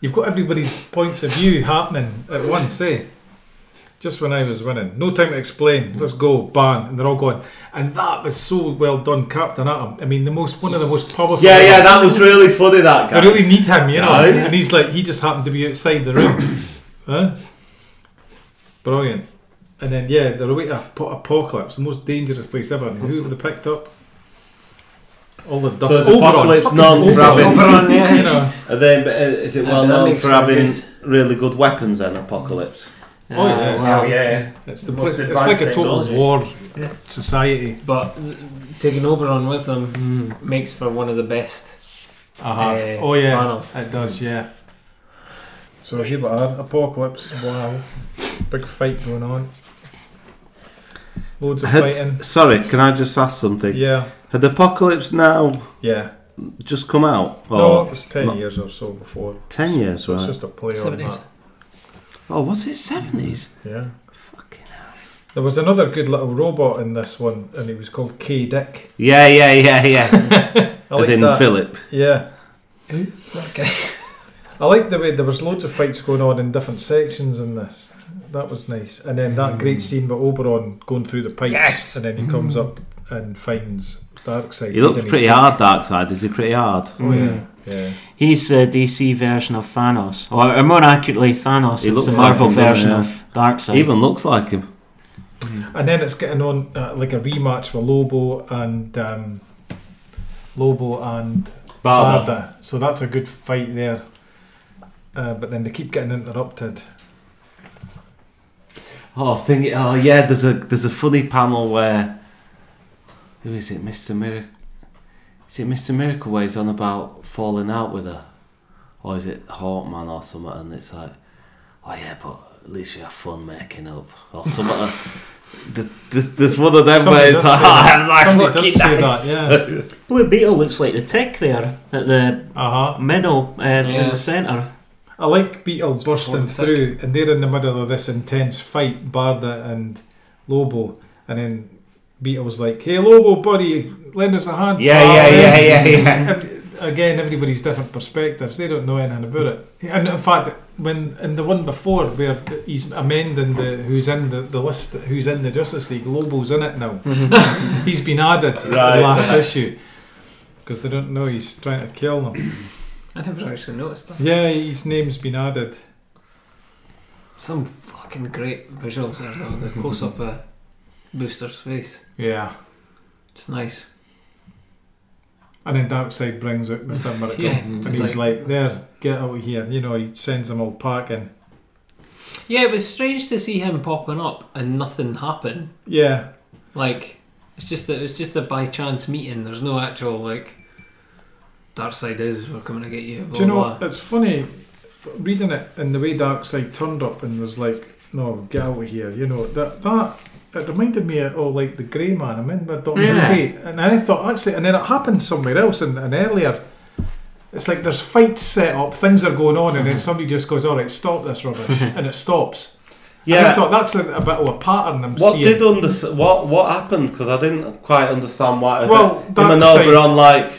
Speaker 2: You've got everybody's points of view happening at once, eh? Just when I was winning. No time to
Speaker 7: Mm-hmm.
Speaker 2: explain. Let's go. Ban. And they're all going. And that was so well done, Captain Atom. I mean, the most one of the most powerful.
Speaker 7: Yeah, yeah, that was really funny. That
Speaker 2: I
Speaker 7: guy.
Speaker 2: really need him, you know.
Speaker 7: Guys.
Speaker 2: And he's like, he just happened to be outside the room. huh? Brilliant. And then, yeah, they're away to Ap- Apocalypse, the most dangerous place ever. And who have they picked up? All the duff.
Speaker 7: So it's
Speaker 2: Oberon,
Speaker 7: Apocalypse
Speaker 2: fucking
Speaker 7: Known for
Speaker 2: Oberon.
Speaker 7: having-
Speaker 2: Oberon, yeah, you know.
Speaker 7: And then uh, is it
Speaker 1: Uh,
Speaker 7: well
Speaker 1: that
Speaker 7: known
Speaker 1: makes
Speaker 7: for
Speaker 1: for
Speaker 7: having
Speaker 1: good-
Speaker 7: really good weapons? Then Apocalypse.
Speaker 2: Oh, yeah.
Speaker 1: Hell yeah.
Speaker 2: It's, the
Speaker 1: Most
Speaker 2: place, it's like a
Speaker 1: advanced
Speaker 2: total
Speaker 1: technology.
Speaker 2: war
Speaker 1: Yeah.
Speaker 2: society.
Speaker 1: But taking Oberon with them makes for one of the best. Uh,
Speaker 2: Hmm. oh yeah,
Speaker 1: panels.
Speaker 2: it does. Yeah. So here we are, apocalypse. Wow, big fight going on. Loads of fighting.
Speaker 3: Had, sorry, can I just ask something?
Speaker 2: Yeah,
Speaker 3: Had Apocalypse Now
Speaker 2: yeah.
Speaker 3: just come out? Or
Speaker 2: no, it was ten
Speaker 3: Oh. not-
Speaker 2: years or so before.
Speaker 3: 10 years,
Speaker 2: It's
Speaker 3: right?
Speaker 2: just a play on
Speaker 1: Seventies.
Speaker 2: that.
Speaker 3: Oh, was it 70s?
Speaker 2: Yeah.
Speaker 3: Fucking
Speaker 2: There was another good little robot in this one, and he was called K Dick.
Speaker 3: Yeah, yeah, yeah, yeah.
Speaker 2: I
Speaker 3: As
Speaker 2: like
Speaker 3: in
Speaker 2: that.
Speaker 3: Philip.
Speaker 2: Yeah.
Speaker 1: Who? Okay.
Speaker 2: I like the way there was loads of fights going on in different sections in this. That was nice. And then that
Speaker 3: Hmm.
Speaker 2: great scene with Oberon going through the pipes,
Speaker 1: Yes!
Speaker 2: and then he comes up and finds Darkseid.
Speaker 3: He looks
Speaker 2: Then
Speaker 3: pretty hard, Darkseid. Is he pretty hard?
Speaker 2: Oh yeah,
Speaker 1: Hmm.
Speaker 2: yeah.
Speaker 5: Hmm. He's the DC version of Thanos, or, or more accurately, Thanos
Speaker 3: He
Speaker 5: is
Speaker 3: looks
Speaker 5: the
Speaker 3: like
Speaker 5: Marvel
Speaker 3: him,
Speaker 5: version
Speaker 3: doesn't
Speaker 5: of Darkseid.
Speaker 3: He even looks like him.
Speaker 2: And then it's getting on uh, like a rematch with Lobo and um, Lobo and Barda. So that's a good fight there. Uh, but then they keep getting interrupted.
Speaker 3: Oh, thing. Oh, yeah. There's a there's a funny panel where who is it, Mister Miracle? Is it Mister Miracle where he's on about falling out with her, or is it Hawkman or something? And it's like, oh yeah, but at least we have fun making up or something. Th- There's, there's one of them where
Speaker 2: Somebody
Speaker 3: it's
Speaker 2: does
Speaker 3: like,
Speaker 2: say that.
Speaker 3: "Oh, I
Speaker 2: Somebody
Speaker 3: fucking
Speaker 2: does say
Speaker 3: nice."
Speaker 2: that, yeah.
Speaker 5: Blue Beetle looks like the tick there at the
Speaker 2: Uh huh.
Speaker 5: middle, uh, in
Speaker 1: Yeah.
Speaker 5: the centre.
Speaker 2: I like Beetle
Speaker 1: more
Speaker 2: bursting
Speaker 1: thick.
Speaker 2: through, and they're in the middle of this intense fight, Barda and Lobo, and then Beetle's like, "Hey, Lobo, buddy, lend us a hand."
Speaker 3: Yeah,
Speaker 2: pal."
Speaker 3: yeah, yeah, yeah, yeah.
Speaker 2: Ev- again, everybody's different perspectives. They don't know anything about it. And in fact, when in the one before where he's amending the who's in the, the list, who's in the Justice League, Lobo's in it now. he's been added to the
Speaker 3: Mm-hmm. Right.
Speaker 2: last issue because they don't know he's trying to kill them.
Speaker 1: I never actually noticed that.
Speaker 2: Yeah, his name's been added.
Speaker 1: Some fucking great visuals there though. The close up of Booster's face.
Speaker 2: Yeah.
Speaker 1: It's nice.
Speaker 2: And then Darkseid brings out Mr. Miracle.
Speaker 1: Yeah,
Speaker 2: and
Speaker 1: it's
Speaker 2: he's like, there, get out of here. You know, he sends them all packing.
Speaker 1: Yeah, it was strange to see him popping up and nothing happen.
Speaker 2: Yeah.
Speaker 1: Like it's just a, it's just a by chance meeting. There's no actual like dark side is we're coming to get you. Blah,
Speaker 2: Do you know,
Speaker 1: blah.
Speaker 2: it's funny reading it and the way Darkseid turned up and was like, no, get out of here. You know, that, that it reminded me of oh, like the Grey Man. I remember Doctor
Speaker 5: Yeah.
Speaker 2: Fate. And I thought, actually, and then it happened somewhere else and, and earlier. It's like there's fights set up, things are going on, and then somebody just goes, all right, stop this rubbish. and it stops. Yeah. And I
Speaker 3: Yeah.
Speaker 2: thought that's a, a bit of a pattern I'm
Speaker 3: What
Speaker 2: seeing.
Speaker 3: did under what what happened? Because I didn't quite understand why.
Speaker 2: Well,
Speaker 3: him
Speaker 2: that
Speaker 3: and
Speaker 2: side-
Speaker 3: Oberon like.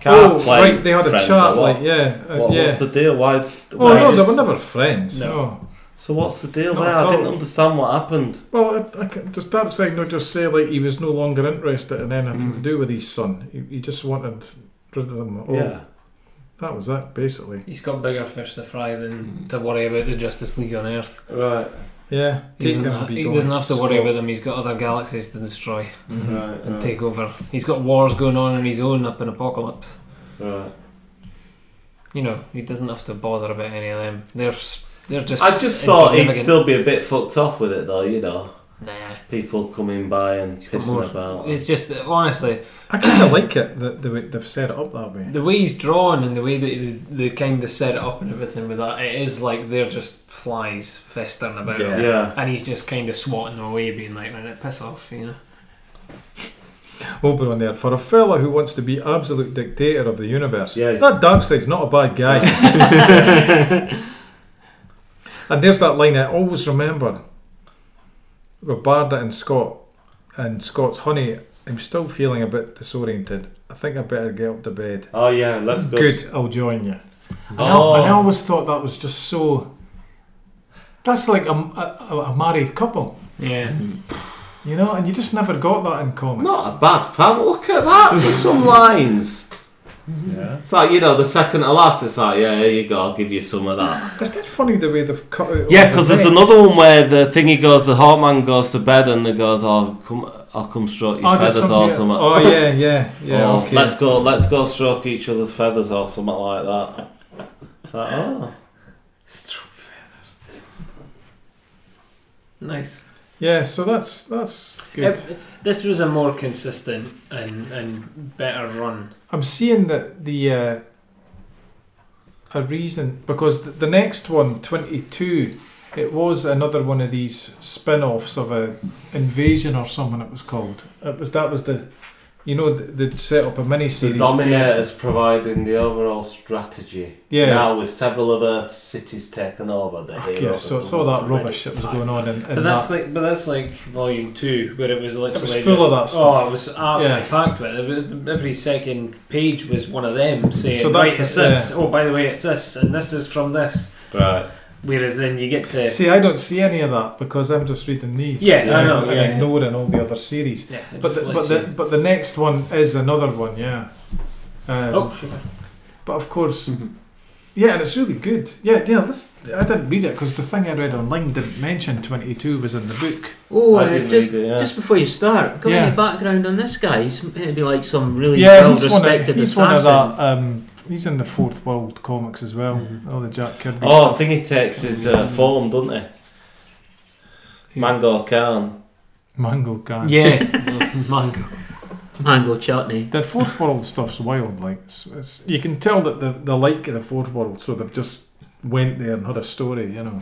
Speaker 3: can't
Speaker 2: oh,
Speaker 3: play
Speaker 2: right, they had a
Speaker 3: friends or
Speaker 2: chat,
Speaker 3: what?
Speaker 2: like, yeah, uh,
Speaker 3: What,
Speaker 2: yeah.
Speaker 3: What's the deal? Why?
Speaker 2: oh,
Speaker 3: why
Speaker 2: no,
Speaker 3: just-
Speaker 2: they were never friends. No.
Speaker 3: So what's the deal
Speaker 2: Not
Speaker 3: there?
Speaker 2: at
Speaker 3: I didn't
Speaker 2: all.
Speaker 3: understand what happened.
Speaker 2: Well, I, I, can- does Darkseid not just say, like, he was no longer interested in
Speaker 3: Mm.
Speaker 2: anything to do with his son? He, he just wanted rid of them all.
Speaker 3: Yeah.
Speaker 2: That was it, basically.
Speaker 1: He's got bigger fish to fry than to worry about the Justice League on Earth.
Speaker 3: Right.
Speaker 2: Yeah.
Speaker 1: He
Speaker 2: take
Speaker 1: doesn't,
Speaker 2: him and
Speaker 1: ha-
Speaker 2: be
Speaker 1: he
Speaker 2: gone.
Speaker 1: doesn't have to worry
Speaker 2: So-
Speaker 1: about them. He's got other galaxies to destroy
Speaker 2: Mm-hmm.
Speaker 3: Right.
Speaker 1: Mm-hmm. and take over. He's got wars going on on his own up in Apocalypse.
Speaker 3: right.
Speaker 1: You know, he doesn't have to bother about any of them. They're s- they're just.
Speaker 3: I just thought he'd
Speaker 1: insignificant.
Speaker 3: still be a bit fucked off with it, though. You know,
Speaker 1: Nah,
Speaker 3: people coming by and
Speaker 1: He's got more-
Speaker 3: pissing about.
Speaker 1: it's just that, honestly
Speaker 2: I kind of like it that they, w- they've set it up that way.
Speaker 1: the way he's drawn and the way that they, they kind of set it up and everything with that. It is like they're just flies festering about.
Speaker 2: Yeah.
Speaker 1: him.
Speaker 3: yeah.
Speaker 1: And he's just kind of swatting them away, being like, "Man, piss off," you know.
Speaker 2: Oberon there. For a fella who wants to be absolute dictator of the universe,
Speaker 3: Yeah, he's-
Speaker 2: that Darkseid's not a bad guy. and there's that line I always remember with Barda and Scott, and Scott's honey. I'm still feeling a bit disoriented. I think I better get up to bed.
Speaker 3: Oh yeah. Let's go.
Speaker 2: Good, I'll join you. And, I-
Speaker 3: Oh.
Speaker 2: and I, always thought that was just so. That's like a, a, a married couple,
Speaker 1: Yeah.
Speaker 2: you know, and you just never got that in comics.
Speaker 3: Not a bad panel. Look at that for some lines. Yeah. It's like you know the second to last. It's like yeah, here you go. I'll give you some of that.
Speaker 2: Isn't it funny the way they've cut out?
Speaker 3: Yeah,
Speaker 2: all
Speaker 3: because
Speaker 2: the
Speaker 3: there's
Speaker 2: necks?
Speaker 3: another one where the thingy goes, the Hawkman goes to bed and he goes, "I'll come, I'll come stroke your
Speaker 2: Oh, there's
Speaker 3: feathers
Speaker 2: some-
Speaker 3: or
Speaker 2: yeah.
Speaker 3: something."
Speaker 2: Oh yeah, yeah, yeah.
Speaker 3: Or,
Speaker 2: okay.
Speaker 3: Let's go, let's go stroke each other's feathers or something like that. It's like, oh,
Speaker 1: Nice.
Speaker 2: Yeah, so that's that's good.
Speaker 1: It- this was a more consistent and, and better run.
Speaker 2: I'm seeing that the uh, a reason because the, the next one, 22, It was another one of these spin-offs of a invasion or something. It was called. It was that was the, you know, th- they'd set up a mini
Speaker 7: The
Speaker 2: series.
Speaker 7: Dominators providing the overall strategy.
Speaker 2: Yeah.
Speaker 7: Now with several of Earth's cities taken over, the
Speaker 2: Fuck
Speaker 7: heroes
Speaker 2: yeah,
Speaker 7: have
Speaker 2: so it's
Speaker 7: come
Speaker 2: all that
Speaker 7: already.
Speaker 2: rubbish that was going on in, in
Speaker 1: But that's
Speaker 2: that.
Speaker 1: like, but that's like volume two, where it was literally
Speaker 2: full
Speaker 1: just,
Speaker 2: of that
Speaker 1: Oh,
Speaker 2: stuff.
Speaker 1: it was absolutely
Speaker 2: Yeah.
Speaker 1: packed with it. Every second page was one of them saying,
Speaker 2: So that's
Speaker 1: "Right, it's
Speaker 2: the-
Speaker 1: this. Oh, by the way, it's this, and this is from this."
Speaker 3: Right.
Speaker 1: Whereas then you get to
Speaker 2: See, I don't see any of that because I'm just reading these.
Speaker 1: Yeah, I
Speaker 2: and-
Speaker 1: know,
Speaker 2: And
Speaker 1: yeah, yeah.
Speaker 2: ignoring all the other series.
Speaker 1: yeah, it
Speaker 2: But
Speaker 1: just
Speaker 2: the, but
Speaker 1: lets
Speaker 2: the
Speaker 1: you-
Speaker 2: but the next one is another one, yeah. Um,
Speaker 1: oh, sure.
Speaker 2: But of course,
Speaker 1: Mm-hmm.
Speaker 2: yeah, and it's really good. Yeah, yeah. This I didn't read it because the thing I read online didn't mention twenty two was in the book.
Speaker 5: Oh,
Speaker 7: I
Speaker 5: uh,
Speaker 7: did
Speaker 5: just
Speaker 7: read it, yeah.
Speaker 5: just before you start, got
Speaker 2: Yeah.
Speaker 5: any background on this guy? He's maybe like some really
Speaker 2: yeah, he's one, of,
Speaker 5: well-respected
Speaker 2: he's one of
Speaker 5: assassin.
Speaker 2: that. Um, he's in the Fourth World comics as well.
Speaker 1: Mm-hmm.
Speaker 2: All the Jack Kirby.
Speaker 7: Oh, I
Speaker 2: stuff.
Speaker 7: think he takes his uh, form, doesn't he? Mango Khan.
Speaker 2: Mango guy.
Speaker 1: yeah, mango.
Speaker 5: Mango chutney.
Speaker 2: The fourth world stuff's wild. Like it's, it's, you can tell that the the like of the fourth world, so they've just went there and had a story. You know.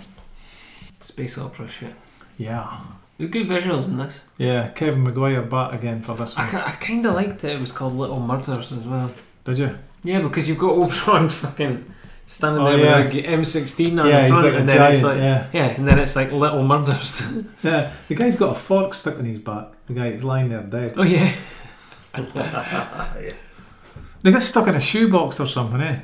Speaker 8: Space opera shit.
Speaker 2: Yeah.
Speaker 8: There's good visuals in this.
Speaker 2: Yeah. Kevin Maguire back again for this
Speaker 8: I,
Speaker 2: one.
Speaker 8: ki- I kind of liked it. It was called Little Murders as well.
Speaker 2: Did you?
Speaker 8: Yeah, because you've got Oberon fucking standing
Speaker 2: Oh,
Speaker 8: there
Speaker 2: yeah.
Speaker 8: with like M16 on
Speaker 2: Yeah,
Speaker 8: the
Speaker 2: he's
Speaker 8: front,
Speaker 2: like a
Speaker 8: and then
Speaker 2: giant.
Speaker 8: it's like
Speaker 2: yeah.
Speaker 8: yeah, and then it's like Little Murders.
Speaker 2: Yeah, the guy's got a fork stuck in his back. The guy is lying there dead.
Speaker 8: oh yeah,
Speaker 2: They got stuck in a shoebox or something, eh?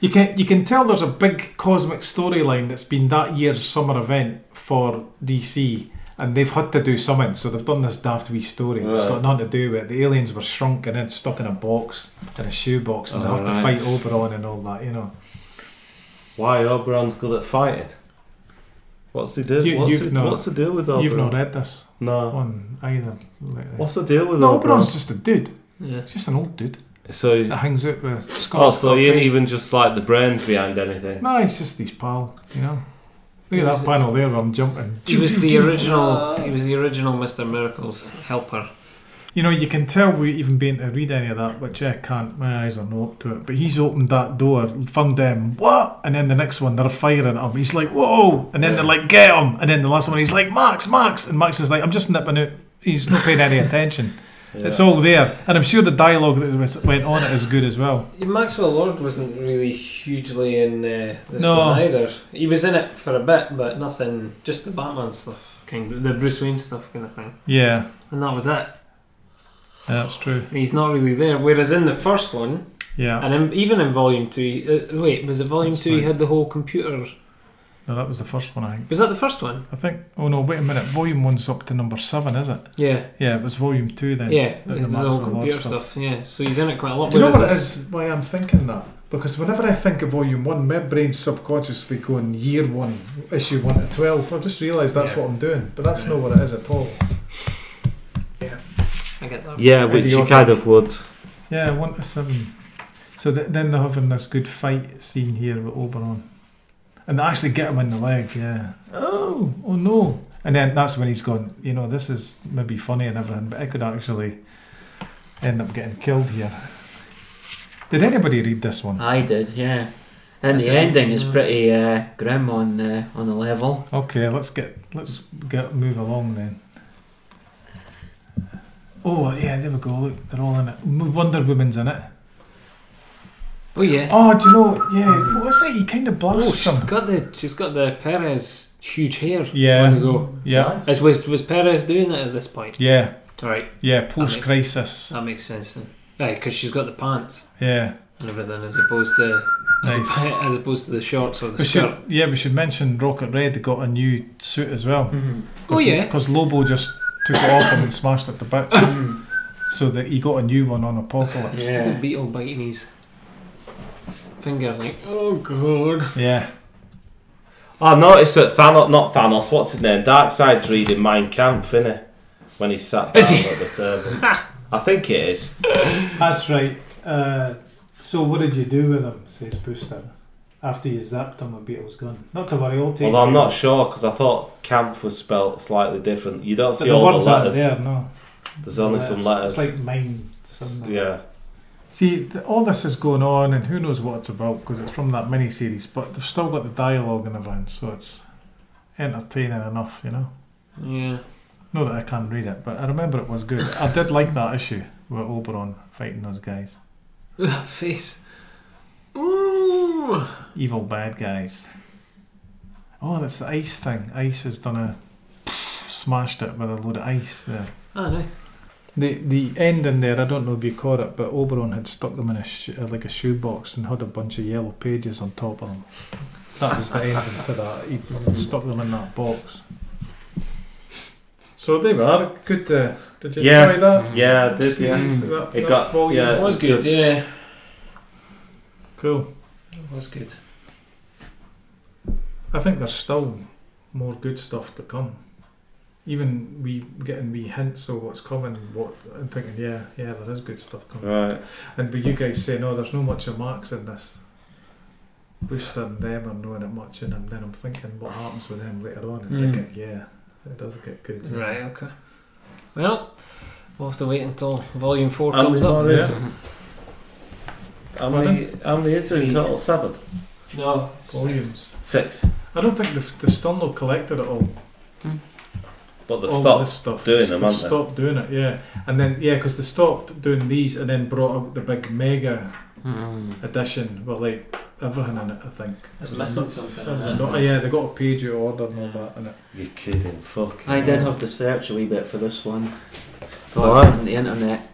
Speaker 2: You can you can tell there's a big cosmic storyline that's been that year's summer event for DC, and they've had to do something. So they've done this daft wee story. It's
Speaker 7: Right.
Speaker 2: got nothing to do with it. The aliens were shrunk and then stuck in a box in a shoebox, and they have
Speaker 7: Alright.
Speaker 2: to fight Oberon and all that. You know,
Speaker 7: Why Oberon's good at fighting? What's the deal?
Speaker 2: You-
Speaker 7: what's,
Speaker 2: you've
Speaker 7: the,
Speaker 2: not-
Speaker 7: what's the deal with Oberon?
Speaker 2: you've not read this
Speaker 7: no.
Speaker 2: one either. lately.
Speaker 7: What's the deal with
Speaker 2: No,
Speaker 7: Oberon?
Speaker 2: Oberon's just a dude.
Speaker 8: yeah.
Speaker 2: It's just an old dude
Speaker 7: So,
Speaker 2: that hangs out with Scott.
Speaker 7: oh, so he ain't
Speaker 2: Scott-
Speaker 7: even just like the brains behind anything.
Speaker 2: No, it's just his pal, you know.
Speaker 8: He
Speaker 2: Look at
Speaker 8: was-
Speaker 2: that panel there where I'm jumping.
Speaker 8: He was the original. He was the original Mr. Miracle's helper.
Speaker 2: You know, you can tell we even been to read any of that, which I can't. My eyes are not up to it. But he's opened that door, found them, what? And then the next one, they're firing at him. He's like, whoa! And then they're like, get him! And then the last one, he's like, Max, Max! And Max is like, I'm just nipping out. He's not paying any attention. It's all there. And I'm sure the dialogue that was, went on it is good as well.
Speaker 1: Maxwell Lord wasn't really hugely in uh, this
Speaker 2: No.
Speaker 1: one either. He was in it for a bit, but nothing. Just the Batman stuff, kind of, the Bruce Wayne stuff, kind of thing.
Speaker 2: Yeah,
Speaker 1: And that was it.
Speaker 2: that's true.
Speaker 1: He's not really there. Whereas in the first one,
Speaker 2: Yeah.
Speaker 1: and in, even in volume two, uh, wait, was it volume
Speaker 2: That's
Speaker 1: two? He
Speaker 2: right.
Speaker 1: had the whole computer.
Speaker 8: Oh.
Speaker 2: No, that was the first one, I think.
Speaker 1: Was that the first one?
Speaker 2: I think. Oh no, wait a minute. Volume one's up to number seven, is it?
Speaker 1: Yeah,
Speaker 2: Yeah, it was volume two then.
Speaker 1: yeah.
Speaker 2: the
Speaker 1: It was the
Speaker 2: Maxwell
Speaker 1: whole
Speaker 2: Lord
Speaker 1: computer
Speaker 2: stuff.
Speaker 1: stuff. Yeah, so he's in it quite a lot.
Speaker 2: Do you know
Speaker 1: whereas
Speaker 2: what it
Speaker 1: this-
Speaker 2: is? Why I'm thinking that because whenever I think of volume one, my brain's subconsciously going year one, issue one to twelve. I just realised that's
Speaker 1: Yeah.
Speaker 2: what I'm doing, but that's not what it is at all.
Speaker 1: I get that.
Speaker 7: Yeah,
Speaker 2: which
Speaker 7: which
Speaker 2: you
Speaker 7: you kind of would.
Speaker 2: Yeah, one to seven. So th- then they're having this good fight scene here with Oberon, and they actually get him in the leg. Yeah. Oh, oh no! And then that's when he's gone. You know, this is maybe funny and everything, but it could actually end up getting killed here. Did anybody read this one?
Speaker 5: I did, yeah. And
Speaker 1: I
Speaker 5: the
Speaker 1: did,
Speaker 5: ending is
Speaker 1: yeah.
Speaker 5: pretty uh, grim on uh, on a level.
Speaker 2: Okay, let's get let's get move along then. Oh yeah, there we go. Look, they're all in it. M- Wonder Woman's in it.
Speaker 8: Oh yeah.
Speaker 2: Oh, do you know? Yeah, what's it? He kind of
Speaker 8: Oh,
Speaker 2: blasts
Speaker 8: she's
Speaker 2: them.
Speaker 8: got the she's got the Perez huge hair.
Speaker 2: Yeah.
Speaker 8: On the go.
Speaker 2: Yeah,
Speaker 8: Is, was was Perez doing it at this point?
Speaker 2: yeah,
Speaker 8: All right,
Speaker 2: yeah. Post crisis.
Speaker 8: that makes sense then. Right, because she's got the pants
Speaker 2: Yeah.
Speaker 8: and everything as opposed to as,
Speaker 2: Nice.
Speaker 8: oppo- as opposed to the shorts or the
Speaker 2: We
Speaker 8: skirt.
Speaker 2: should, yeah, we should mention Rocket Red they got a new suit as well.
Speaker 8: Oh yeah.
Speaker 2: Because Lobo just took it off him and smashed it to bits. so that he got a new one on Apocalypse.
Speaker 8: The beetle biting his finger like oh god.
Speaker 2: Yeah.
Speaker 7: I noticed that Thanos, not Thanos, what's his name? Darkseid's reading Mein Kampf, innit? When he sat down
Speaker 8: Is he?
Speaker 7: at the table. I think it is.
Speaker 2: That's right. Uh, so what did you do with him? Says Booster. After you zapped him with Beetle's gun. Not to worry, I'll take.
Speaker 7: Although I'm
Speaker 2: care
Speaker 7: not sure because I thought Kampf was spelt slightly different. You don't
Speaker 2: of it.
Speaker 7: see
Speaker 2: the
Speaker 7: all the
Speaker 2: words aren't
Speaker 7: letters.
Speaker 2: there. No.
Speaker 7: There's only some letters.
Speaker 2: It's like mine. something.
Speaker 7: yeah.
Speaker 2: See, th- all this is going on, and who knows what it's about because it's from that mini series. But they've still got the dialogue and everything, so it's entertaining enough, you know.
Speaker 1: Yeah.
Speaker 2: Not that I can't read it, but I remember it was good. I did like that issue with Oberon fighting those guys,
Speaker 1: That face. Ooh.
Speaker 2: evil bad guys. Oh, that's the ice thing. Ice has done a smashed it with a load of ice there.
Speaker 1: Oh, nice.
Speaker 2: The the end in there, I don't know if you caught it, but Oberon had stuck them in a sh- uh, like a shoebox and had a bunch of yellow pages on top of them. That was the ending to that. He stuck them in that box. So they were good. Uh, did you
Speaker 3: Yeah.
Speaker 2: enjoy that?
Speaker 3: Yeah, I did, yeah.
Speaker 2: series? That-
Speaker 3: It
Speaker 2: that
Speaker 3: got-
Speaker 2: volume?
Speaker 3: yeah.
Speaker 1: That was good,
Speaker 3: Good.
Speaker 1: yeah.
Speaker 2: cool.
Speaker 1: That was good.
Speaker 2: I think there's still more good stuff to come. Even we getting wee hints of what's coming. What I'm thinking, yeah, yeah, there is good stuff coming.
Speaker 3: Right.
Speaker 2: And but you guys say no, there's no much of Marx in this. Booster and them are knowing it much in them. Then I'm thinking what happens with them later on. And
Speaker 1: Mm.
Speaker 2: they get, yeah, it does get good.
Speaker 1: Right, okay. Well, we'll have to wait until volume 4
Speaker 3: How
Speaker 1: comes
Speaker 3: many
Speaker 1: up.
Speaker 3: more is it?
Speaker 2: Yeah.
Speaker 3: How many, how many is there in total? Seven?
Speaker 5: No.
Speaker 2: Volumes.
Speaker 3: Six.
Speaker 2: I don't think they've, they've still not collected it all.
Speaker 3: But the
Speaker 7: Oh,
Speaker 2: all
Speaker 3: stock.
Speaker 2: this stuff.
Speaker 3: doing
Speaker 2: They've
Speaker 3: them, haven't they?
Speaker 2: stopped doing it, yeah. And then yeah, because they stopped doing these and then brought out the big mega edition with like everything in it. I think.
Speaker 1: It's
Speaker 2: There was
Speaker 1: missing
Speaker 2: no-
Speaker 1: something.
Speaker 2: there was
Speaker 1: isn't it?
Speaker 2: no- yeah, they got a page out of order and all that in it.
Speaker 3: You're kidding, fuck.
Speaker 5: I did have to search a wee bit for this one. Got it on the internet.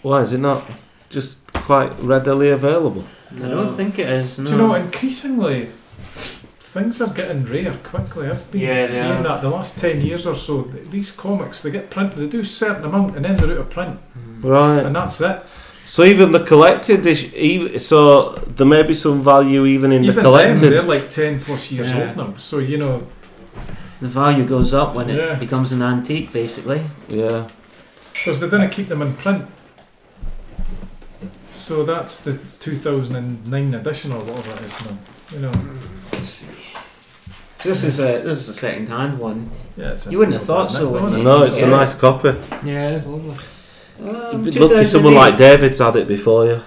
Speaker 7: Why is it not just quite readily available?
Speaker 5: I don't think it is. No.
Speaker 2: Do you know, increasingly, things are getting rare quickly. I've been
Speaker 1: Yeah, they
Speaker 2: seeing
Speaker 1: are.
Speaker 2: that the last 10 years or so. Th- These comics, they get printed, they do a certain amount and then they're out of print,
Speaker 7: Right.
Speaker 2: and that's it.
Speaker 7: So even the collected is even, so there may be some value even in the
Speaker 2: Even then,
Speaker 7: collected.
Speaker 2: they're like 10 plus years
Speaker 5: Yeah.
Speaker 2: old now, so you know,
Speaker 5: The value goes up when
Speaker 2: Yeah.
Speaker 5: it becomes an antique, basically.
Speaker 7: yeah.
Speaker 2: because they didn't keep them in print. So that's the 2009 edition or whatever it is now. You know,
Speaker 5: This is a this is a second hand one.
Speaker 2: yeah, it's a-
Speaker 5: You wouldn't have thought so,
Speaker 2: Isn't
Speaker 5: would
Speaker 2: it?
Speaker 5: you?
Speaker 7: No, it's
Speaker 5: Yeah.
Speaker 7: a nice copy.
Speaker 1: Yeah, it's lovely.
Speaker 5: Um,
Speaker 7: Lucky someone
Speaker 5: 2008.
Speaker 7: like David's had it before you.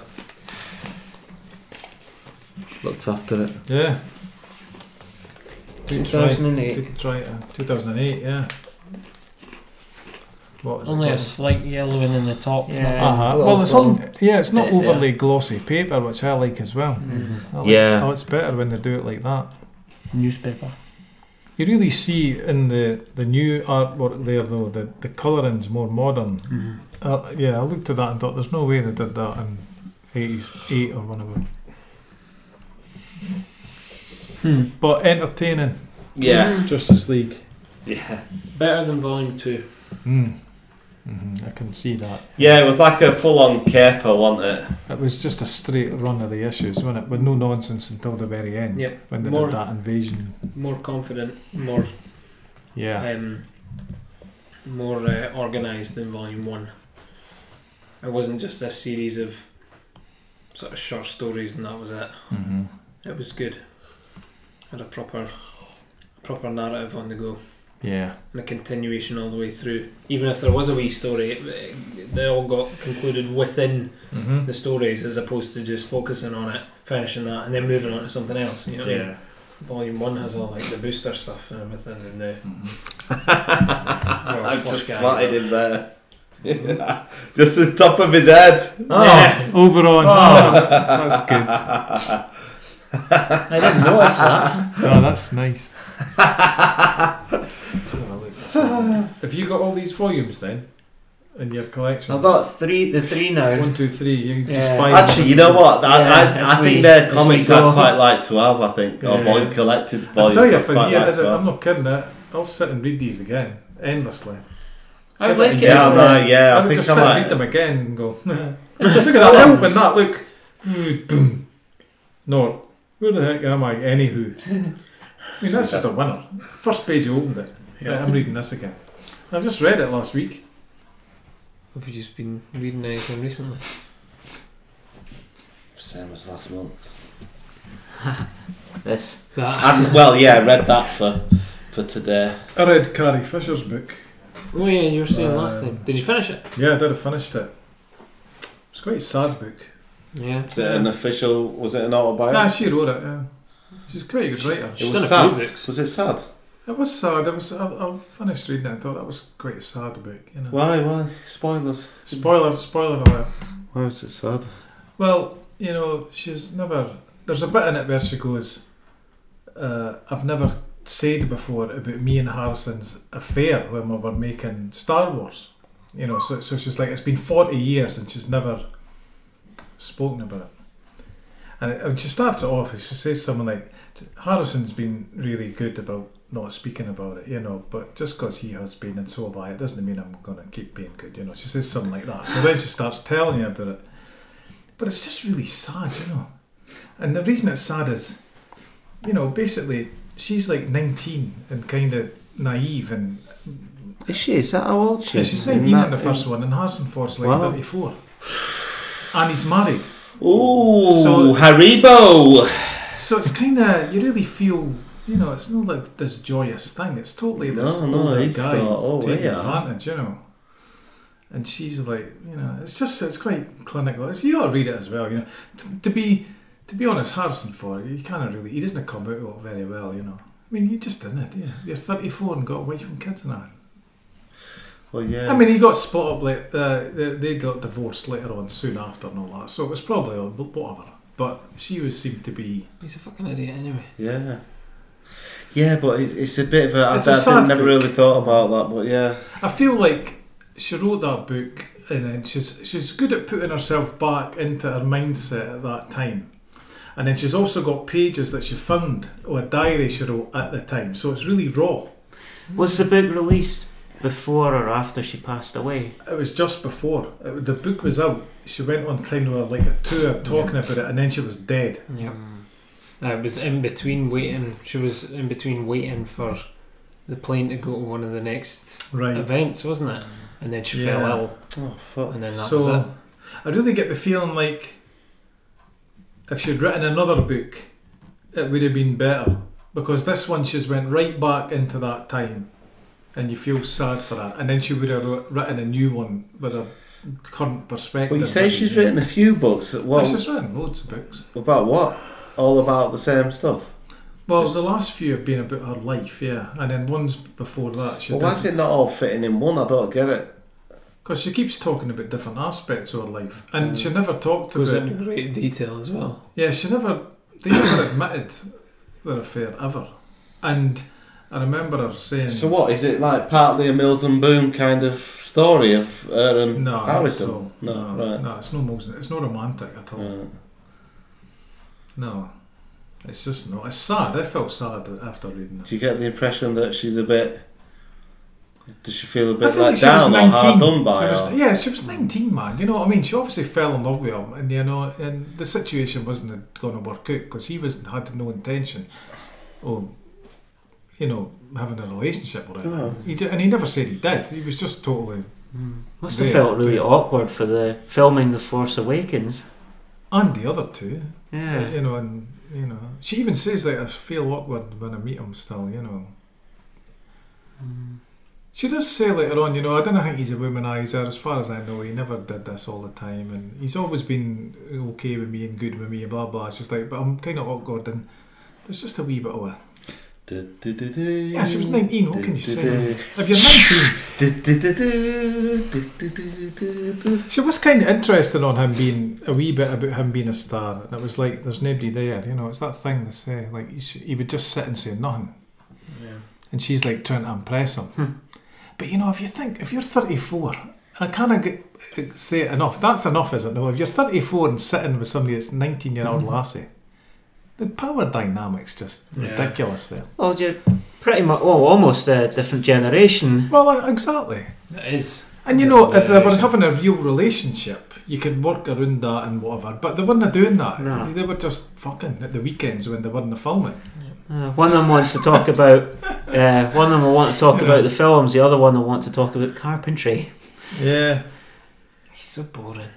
Speaker 7: Looked after it.
Speaker 2: Yeah. Good try.
Speaker 5: 2008.
Speaker 2: Did try it uh, in 2008, yeah. What is
Speaker 1: Only
Speaker 2: it
Speaker 1: a
Speaker 2: called?
Speaker 1: slight yellowing in the top.
Speaker 5: Yeah.
Speaker 1: nothing.
Speaker 2: Uh-huh.
Speaker 5: Little
Speaker 2: Well, it's all,
Speaker 5: film.
Speaker 2: yeah, it's not
Speaker 5: Bit there.
Speaker 2: overly glossy paper, which I like as well. I like-
Speaker 7: Yeah.
Speaker 2: Oh, it's better when they do it like that.
Speaker 1: Newspaper.
Speaker 2: You really see in the, the new artwork there, though, that the colouring's more modern. Uh, yeah, I looked at that and thought, there's no way they did that in 88 or whatever.
Speaker 1: Hmm.
Speaker 2: But entertaining.
Speaker 3: Yeah.
Speaker 2: Justice League.
Speaker 3: Yeah.
Speaker 1: Better than volume 2.
Speaker 2: Mm. hmm I can see that.
Speaker 3: Yeah, it was like a full on caper, wasn't it?
Speaker 2: It was just a straight run of the issues, wasn't it? With no nonsense until the very end.
Speaker 1: Yep.
Speaker 2: When they
Speaker 1: More-
Speaker 2: did that invasion.
Speaker 1: More confident, more
Speaker 2: Yeah.
Speaker 1: um, more uh, organised than volume 1. It wasn't just a series of sort of short stories and that was it.
Speaker 2: Mm-hmm.
Speaker 1: It was good. Had a proper proper narrative on the go.
Speaker 2: Yeah.
Speaker 1: and a continuation all the way through. Even if there was a wee story, it, it- they all got concluded within
Speaker 2: Mm-hmm.
Speaker 1: the stories as opposed to just focusing on it, finishing that, and then moving on to something else. You know, what I mean?
Speaker 2: Yeah.
Speaker 1: Volume one has all like the booster stuff and everything, and the
Speaker 2: Mm-hmm.
Speaker 3: I
Speaker 1: flush
Speaker 3: just
Speaker 1: guy.
Speaker 3: splatted him there. just the top of his head.
Speaker 5: Oh,
Speaker 1: Yeah.
Speaker 2: Oberon. Oh, that's good.
Speaker 5: I didn't notice that.
Speaker 2: No, that's nice. Have you got all these volumes then in your collection?
Speaker 5: I've got three, the three now.
Speaker 2: one, two, three. You can just
Speaker 5: Yeah.
Speaker 2: buy.
Speaker 3: Actually, you know what? I,
Speaker 5: Yeah,
Speaker 3: I, I
Speaker 5: as
Speaker 3: think
Speaker 5: we-
Speaker 3: their
Speaker 5: as
Speaker 3: comics
Speaker 5: we go.
Speaker 3: I'd quite like to have, I think. Or
Speaker 2: Yeah.
Speaker 3: volume collected
Speaker 2: I
Speaker 3: volumes.
Speaker 2: tell you,
Speaker 3: I'd
Speaker 2: for
Speaker 3: quite like
Speaker 2: years,
Speaker 3: to
Speaker 2: I'm
Speaker 3: have.
Speaker 2: not kidding. It. I'll sit and read these again endlessly.
Speaker 5: I would like it.
Speaker 3: Yeah,
Speaker 5: if,
Speaker 3: I
Speaker 5: uh,
Speaker 3: know, yeah, I,
Speaker 2: would
Speaker 3: think
Speaker 2: just
Speaker 3: I
Speaker 2: sit and read
Speaker 3: might.
Speaker 2: them again and go. "Nah." look at that open that look. Boom. No, where the heck am I? Anywho, I mean that's just a winner. First page you opened it. Right, I'm reading this again. I've just read it last week.
Speaker 1: Have you just been reading anything recently?
Speaker 3: Same as last month.
Speaker 5: This.
Speaker 1: That.
Speaker 2: Ah.
Speaker 3: And, well, yeah, I read that for for today.
Speaker 2: I read Carrie Fisher's book.
Speaker 1: Oh yeah, you were saying last
Speaker 2: Um,
Speaker 1: time. Did you finish it?
Speaker 2: Yeah, I did. I finished it. It's It's quite a sad book.
Speaker 1: Yeah.
Speaker 7: Is it an official? Was it an
Speaker 2: Nah,
Speaker 7: autobiography?
Speaker 2: she wrote it. Yeah, she's quite a good writer.
Speaker 1: She's
Speaker 7: it
Speaker 1: done
Speaker 7: was
Speaker 1: a
Speaker 7: sad.
Speaker 1: few books.
Speaker 7: Was it sad?
Speaker 2: It was sad. It was. I, I finished reading it. I thought that was quite a sad book. You know.
Speaker 7: Why? Why? Spoilers.
Speaker 2: Spoiler. Spoiler alert.
Speaker 7: Why was it sad?
Speaker 2: Well, you know, she's never. There's a bit in it where she goes, uh, I've never said before about me and Harrison's affair when we were making Star Wars. You know, so, so she's like, it's been 40 years and she's never spoken about it. And, it, and she starts it off, she says something like, Harrison's been really good about not speaking about it, you know, but just because he has been and so have I, it doesn't mean I'm going to keep being good, you know. She says something like that. So then she starts telling you about it. But it's just really sad, you know. And the reason it's sad is, you know, basically she's like 19 and kind of naive and
Speaker 7: Is she? Is that how old she
Speaker 2: yeah,
Speaker 7: is?
Speaker 2: she's 19 in the first one and Harrison Ford's like
Speaker 7: Wow.
Speaker 2: 34. And he's married.
Speaker 7: Ooh,
Speaker 2: So-
Speaker 7: Haribo.
Speaker 2: So it's kind of, you really feel, you know, it's not like this joyous thing. It's totally this
Speaker 7: No, no,
Speaker 2: older
Speaker 7: he's
Speaker 2: guy
Speaker 7: thought, oh,
Speaker 2: taking
Speaker 7: yeah.
Speaker 2: advantage, you know. And she's like, you know, it's just, it's quite clinical. It's, you ought to read it as well, you know. To, to be, to be honest, Harrison Ford, he can't really, he doesn't come out of it very well, you know. I mean, you just didn't, yeah. You're 34 and got a wife and kids and that.
Speaker 7: Well, Oh, yeah.
Speaker 2: I mean, he got split up. Like, uh, they, they got divorced later on, soon after, and all that. So it was probably uh, whatever. But she was seemed to be.
Speaker 1: He's a fucking idiot anyway.
Speaker 7: yeah. Yeah, but it's, it's a bit of a. I,
Speaker 2: It's a
Speaker 7: I
Speaker 2: sad
Speaker 7: didn't- never
Speaker 2: book.
Speaker 7: really thought about that, but yeah.
Speaker 2: I feel like she wrote that book, and then she's she's good at putting herself back into her mindset at that time. And then she's also got pages that she found or a diary she wrote at the time. So it's really raw.
Speaker 5: Was the book released before or after she passed away?
Speaker 2: It was just before it, the book was out. She went on kind of like a tour talking about it, and then she was dead.
Speaker 1: Yeah.
Speaker 2: Mm.
Speaker 1: I was in between waiting. She was in between waiting for the plane to go to one of the next
Speaker 2: Right. Mm.
Speaker 1: events, wasn't it? And then she
Speaker 2: Yeah.
Speaker 1: fell ill,
Speaker 7: Oh, fuck.
Speaker 1: and then that
Speaker 2: so
Speaker 1: was it.
Speaker 2: I really get the feeling like if she'd written another book, it would have been better because this one she's went right back into that time, and you feel sad for that. And then she would have wr- written a new one with a current perspective.
Speaker 7: Well, you say
Speaker 2: and-
Speaker 7: she's written a few books.
Speaker 2: No,
Speaker 7: What,
Speaker 2: she's written loads of books.
Speaker 7: about what? All about the same stuff?
Speaker 2: Well,
Speaker 7: Just-
Speaker 2: the last few have been about her life, yeah, and then ones before that. She
Speaker 7: Well, why is it not all fitting in one? I don't get it.
Speaker 2: because she keeps talking about different aspects of her life,
Speaker 7: Mm.
Speaker 2: and she never talked
Speaker 1: Goes
Speaker 2: about
Speaker 1: into great detail as well.
Speaker 2: Yeah, she never. They never admitted their affair ever, and I remember her saying,
Speaker 7: So what is it like? Partly a Mills and Boom kind of story of her and
Speaker 2: "No, not at
Speaker 7: Harrison. Uh,
Speaker 2: all.
Speaker 7: No,
Speaker 2: no,
Speaker 7: right.
Speaker 2: no, it's no, mos- it's no romantic at all.
Speaker 7: Right.
Speaker 2: No, it's just not. It's sad. I felt sad after reading it.
Speaker 7: Do you get the impression that she's a bit? Does she feel a bit
Speaker 2: I feel
Speaker 7: let
Speaker 2: like she was
Speaker 7: down or
Speaker 2: 19.
Speaker 7: hard done by?
Speaker 2: She was-
Speaker 7: or-
Speaker 2: yeah, she was 19, man. You know what I mean? She obviously fell in love with him, and you know, and the situation wasn't going to work out because he was had no intention of, you know, having a relationship with her.
Speaker 7: No.
Speaker 2: He did, and he never said he did. He was just totally Mm.
Speaker 5: Must have
Speaker 2: Yeah,
Speaker 5: felt really
Speaker 2: yeah.
Speaker 5: awkward for the filming The Force Awakens.
Speaker 2: and the other two.
Speaker 5: Yeah.
Speaker 2: You know, and you know, she even says like I feel awkward when I meet him still. You know, she does say later on. You know, I don't think he's a womanizer. As far as I know, he never did this all the time, and he's always been okay with me and good with me. and Blah blah. It's just like, but I'm kind of awkward and. There's just a wee bit of a.
Speaker 7: Du- du- du- du.
Speaker 2: Yeah, she was 19, what can you
Speaker 7: Du-
Speaker 2: say?
Speaker 7: du-
Speaker 2: If you're
Speaker 7: du. Du- du- du- du. Du- du- du- du.
Speaker 2: 19, she was kind of interested on him being a wee bit about him being a star, and it was like there's nobody there, you know. It's that thing they say, like he, s- he would just sit and say nothing.
Speaker 1: Yeah. Hmm.
Speaker 2: and she's like trying to impress him. But you know, if you think if you're 34, I can't get, say it enough. That's enough, is it? No, if you're 34 and sitting with somebody that's 19 year
Speaker 1: Hmm.
Speaker 2: old lassie, the power dynamics just
Speaker 1: Yeah.
Speaker 2: ridiculous there.
Speaker 5: Well, you're pretty much, well, almost a different generation.
Speaker 2: Well, uh, exactly.
Speaker 1: That is.
Speaker 2: And you know, if they were
Speaker 1: Generation.
Speaker 2: having a real relationship, you could work around that and whatever. But they weren't doing that.
Speaker 5: No.
Speaker 2: They were just fucking at the weekends when they weren't filming.
Speaker 5: Uh, one of them wants to talk about, uh, one of them will want to talk
Speaker 2: Yeah.
Speaker 5: about the films, the other one will want to talk about carpentry.
Speaker 2: Yeah.
Speaker 1: He's so boring.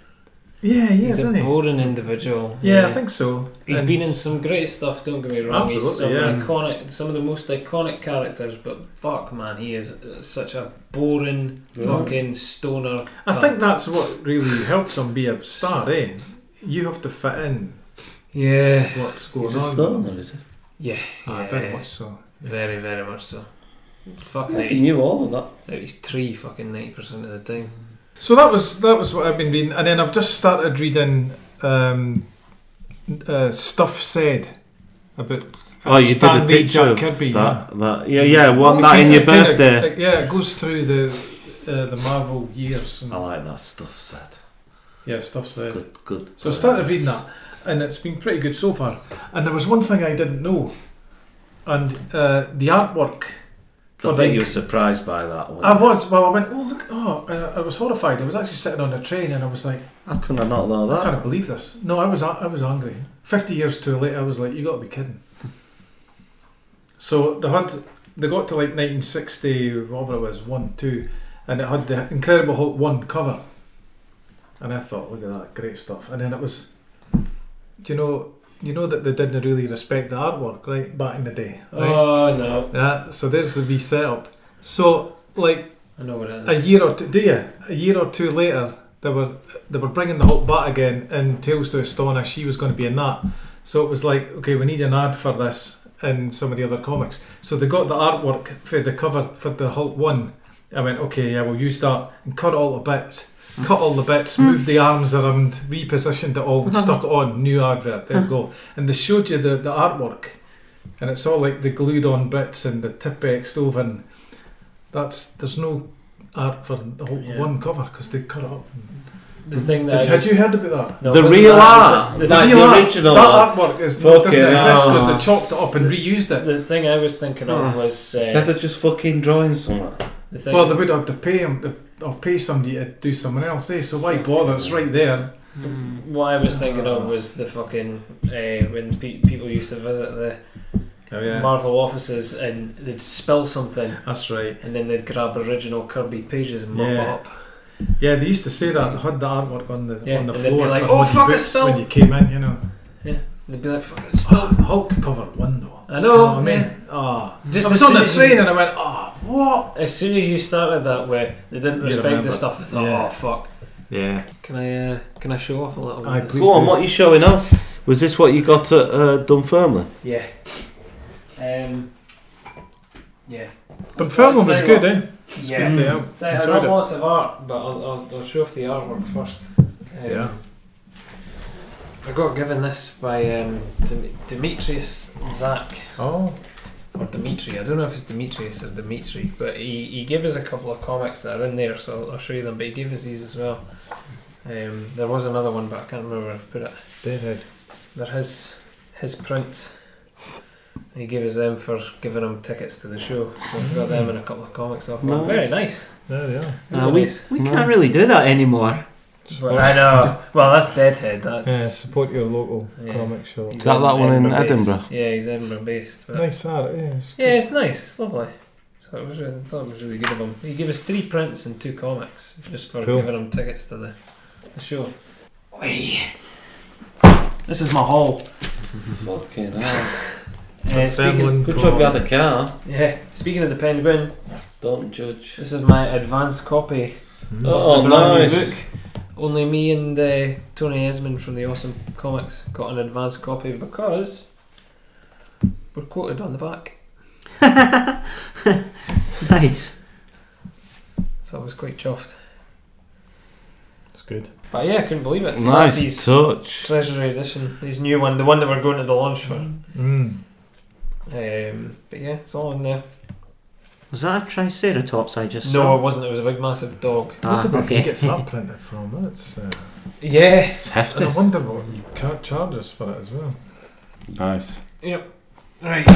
Speaker 2: Yeah, he
Speaker 1: he's
Speaker 2: is,
Speaker 1: a
Speaker 2: isn't he?
Speaker 1: boring individual.
Speaker 2: Yeah, I think so.
Speaker 1: He's
Speaker 2: And
Speaker 1: been in some great stuff, don't get me wrong. he's some
Speaker 2: Absolutely, yeah.
Speaker 1: iconic, some of the most iconic characters, but fuck, man, he is uh, such a boring fucking stoner.
Speaker 2: I
Speaker 1: cunt.
Speaker 2: think that's what really helps him be a star, eh? You have to fit in
Speaker 1: Yeah.
Speaker 2: what's going
Speaker 7: He's a
Speaker 2: on.
Speaker 7: stoner, is he?
Speaker 1: Yeah.
Speaker 2: Ah,
Speaker 1: yeah.
Speaker 2: very much so.
Speaker 1: Very, very much so. Fucking
Speaker 7: Yeah,
Speaker 1: out
Speaker 7: he
Speaker 1: his,
Speaker 7: knew all of that.
Speaker 1: out his tree fucking 90% of the time.
Speaker 2: So that was that was what I've been reading, and then I've just started reading um, uh, stuff said about.
Speaker 7: Oh, you did a
Speaker 2: Stan Lee,
Speaker 7: picture
Speaker 2: Jack
Speaker 7: of
Speaker 2: Kirby,
Speaker 7: that, yeah. that. Yeah, yeah, want
Speaker 2: Well,
Speaker 7: that in
Speaker 2: it
Speaker 7: your
Speaker 2: kinda-
Speaker 7: birthday.
Speaker 2: it- yeah, it goes through the uh, the Marvel years. And,
Speaker 3: I
Speaker 7: Oh.
Speaker 3: like that stuff said.
Speaker 2: yeah, stuff said.
Speaker 3: Good, good.
Speaker 2: So I started reading that, and it's been pretty good so far. And there was one thing I didn't know, and uh, the artwork.
Speaker 3: I
Speaker 2: for the-
Speaker 3: think you were surprised by that one.
Speaker 2: I was well. I went, oh look, oh, and I- I was horrified. I was actually sitting on a train, and I was like,
Speaker 3: How can I not know
Speaker 2: I can't
Speaker 3: that?
Speaker 2: believe this. No, I was I was angry. Fifty years too late, I was like, you got to be kidding. so they had they got to like nineteen sixty, whatever it was, one, two, and it had the Incredible Hulk one cover, and I thought, look at that, great stuff. And then it was, do you know, you know that they didn't really respect the artwork, right, back in the day, right?
Speaker 1: Oh, no.
Speaker 2: Yeah. So there's the V setup. So like
Speaker 1: I know what it
Speaker 2: a
Speaker 1: is.
Speaker 2: year or two, do you? A year or two later, they were they were bringing the Hulk back again, and Tales to Astonish. She was going to be in that, so it was like, okay, we need an ad for this in some of the other comics. So they got the artwork for the cover for the Hulk one. I went, okay, yeah, we'll use that and cut all the bits. Cut all the bits, moved the arms around, repositioned it all, stuck it on, new advert, there you go. And they showed you the, the artwork, and it's all like the glued on bits and the tip X'd over, and that's, there's no art for the whole
Speaker 1: Yeah.
Speaker 2: one cover because they cut it up.
Speaker 1: The thing that I
Speaker 2: Did, had
Speaker 1: was-
Speaker 2: you heard about
Speaker 1: No,
Speaker 7: the
Speaker 1: it wasn't
Speaker 7: real
Speaker 1: that,
Speaker 7: art,
Speaker 1: it was- the-
Speaker 2: that?
Speaker 7: Like
Speaker 2: real
Speaker 7: the
Speaker 2: art-
Speaker 7: original
Speaker 2: That artwork is, doesn't
Speaker 7: Fucking
Speaker 2: exist because
Speaker 7: hell.
Speaker 2: they chopped it up and reused it.
Speaker 1: The thing I was thinking of was
Speaker 7: Instead
Speaker 1: uh,
Speaker 7: of just fucking drawing someone.
Speaker 1: the thing.
Speaker 2: Ah. well, they would have to pay him to, or pay somebody to do something else, eh? So why bother? It's right there. Hmm.
Speaker 1: what I was thinking
Speaker 2: Ah.
Speaker 1: of was the fucking uh, when pe- people used to visit the
Speaker 2: Oh
Speaker 1: Marvel offices and they'd spill something
Speaker 2: that's right.
Speaker 1: and then they'd grab original Kirby pages and mop
Speaker 2: Yeah.
Speaker 1: it up.
Speaker 2: Yeah, they used to say that they had the artwork on the
Speaker 1: Yeah,
Speaker 2: on the
Speaker 1: and they'd be
Speaker 2: floor
Speaker 1: like,
Speaker 2: for
Speaker 1: "Oh,
Speaker 2: muddy
Speaker 1: fuck, I
Speaker 2: boots when
Speaker 1: spilled."
Speaker 2: you came in, you know.
Speaker 1: They'd be like, "Fuck, it's
Speaker 2: Oh,
Speaker 1: spilled."
Speaker 2: the Hulk cover one though.
Speaker 1: I
Speaker 2: You know
Speaker 1: know.
Speaker 2: what I mean?
Speaker 1: yeah.
Speaker 2: Ah,
Speaker 1: Just
Speaker 2: I
Speaker 1: as
Speaker 2: was on
Speaker 1: soon
Speaker 2: the
Speaker 1: as
Speaker 2: train
Speaker 1: you-
Speaker 2: and I went, oh, what?
Speaker 1: As soon as you started that way, they didn't
Speaker 2: You
Speaker 1: respect
Speaker 2: remember.
Speaker 1: the stuff. I thought,
Speaker 2: Yeah.
Speaker 1: "Oh fuck,
Speaker 5: Yeah.
Speaker 1: can I uh, can I show off a little?"
Speaker 2: Aye,
Speaker 1: bit?"
Speaker 2: please
Speaker 7: Go on,
Speaker 2: do.
Speaker 7: what are you showing off? Was this what you got at uh, Dunfermline?
Speaker 1: Yeah. Um. Yeah.
Speaker 2: But film was
Speaker 1: Tell you
Speaker 2: good, eh?
Speaker 1: what-
Speaker 2: It's
Speaker 1: Yeah.
Speaker 2: good to have.
Speaker 1: So I've
Speaker 2: Enjoyed
Speaker 1: got
Speaker 2: it.
Speaker 1: lots of art, but I'll, I'll, I'll show off the artwork first. Um,
Speaker 2: Yeah.
Speaker 1: I got given this by um, Dim- Demetrius Zach,
Speaker 2: Oh,
Speaker 1: or Dimitri. I don't know if it's Demetrius or Dimitri, but he, he gave us a couple of comics that are in there, so I'll, I'll show you them. But he gave us these as well. Um, there was another one, but I can't remember where I put it.
Speaker 2: Deadhead.
Speaker 1: They're his, his prints. He gave us them for giving him tickets to the show, so I got them and a couple of comics off. him.
Speaker 7: Nice.
Speaker 1: Very nice.
Speaker 2: There they are.
Speaker 5: Uh, we
Speaker 1: Nice.
Speaker 5: we can't really do that anymore.
Speaker 1: Well, I know. Well, that's Deadhead. That's
Speaker 2: Yeah, support your local
Speaker 1: Yeah.
Speaker 2: comic shop.
Speaker 1: he's
Speaker 7: Is that that one in
Speaker 1: Edinburgh-based.
Speaker 7: Edinburgh?
Speaker 1: Yeah, he's Edinburgh based. But
Speaker 2: Nice art, yeah. It's
Speaker 1: Yeah,
Speaker 2: good.
Speaker 1: it's nice. It's lovely. So it was really, I thought it was really good of him. He gave us three prints and two comics just for
Speaker 2: Cool.
Speaker 1: giving him tickets to the, the show. Oi. This is my haul.
Speaker 7: Fucking hell.
Speaker 1: Uh, Ah. speaking,
Speaker 7: Good job you had a car.
Speaker 1: yeah, speaking of the penguin,
Speaker 7: Don't judge.
Speaker 1: this is my advanced copy
Speaker 2: Mm.
Speaker 7: Oh,
Speaker 1: the brand new
Speaker 7: nice.
Speaker 1: Only me and uh, Tony Esmond from the Awesome Comics got an advance copy because we're quoted on the back.
Speaker 5: Nice.
Speaker 1: So I was quite chuffed.
Speaker 2: It's good.
Speaker 1: But yeah, I couldn't believe it. So that's
Speaker 7: Nice
Speaker 1: his
Speaker 7: touch.
Speaker 1: Treasury Edition, his new one, the one that we're going to the launch for.
Speaker 2: Mm.
Speaker 1: Um, but yeah, it's all in there.
Speaker 5: Was that a Triceratops I just
Speaker 1: No,
Speaker 5: saw?
Speaker 1: it wasn't. It was a big, massive dog.
Speaker 5: Ah,
Speaker 2: He
Speaker 5: okay.
Speaker 2: gets that printed from. That's. Uh,
Speaker 1: Yeah.
Speaker 7: It's
Speaker 2: and I
Speaker 7: hefty.
Speaker 2: wonder what you can't charge us for it as well.
Speaker 7: Nice.
Speaker 1: Yep. Right.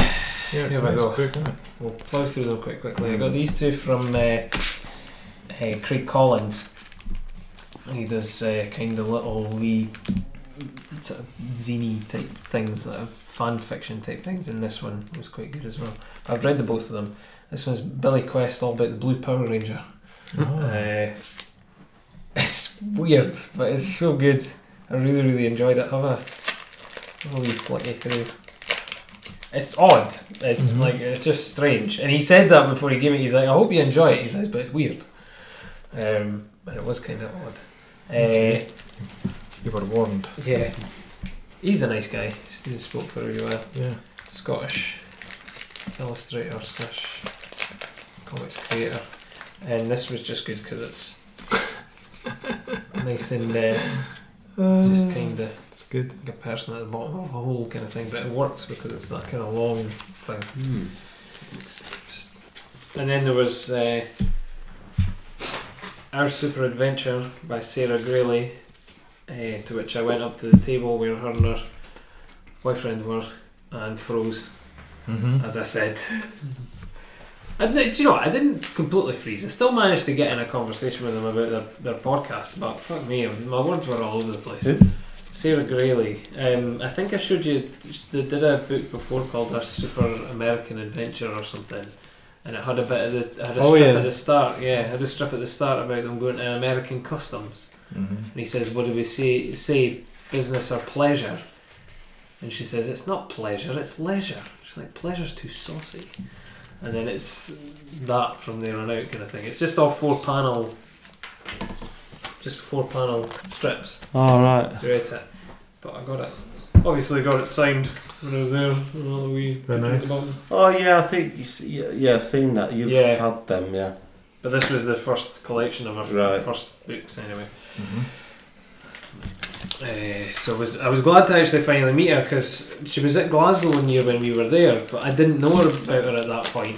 Speaker 2: Yeah, it's
Speaker 1: Here
Speaker 2: a
Speaker 1: we
Speaker 2: nice
Speaker 1: go.
Speaker 2: book, isn't it?
Speaker 1: We'll plough through them quite quickly. I got these two from uh, uh, Craig Collins. He does uh, kind of little wee sort of zany type things, uh, fan fiction type things, and this one was quite good as well. I've read the both of them. This one's Billy Quest, all about the Blue Power Ranger.
Speaker 2: Oh.
Speaker 1: Uh, it's weird, Uh, but it's so good. I really, really enjoyed it. Have a, have a wee flicky through. It's odd. It's
Speaker 2: Mhm.
Speaker 1: like it's just strange. And he said that before he gave it. He's like, I hope you enjoy it. He says, but it's weird. Um, and it was kind of odd.
Speaker 2: Okay.
Speaker 1: Uh,
Speaker 2: You were warned.
Speaker 1: yeah, he's a nice guy. He's he spoke for really well.
Speaker 2: Yeah.
Speaker 1: Scottish illustrator slash comics creator, and this was just good because it's nice and uh, just kind of
Speaker 2: It's good.
Speaker 1: like a person at the bottom of a hole kind of thing, but it works because it's that kind of long thing.
Speaker 7: Hmm.
Speaker 1: Just- And then there was uh, Our Super Adventure by Sarah Grayley, uh, to which I went up to the table where her and her boyfriend were and froze
Speaker 2: Mm-hmm.
Speaker 1: as I said. I didn't, do you know, what? I didn't completely freeze. I still managed to get in a conversation with them about their, their podcast, but fuck me, my words were all over the place.
Speaker 7: Who?
Speaker 1: Sarah Grayley. Um, I think I showed you, they did a book before called Our Super American Adventure or something. And it had a bit of the, had a
Speaker 2: Oh,
Speaker 1: strip
Speaker 2: yeah.
Speaker 1: at the start, yeah, had a strip at the start about them going to American customs.
Speaker 2: Mm-hmm.
Speaker 1: And he says, What do we say, say business or pleasure? And she says, It's not pleasure, it's leisure. She's like, Pleasure's too saucy. And then it's that from there on out kind of thing. It's just all four panel, just four panel strips
Speaker 5: All right.
Speaker 2: Uh-huh.
Speaker 1: throughout it. But I got it. Obviously, got it signed when I was there. Another wee picture
Speaker 2: Very
Speaker 1: at the
Speaker 2: nice.
Speaker 1: bottom.
Speaker 7: Oh yeah, I think you see, yeah, yeah, I've seen that. You've
Speaker 1: Yeah.
Speaker 7: had them, yeah.
Speaker 1: But this was the first collection of our
Speaker 7: Right.
Speaker 1: first books, anyway.
Speaker 2: Mm-hmm.
Speaker 1: Uh, so was I was glad to actually finally meet her because she was at Glasgow one year when we were there, but I didn't know her about her at that point.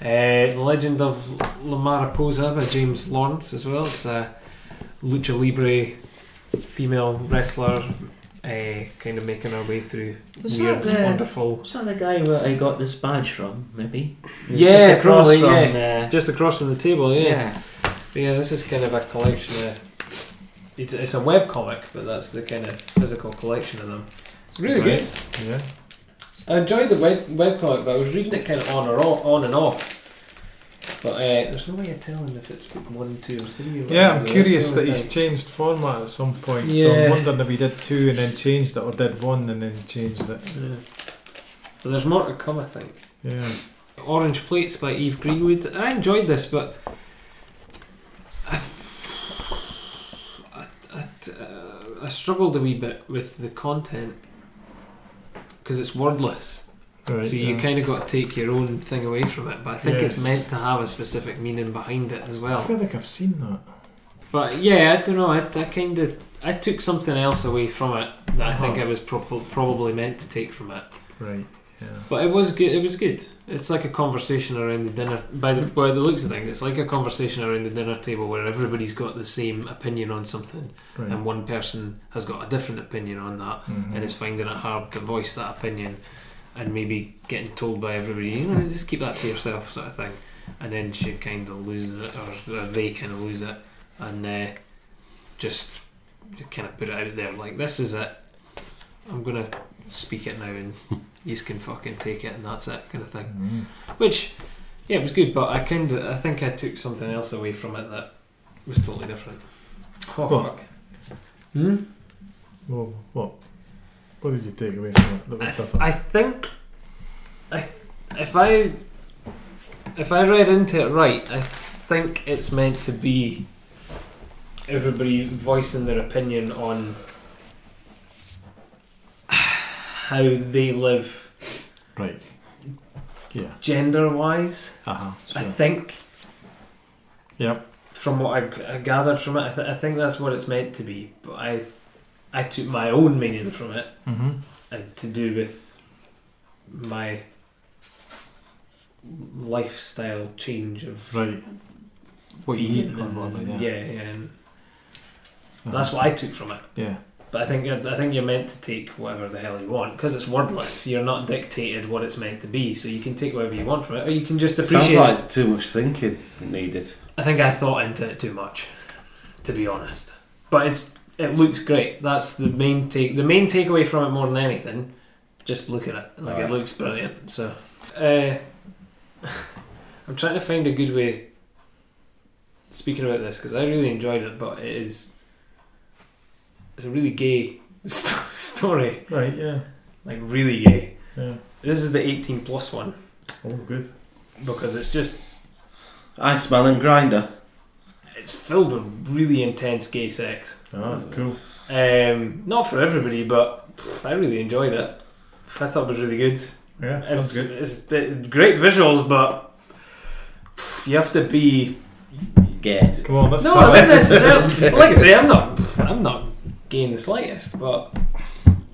Speaker 1: Uh, the Legend of La Mariposa by James Lawrence as well. It's a lucha libre female wrestler, uh, kind of making her way through
Speaker 5: Was
Speaker 1: weird,
Speaker 5: that, uh,
Speaker 1: wonderful.
Speaker 5: Was that the guy where I got this badge from? Maybe. He was
Speaker 1: Yeah,
Speaker 5: just across
Speaker 1: probably,
Speaker 5: from,
Speaker 1: yeah.
Speaker 5: uh,
Speaker 1: Just across from the table, yeah.
Speaker 5: yeah.
Speaker 1: But yeah, this is kind of a collection of. It's, it's a web comic, but that's the kind of physical collection of them. It's really
Speaker 2: Right.
Speaker 1: good.
Speaker 2: Yeah.
Speaker 1: I enjoyed the web, web comic, but I was reading it kind of on or off, on and off. But uh, there's no way of telling if it's book one, two, or three. Or
Speaker 2: Yeah, I'm
Speaker 1: whatever.
Speaker 2: curious
Speaker 1: That's the
Speaker 2: that
Speaker 1: only
Speaker 2: he's
Speaker 1: thing.
Speaker 2: changed format at some point. So
Speaker 1: Yeah.
Speaker 2: I'm wondering if he did two and then changed it, or did one and then changed it.
Speaker 1: Yeah. But there's more to come, I think.
Speaker 2: Yeah.
Speaker 1: Orange Plates by Eve Greenwood. I enjoyed this, but I, I, I, uh, I struggled a wee bit with the content because it's wordless.
Speaker 2: Right.
Speaker 1: so you
Speaker 2: yeah.
Speaker 1: kind of got to take your own thing away from it. But I think
Speaker 2: Yes.
Speaker 1: it's meant to have a specific meaning behind it as
Speaker 2: I
Speaker 1: well.
Speaker 2: feel like I've seen that.
Speaker 1: But yeah, I don't know. I, I kind of I took something else away from it that I think
Speaker 2: Uh-huh.
Speaker 1: I was prob- probably meant to take from it.
Speaker 2: Right. Yeah.
Speaker 1: But it was good. It was good. It's like a conversation around the dinner. By the by the looks of things, it's like a conversation around the dinner table where everybody's got the same opinion on something,
Speaker 2: Right.
Speaker 1: and one person has got a different opinion on that,
Speaker 2: Mhm.
Speaker 1: and is finding it hard to voice that opinion, and maybe getting told by everybody, you know, just keep that to yourself, sort of thing. And then she kind of loses it, or they kind of lose it, and uh, just kind of put it out there like, this is it. I'm gonna speak it now and you can fucking take it and that's it kind of thing.
Speaker 2: Mhm.
Speaker 1: Which yeah, it was good, but I kind of I think I took something else away from it that was totally different. Oh
Speaker 2: What?
Speaker 1: fuck. Hmm?
Speaker 2: Well, what? What did you take away from it? That
Speaker 1: I, th-
Speaker 2: was different.
Speaker 1: I think I if I if I read into it right, I think it's meant to be everybody voicing their opinion on how they live
Speaker 2: right. Yeah.
Speaker 1: gender wise.
Speaker 2: Uh huh.
Speaker 1: I
Speaker 2: Sure.
Speaker 1: think
Speaker 2: Yep.
Speaker 1: from what I, I gathered from it, I, th- I think that's what it's meant to be. But I I took my own meaning from it
Speaker 2: Mm-hmm.
Speaker 1: and uh, to do with my lifestyle change of
Speaker 2: Right.
Speaker 1: vegan
Speaker 2: or
Speaker 1: and-
Speaker 2: whatever,
Speaker 1: yeah,
Speaker 2: yeah.
Speaker 1: yeah, and
Speaker 2: Uh-huh.
Speaker 1: that's what I took from it.
Speaker 2: Yeah.
Speaker 1: But I think I think you're meant to take whatever the hell you want because it's wordless. You're not dictated what it's meant to be, so you can take whatever you want from it, or you can just
Speaker 7: Sounds
Speaker 1: appreciate.
Speaker 7: like
Speaker 1: it.
Speaker 7: it's too much thinking needed.
Speaker 1: I think I thought into it too much, to be honest. But it's it looks great. That's the main take. The main takeaway from it more than anything, just look at it. Like
Speaker 7: Alright.
Speaker 1: it looks brilliant. So, uh, I'm trying to find a good way. Speaking about this because I really enjoyed it, but it is it's a really gay st- story.
Speaker 2: Right, yeah.
Speaker 1: Like really gay.
Speaker 2: Yeah.
Speaker 1: This is the 18 plus one
Speaker 2: Oh, good.
Speaker 1: because it's just
Speaker 3: Iceman and Grinder.
Speaker 1: it's filled with really intense gay sex.
Speaker 2: Ah, cool.
Speaker 1: Um, not for everybody, but pff, I really enjoyed it. I thought it was really good.
Speaker 2: Yeah,
Speaker 1: It's,
Speaker 2: sounds good.
Speaker 1: it's, it's great visuals, but pff, you have to be
Speaker 3: Gay.
Speaker 2: Come on, let's
Speaker 1: No,
Speaker 2: sell
Speaker 1: I mean
Speaker 2: it.
Speaker 1: this is it. Like I say, I'm not, I'm not gay in the slightest, but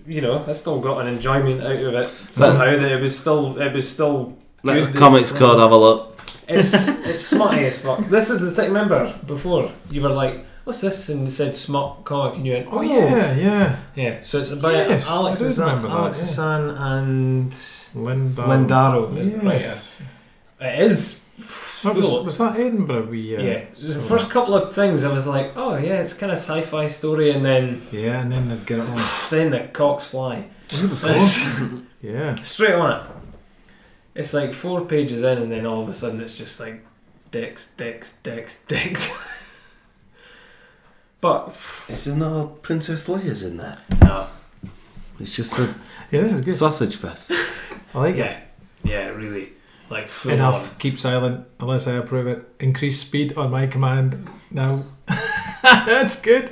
Speaker 1: you know, I still got an enjoyment out of it somehow. That it was still, it was still.
Speaker 7: Let
Speaker 1: good,
Speaker 7: the comics
Speaker 1: it's-
Speaker 7: code have a look.
Speaker 1: It's it's smutty as fuck. This is the thing. Remember before you were like, "What's this?" and you said smut comic, and you went,
Speaker 2: Oh, yeah, yeah.
Speaker 1: yeah." So it's about
Speaker 2: Yes, I do
Speaker 1: Alex's
Speaker 2: remember that,
Speaker 1: Alex's
Speaker 2: yeah.
Speaker 1: son and
Speaker 2: Lindau.
Speaker 1: Lindaro is the
Speaker 2: Yes.
Speaker 1: writer. It is.
Speaker 2: That was,
Speaker 1: full-
Speaker 2: was that Edinburgh we... Uh,
Speaker 1: yeah, the
Speaker 2: saw?
Speaker 1: first couple of things I was like, "Oh yeah, it's kind of sci-fi story," and then
Speaker 2: Yeah, and then they'd get it on.
Speaker 1: then the cocks fly.
Speaker 2: Wonderful. yeah.
Speaker 1: straight on it. It's like four pages in, and then all of a sudden it's just like dicks, dicks, dicks, dicks. but
Speaker 7: Is there no Princess Leia's in there?
Speaker 1: no,
Speaker 7: It's just a
Speaker 2: Yeah, this is good.
Speaker 7: sausage fest.
Speaker 2: I like it.
Speaker 1: yeah, yeah, really, like full
Speaker 2: Enough. Keep silent unless I approve it. Increase speed on my command now. That's good.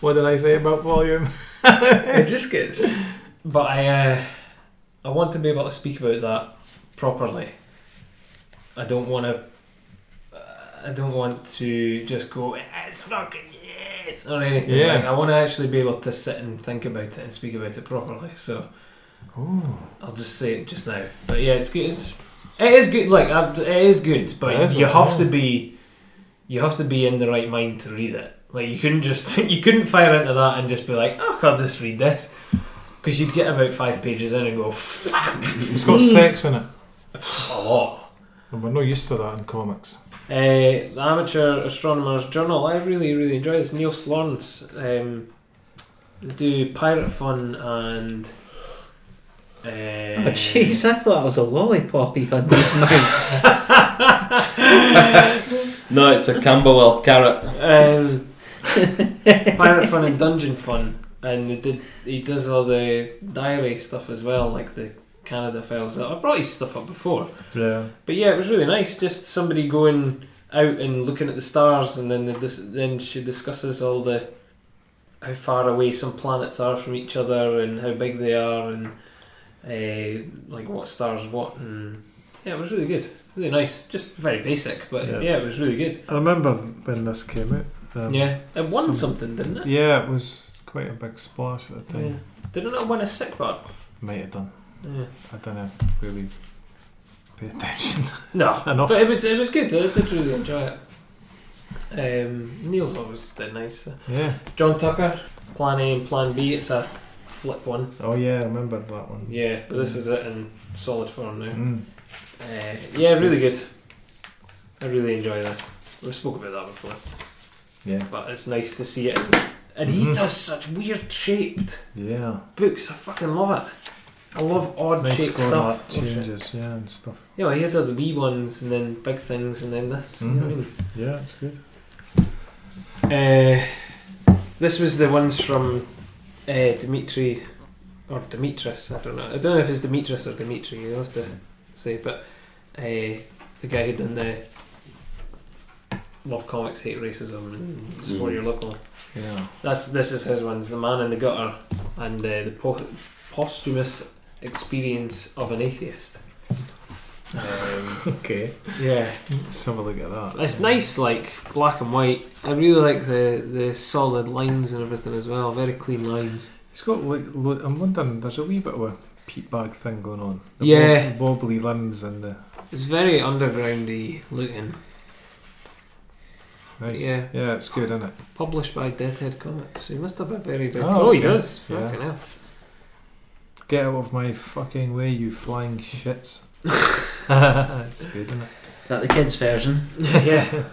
Speaker 2: What did I say about volume?
Speaker 1: on. It just gets. But I, uh, I want to be able to speak about that properly. I don't want to. I don't want to just go. It's fucking yes or anything.
Speaker 2: Yeah.
Speaker 1: Like, I want to actually be able to sit and think about it and speak about it properly. So.
Speaker 2: Oh,
Speaker 1: I'll just say it just now. But yeah, it's good. It's, it is good. Like I- it is good, but
Speaker 2: It is,
Speaker 1: you have to
Speaker 2: yeah.
Speaker 1: be, you have to be in the right mind to read it. Like you couldn't just you couldn't fire into that and just be like, oh, I'll just read this, because you'd get about five pages in and go fuck
Speaker 2: it's got sex in it,
Speaker 1: a lot.
Speaker 2: and we're not used to that in comics.
Speaker 1: Uh, the Amateur Astronomer's Journal. I really really enjoy this. Neil Slorns um, they do Pirate Fun and. Uh,
Speaker 5: Oh, Jeez, I thought it was a lollipop he had in his mouth.
Speaker 3: No, it's a Camberwell carrot.
Speaker 1: um, pirate fun and dungeon fun, and he did he does all the diary stuff as well, like the Canada files. I brought his stuff up before,
Speaker 2: Yeah.
Speaker 1: but yeah, it was really nice. Just somebody going out and looking at the stars, and then the, dis- then she discusses all the how far away some planets are from each other, and how big they are, and uh, like what stars what, and yeah, it was really good, really nice. Just very basic, but
Speaker 2: Yeah.
Speaker 1: yeah it was really good.
Speaker 2: I remember when this came out. Um,
Speaker 1: Yeah, it won
Speaker 2: some-
Speaker 1: something, didn't it?
Speaker 2: Yeah, it was quite a big splash at the time.
Speaker 1: Yeah. Didn't it win a sick bud?
Speaker 2: Might have done.
Speaker 1: Yeah.
Speaker 2: I don't know. Really pay attention
Speaker 1: No,
Speaker 2: enough.
Speaker 1: but it was it was good. I did really enjoy it. Um, Neil's always been nice.
Speaker 2: Yeah.
Speaker 1: John Tucker, Plan A and Plan B. It's a flip one.
Speaker 2: Oh yeah, I remember that one.
Speaker 1: Yeah, but this is it in solid form now.
Speaker 2: Mm.
Speaker 1: Uh, yeah, really good. I really enjoy this. We've spoken about that before,
Speaker 2: Yeah.
Speaker 1: but it's nice to see it. And he
Speaker 2: Mhm.
Speaker 1: does such weird shaped
Speaker 2: Yeah.
Speaker 1: books. I fucking love it. I love odd
Speaker 2: Nice
Speaker 1: shaped stuff. Oh,
Speaker 2: format
Speaker 1: shit.
Speaker 2: changes, yeah, and stuff.
Speaker 1: Yeah, well, he had all the wee ones and then big things and then this. You know what I mean?
Speaker 2: Yeah, it's good.
Speaker 1: Uh, this was the ones from uh, Dimitri or Demetris. I don't know. I don't know if it's Demetris or Dimitri. You have to say, but uh, the guy who done the Love Comics, Hate Racism, and Support
Speaker 3: Mm.
Speaker 1: Your Local.
Speaker 2: Yeah.
Speaker 1: That's this is his ones. The Man in the Gutter and uh, the po- posthumous experience of an atheist. Um,
Speaker 2: Okay.
Speaker 1: yeah.
Speaker 2: Let's have a look at that.
Speaker 1: It's nice, like black and white. I really like the the solid lines and everything as well. Very clean lines.
Speaker 2: It's got like lo- I'm wondering. There's a wee bit of a peat bag thing going on. The
Speaker 1: Yeah.
Speaker 2: wob- wobbly limbs and the
Speaker 1: It's very undergroundy looking.
Speaker 2: nice.
Speaker 1: Yeah.
Speaker 2: Yeah, it's good, isn't it?
Speaker 1: Published by Deadhead Comics. He must have a very big.
Speaker 2: Oh,
Speaker 1: Oh, he
Speaker 2: okay.
Speaker 1: does.
Speaker 2: Yeah.
Speaker 1: Fucking hell.
Speaker 2: Get out of my fucking way, you flying shits. it's good, isn't it?
Speaker 5: Is that the kid's version?
Speaker 1: yeah.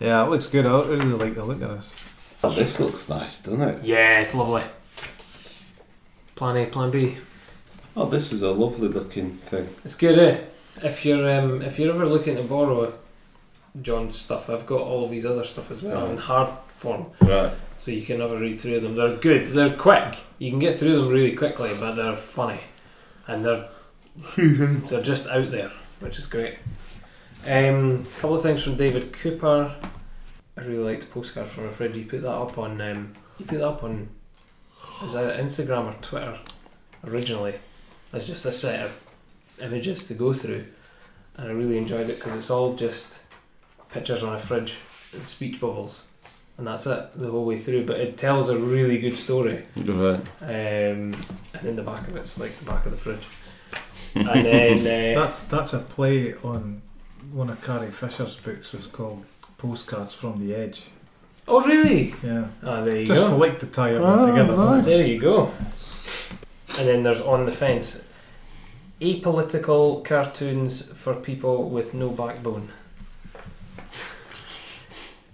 Speaker 2: Yeah, it looks good. I really like the look of this.
Speaker 3: Oh, this looks nice, doesn't it?
Speaker 1: Yeah, it's lovely. Plan A, Plan B.
Speaker 3: Oh, this is a lovely looking thing.
Speaker 1: It's good, eh? If you're um, if you're ever looking to borrow John's stuff, I've got all of his other stuff as well
Speaker 3: Oh.
Speaker 1: in hard form,
Speaker 3: Right.
Speaker 1: so you can never read through them. They're good. They're quick. You can get through them really quickly, but they're funny, and they're they're just out there, which is great. Um, a couple of things from David Cooper. I really liked postcard from a friend. He put that up on. Um, he put that up on. It was either Instagram or Twitter, originally. It's just a set of images to go through, and I really enjoyed it because it's all just pictures on a fridge and speech bubbles, and that's it the whole way through. But it tells a really good story.
Speaker 7: Right.
Speaker 1: Um, and in the back of it's like the back of the fridge, and then. Uh,
Speaker 2: That's that's a play on one of Carrie Fisher's books was called Postcards from the Edge.
Speaker 1: oh really?
Speaker 2: Yeah.
Speaker 1: Ah, there you
Speaker 2: Just
Speaker 1: go. Ah,
Speaker 2: like to tie it all together.
Speaker 1: There you go. And then there's On the Fence. Apolitical cartoons for people with no backbone.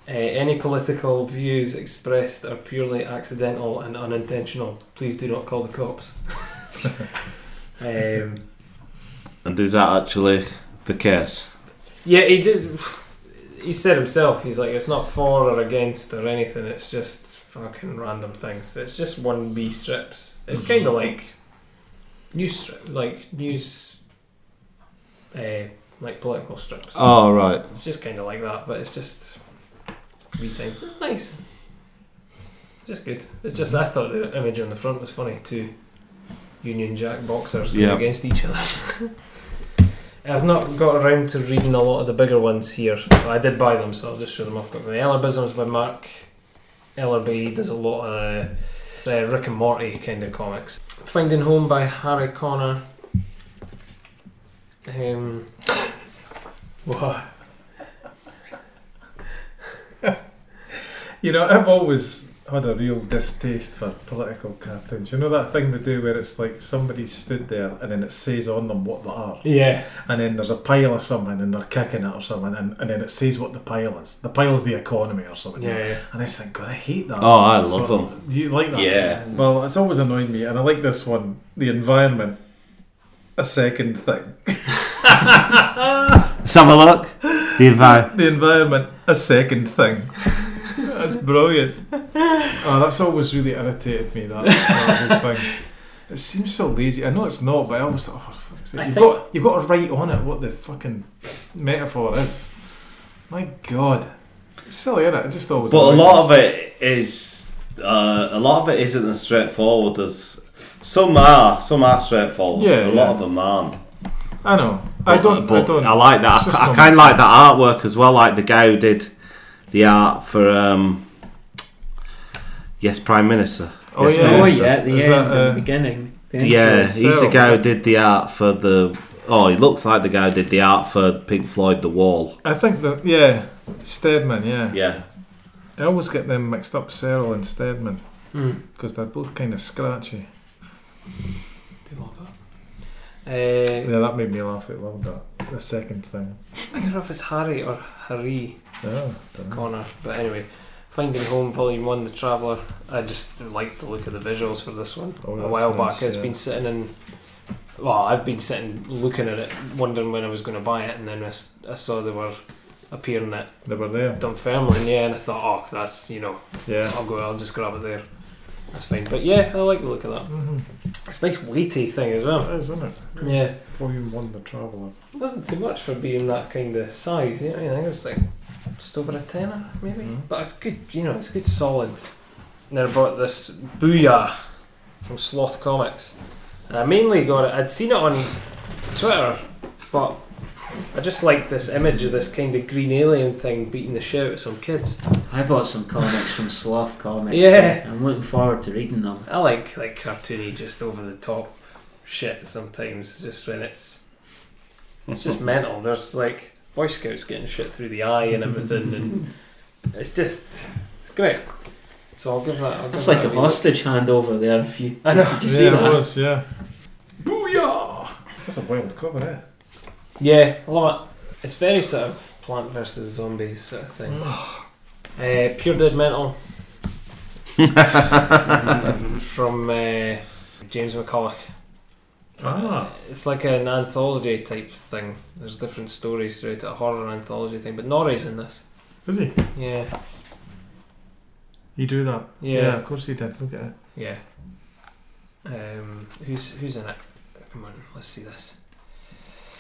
Speaker 1: Uh, any political views expressed are purely accidental and unintentional. Please do not call the cops. um,
Speaker 7: And is that actually the case?
Speaker 1: yeah, he just. He said himself, he's like, it's not for or against or anything, it's just fucking random things. It's just 1B strips. It's kind of like news strip, like news, uh, like political strips.
Speaker 7: Oh, right.
Speaker 1: It's just kind of like that, but it's just wee things. It's nice. Just good. It's just, I thought the image on the front was funny too. Union Jack boxers going
Speaker 7: Yeah.
Speaker 1: against each other. I've not got around to reading a lot of the bigger ones here. but I did buy them, so I'll just show them off quickly. Ellerbisms by Mark Ellerby does a lot of uh, Rick and Morty kind of comics. Finding Home by Harry Connor. Um, what?
Speaker 2: You know, I've always had a real distaste for political cartoons. You know that thing they do where it's like somebody stood there and then it says on them what they are,
Speaker 1: Yeah.
Speaker 2: and then there's a pile of something and they're kicking it or something, and, and then it says what the pile is. The pile's the economy or something.
Speaker 1: Yeah.
Speaker 2: And I just think, God, I hate that.
Speaker 7: Oh, I
Speaker 2: Sort
Speaker 7: love
Speaker 2: of-
Speaker 7: them.
Speaker 2: You like that?
Speaker 3: Yeah.
Speaker 2: Well, it's always annoyed me, and I like this one the environment. A second thing.
Speaker 7: Let's have a look. The environment.
Speaker 2: The environment, a second thing. That's brilliant. Oh, that's always really irritated me. That, that whole thing. It seems so lazy. I know it's not, but I always thought, oh, for fuck's sake,
Speaker 1: I
Speaker 2: you've
Speaker 1: think-
Speaker 2: got you've got to write on it what the fucking metaphor is. My God, it's silly, is it? just always.
Speaker 3: But a
Speaker 2: annoyed
Speaker 3: lot of it is uh, a lot of it isn't as straightforward as some are. Some are straightforward.
Speaker 2: Yeah,
Speaker 3: Yeah, a lot
Speaker 2: yeah.
Speaker 3: of them aren't.
Speaker 2: me. I know. I don't.
Speaker 7: But
Speaker 2: I don't.
Speaker 7: I like
Speaker 2: it's
Speaker 7: that.
Speaker 2: just
Speaker 7: I,
Speaker 2: not-
Speaker 7: kind of like that artwork as well. Like the guy who did the art for um, yes, Prime Minister.
Speaker 2: Oh,
Speaker 7: yes,
Speaker 2: yeah.
Speaker 5: Oh
Speaker 7: Minister.
Speaker 5: yeah, at the
Speaker 2: Is
Speaker 5: end,
Speaker 2: that,
Speaker 5: and
Speaker 2: uh,
Speaker 5: the beginning. the end
Speaker 7: Yeah,
Speaker 5: credits.
Speaker 7: he's the
Speaker 2: so-
Speaker 7: guy who did the art for the. Oh, he looks like the guy who did the art for Pink Floyd, The Wall.
Speaker 2: I think that yeah, Stedman. Yeah.
Speaker 3: Yeah,
Speaker 2: I always get them mixed up, Cyril and Stedman,
Speaker 1: Hmm.
Speaker 2: because they're both kind of scratchy.
Speaker 1: They love that. Uh,
Speaker 2: Yeah, that made me laugh out loud. That the second thing.
Speaker 1: I don't know if it's Harry or Harry
Speaker 2: Oh, dunno.
Speaker 1: Connor, but anyway, Finding Home Volume 1 The Traveller. I just liked the look of the visuals for this one
Speaker 2: Oh,
Speaker 1: a
Speaker 2: that's
Speaker 1: while
Speaker 2: nice,
Speaker 1: back. It's
Speaker 2: yeah.
Speaker 1: been sitting in. Well, I've been sitting looking at it, wondering when I was going to buy it, and then I, s- I saw they were appearing at
Speaker 2: they were there.
Speaker 1: Dunfermline, yeah, and I thought, oh, that's, you know,
Speaker 2: Yeah.
Speaker 1: I'll go, I'll just grab it there. That's fine. But yeah, I like the look of that.
Speaker 2: Mm-hmm.
Speaker 1: It's a nice weighty thing as well.
Speaker 2: That is, isn't it?
Speaker 1: Yeah.
Speaker 2: Volume one, the traveller.
Speaker 1: It wasn't too much for being that kind of size. You know, I think it was like just over a tenner, maybe.
Speaker 2: Mhm.
Speaker 1: But it's good, you know, it's good solid. And then I bought this Booyah from Sloth Comics. And I mainly got it, I'd seen it on Twitter, but I just liked this image of this kind of green alien thing beating the shit out of some kids.
Speaker 5: I bought some comics from Sloth Comics.
Speaker 1: Yeah.
Speaker 5: I'm looking forward to reading them.
Speaker 1: I like like cartoony, just over the top shit sometimes. Just when it's it's just mental. There's like Boy Scouts getting shit through the eye and everything, and it's just it's great. So I'll give that. I'll
Speaker 5: That's
Speaker 1: give
Speaker 5: like
Speaker 1: that
Speaker 5: a
Speaker 1: wee
Speaker 5: hostage handover there. If you,
Speaker 1: I know.
Speaker 5: Did you see
Speaker 2: yeah,
Speaker 5: that?
Speaker 2: it was. Yeah.
Speaker 1: look. Booyah!
Speaker 2: That's a wild cover, eh?
Speaker 1: Yeah, I love it. It's very sort of plant versus zombies sort of thing. uh, Pure Dead Mental from uh, James McCulloch.
Speaker 2: Ah.
Speaker 1: It's like an anthology type thing. There's different stories throughout it, a horror anthology thing, but Norrie's in this.
Speaker 2: Is he?
Speaker 1: Yeah.
Speaker 2: You do that.
Speaker 1: Yeah.
Speaker 2: of course he did. Look at it.
Speaker 1: Yeah. Um, who's who's in it? Come on, let's see this.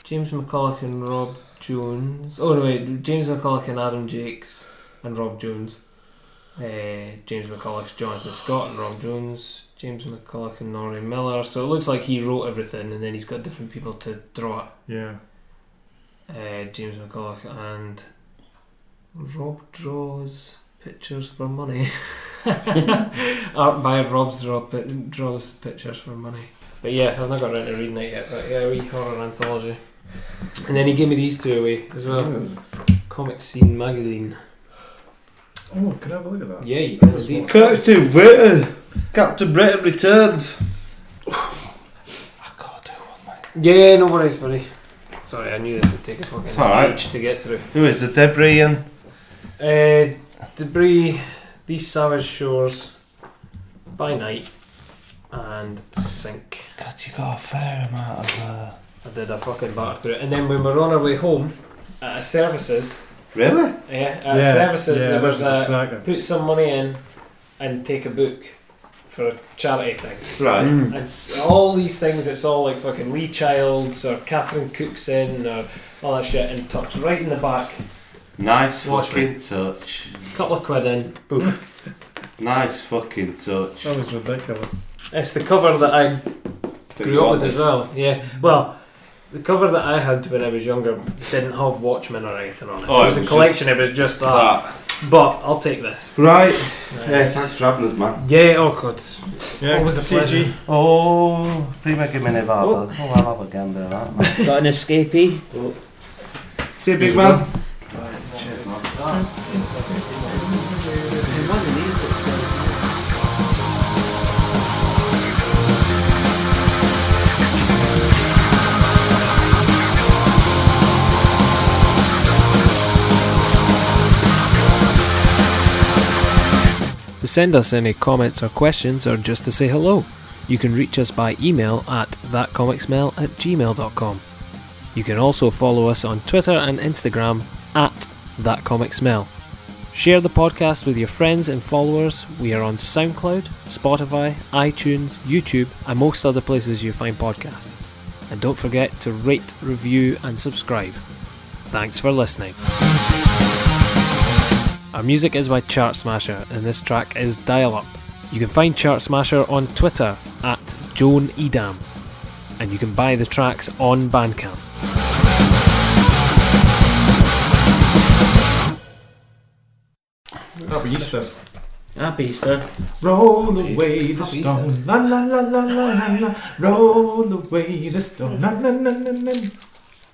Speaker 1: James McCulloch and Rob Jones. Oh no, wait, James McCulloch and Adam Jakes and Rob Jones. Uh, James McCulloch's Jonathan Scott and Rob Jones. James McCulloch and Norrie Miller. So it looks like he wrote everything, and then he's got different people to draw it.
Speaker 2: Yeah.
Speaker 1: Uh, James McCulloch and Rob draws pictures for money. Art by Rob's draw, pi- draws pictures for money. But yeah, I've not got around to reading it yet. But yeah, a wee horror anthology. And then he gave me these two away as well.
Speaker 5: Mm.
Speaker 1: Comic Scene magazine.
Speaker 2: Oh, can I have a look at that?
Speaker 1: Yeah, you can
Speaker 2: That's
Speaker 1: indeed.
Speaker 3: Captain Britain. Captain Britain returns.
Speaker 1: Yeah, no worries, buddy. Sorry, I knew this would take a fucking
Speaker 3: It's alright.
Speaker 1: age to get through.
Speaker 3: Who is the debris and
Speaker 1: Uh, debris, these savage shores, by night, and sink.
Speaker 7: God, you got a fair amount of. Uh...
Speaker 1: I did a fucking batter through it. And then when we were on our way home, at a services,
Speaker 3: really?
Speaker 1: yeah, at a uh, services
Speaker 2: yeah,
Speaker 1: there
Speaker 2: that
Speaker 1: was uh,
Speaker 2: a
Speaker 1: a
Speaker 2: cracker.
Speaker 1: put some money in and take a book for a charity thing.
Speaker 3: Right.
Speaker 7: Hmm.
Speaker 2: Mm.
Speaker 1: And s- all these things, it's all like fucking Lee Childs or Catherine Cookson or all that shit, and tucked right in the back.
Speaker 7: Nice
Speaker 1: Watch
Speaker 7: fucking touch.
Speaker 1: Couple of quid in, boom.
Speaker 7: Nice fucking touch.
Speaker 2: That was ridiculous.
Speaker 1: It's the cover that I
Speaker 7: That you
Speaker 1: grew up with uh,
Speaker 7: wanted.
Speaker 1: as well. Yeah. Well, the cover that I had when I was younger didn't have Watchmen or anything on it.
Speaker 7: Oh,
Speaker 1: it was
Speaker 7: it
Speaker 1: a
Speaker 7: was
Speaker 1: collection. It was just that.
Speaker 7: That.
Speaker 1: But I'll take this.
Speaker 7: Right. Ah. Yeah,
Speaker 1: Nice.
Speaker 7: thanks for having us, man.
Speaker 1: Yeah. Oh god.
Speaker 2: Yeah,
Speaker 1: What was the pleasure?
Speaker 7: Oh, prima che me ne vado. Oh, I'll have a gander at that, man.
Speaker 4: Got an escapee.
Speaker 7: See you, big man.
Speaker 8: To send us any comments or questions or just to say hello, you can reach us by email at thatcomicsmell at gmail.com. You can also follow us on Twitter and Instagram at thatcomicsmell. Share the podcast with your friends and followers. We are on SoundCloud, Spotify, iTunes, YouTube, and most other places you find podcasts. And don't forget to rate, review, and subscribe. Thanks for listening. Our music is by Chart Smasher, and this track is Dial Up. You can find Chart Smasher on Twitter at Joan Edam, and you can buy the tracks on Bandcamp.
Speaker 2: Happy Easter.
Speaker 5: Happy Easter.
Speaker 2: Roll away the
Speaker 1: Happy
Speaker 2: stone. La la la la la la la. Roll away the stone. La la la la la.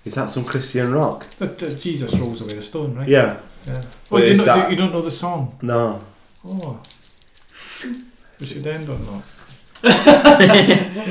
Speaker 3: Is that some Christian rock?
Speaker 2: Jesus rolls away the stone, right?
Speaker 3: Yeah.
Speaker 2: Yeah. Oh,
Speaker 3: Wait,
Speaker 2: you,
Speaker 3: is
Speaker 2: know,
Speaker 3: that-
Speaker 2: you don't know the song.
Speaker 3: No.
Speaker 2: Oh. We should end on that.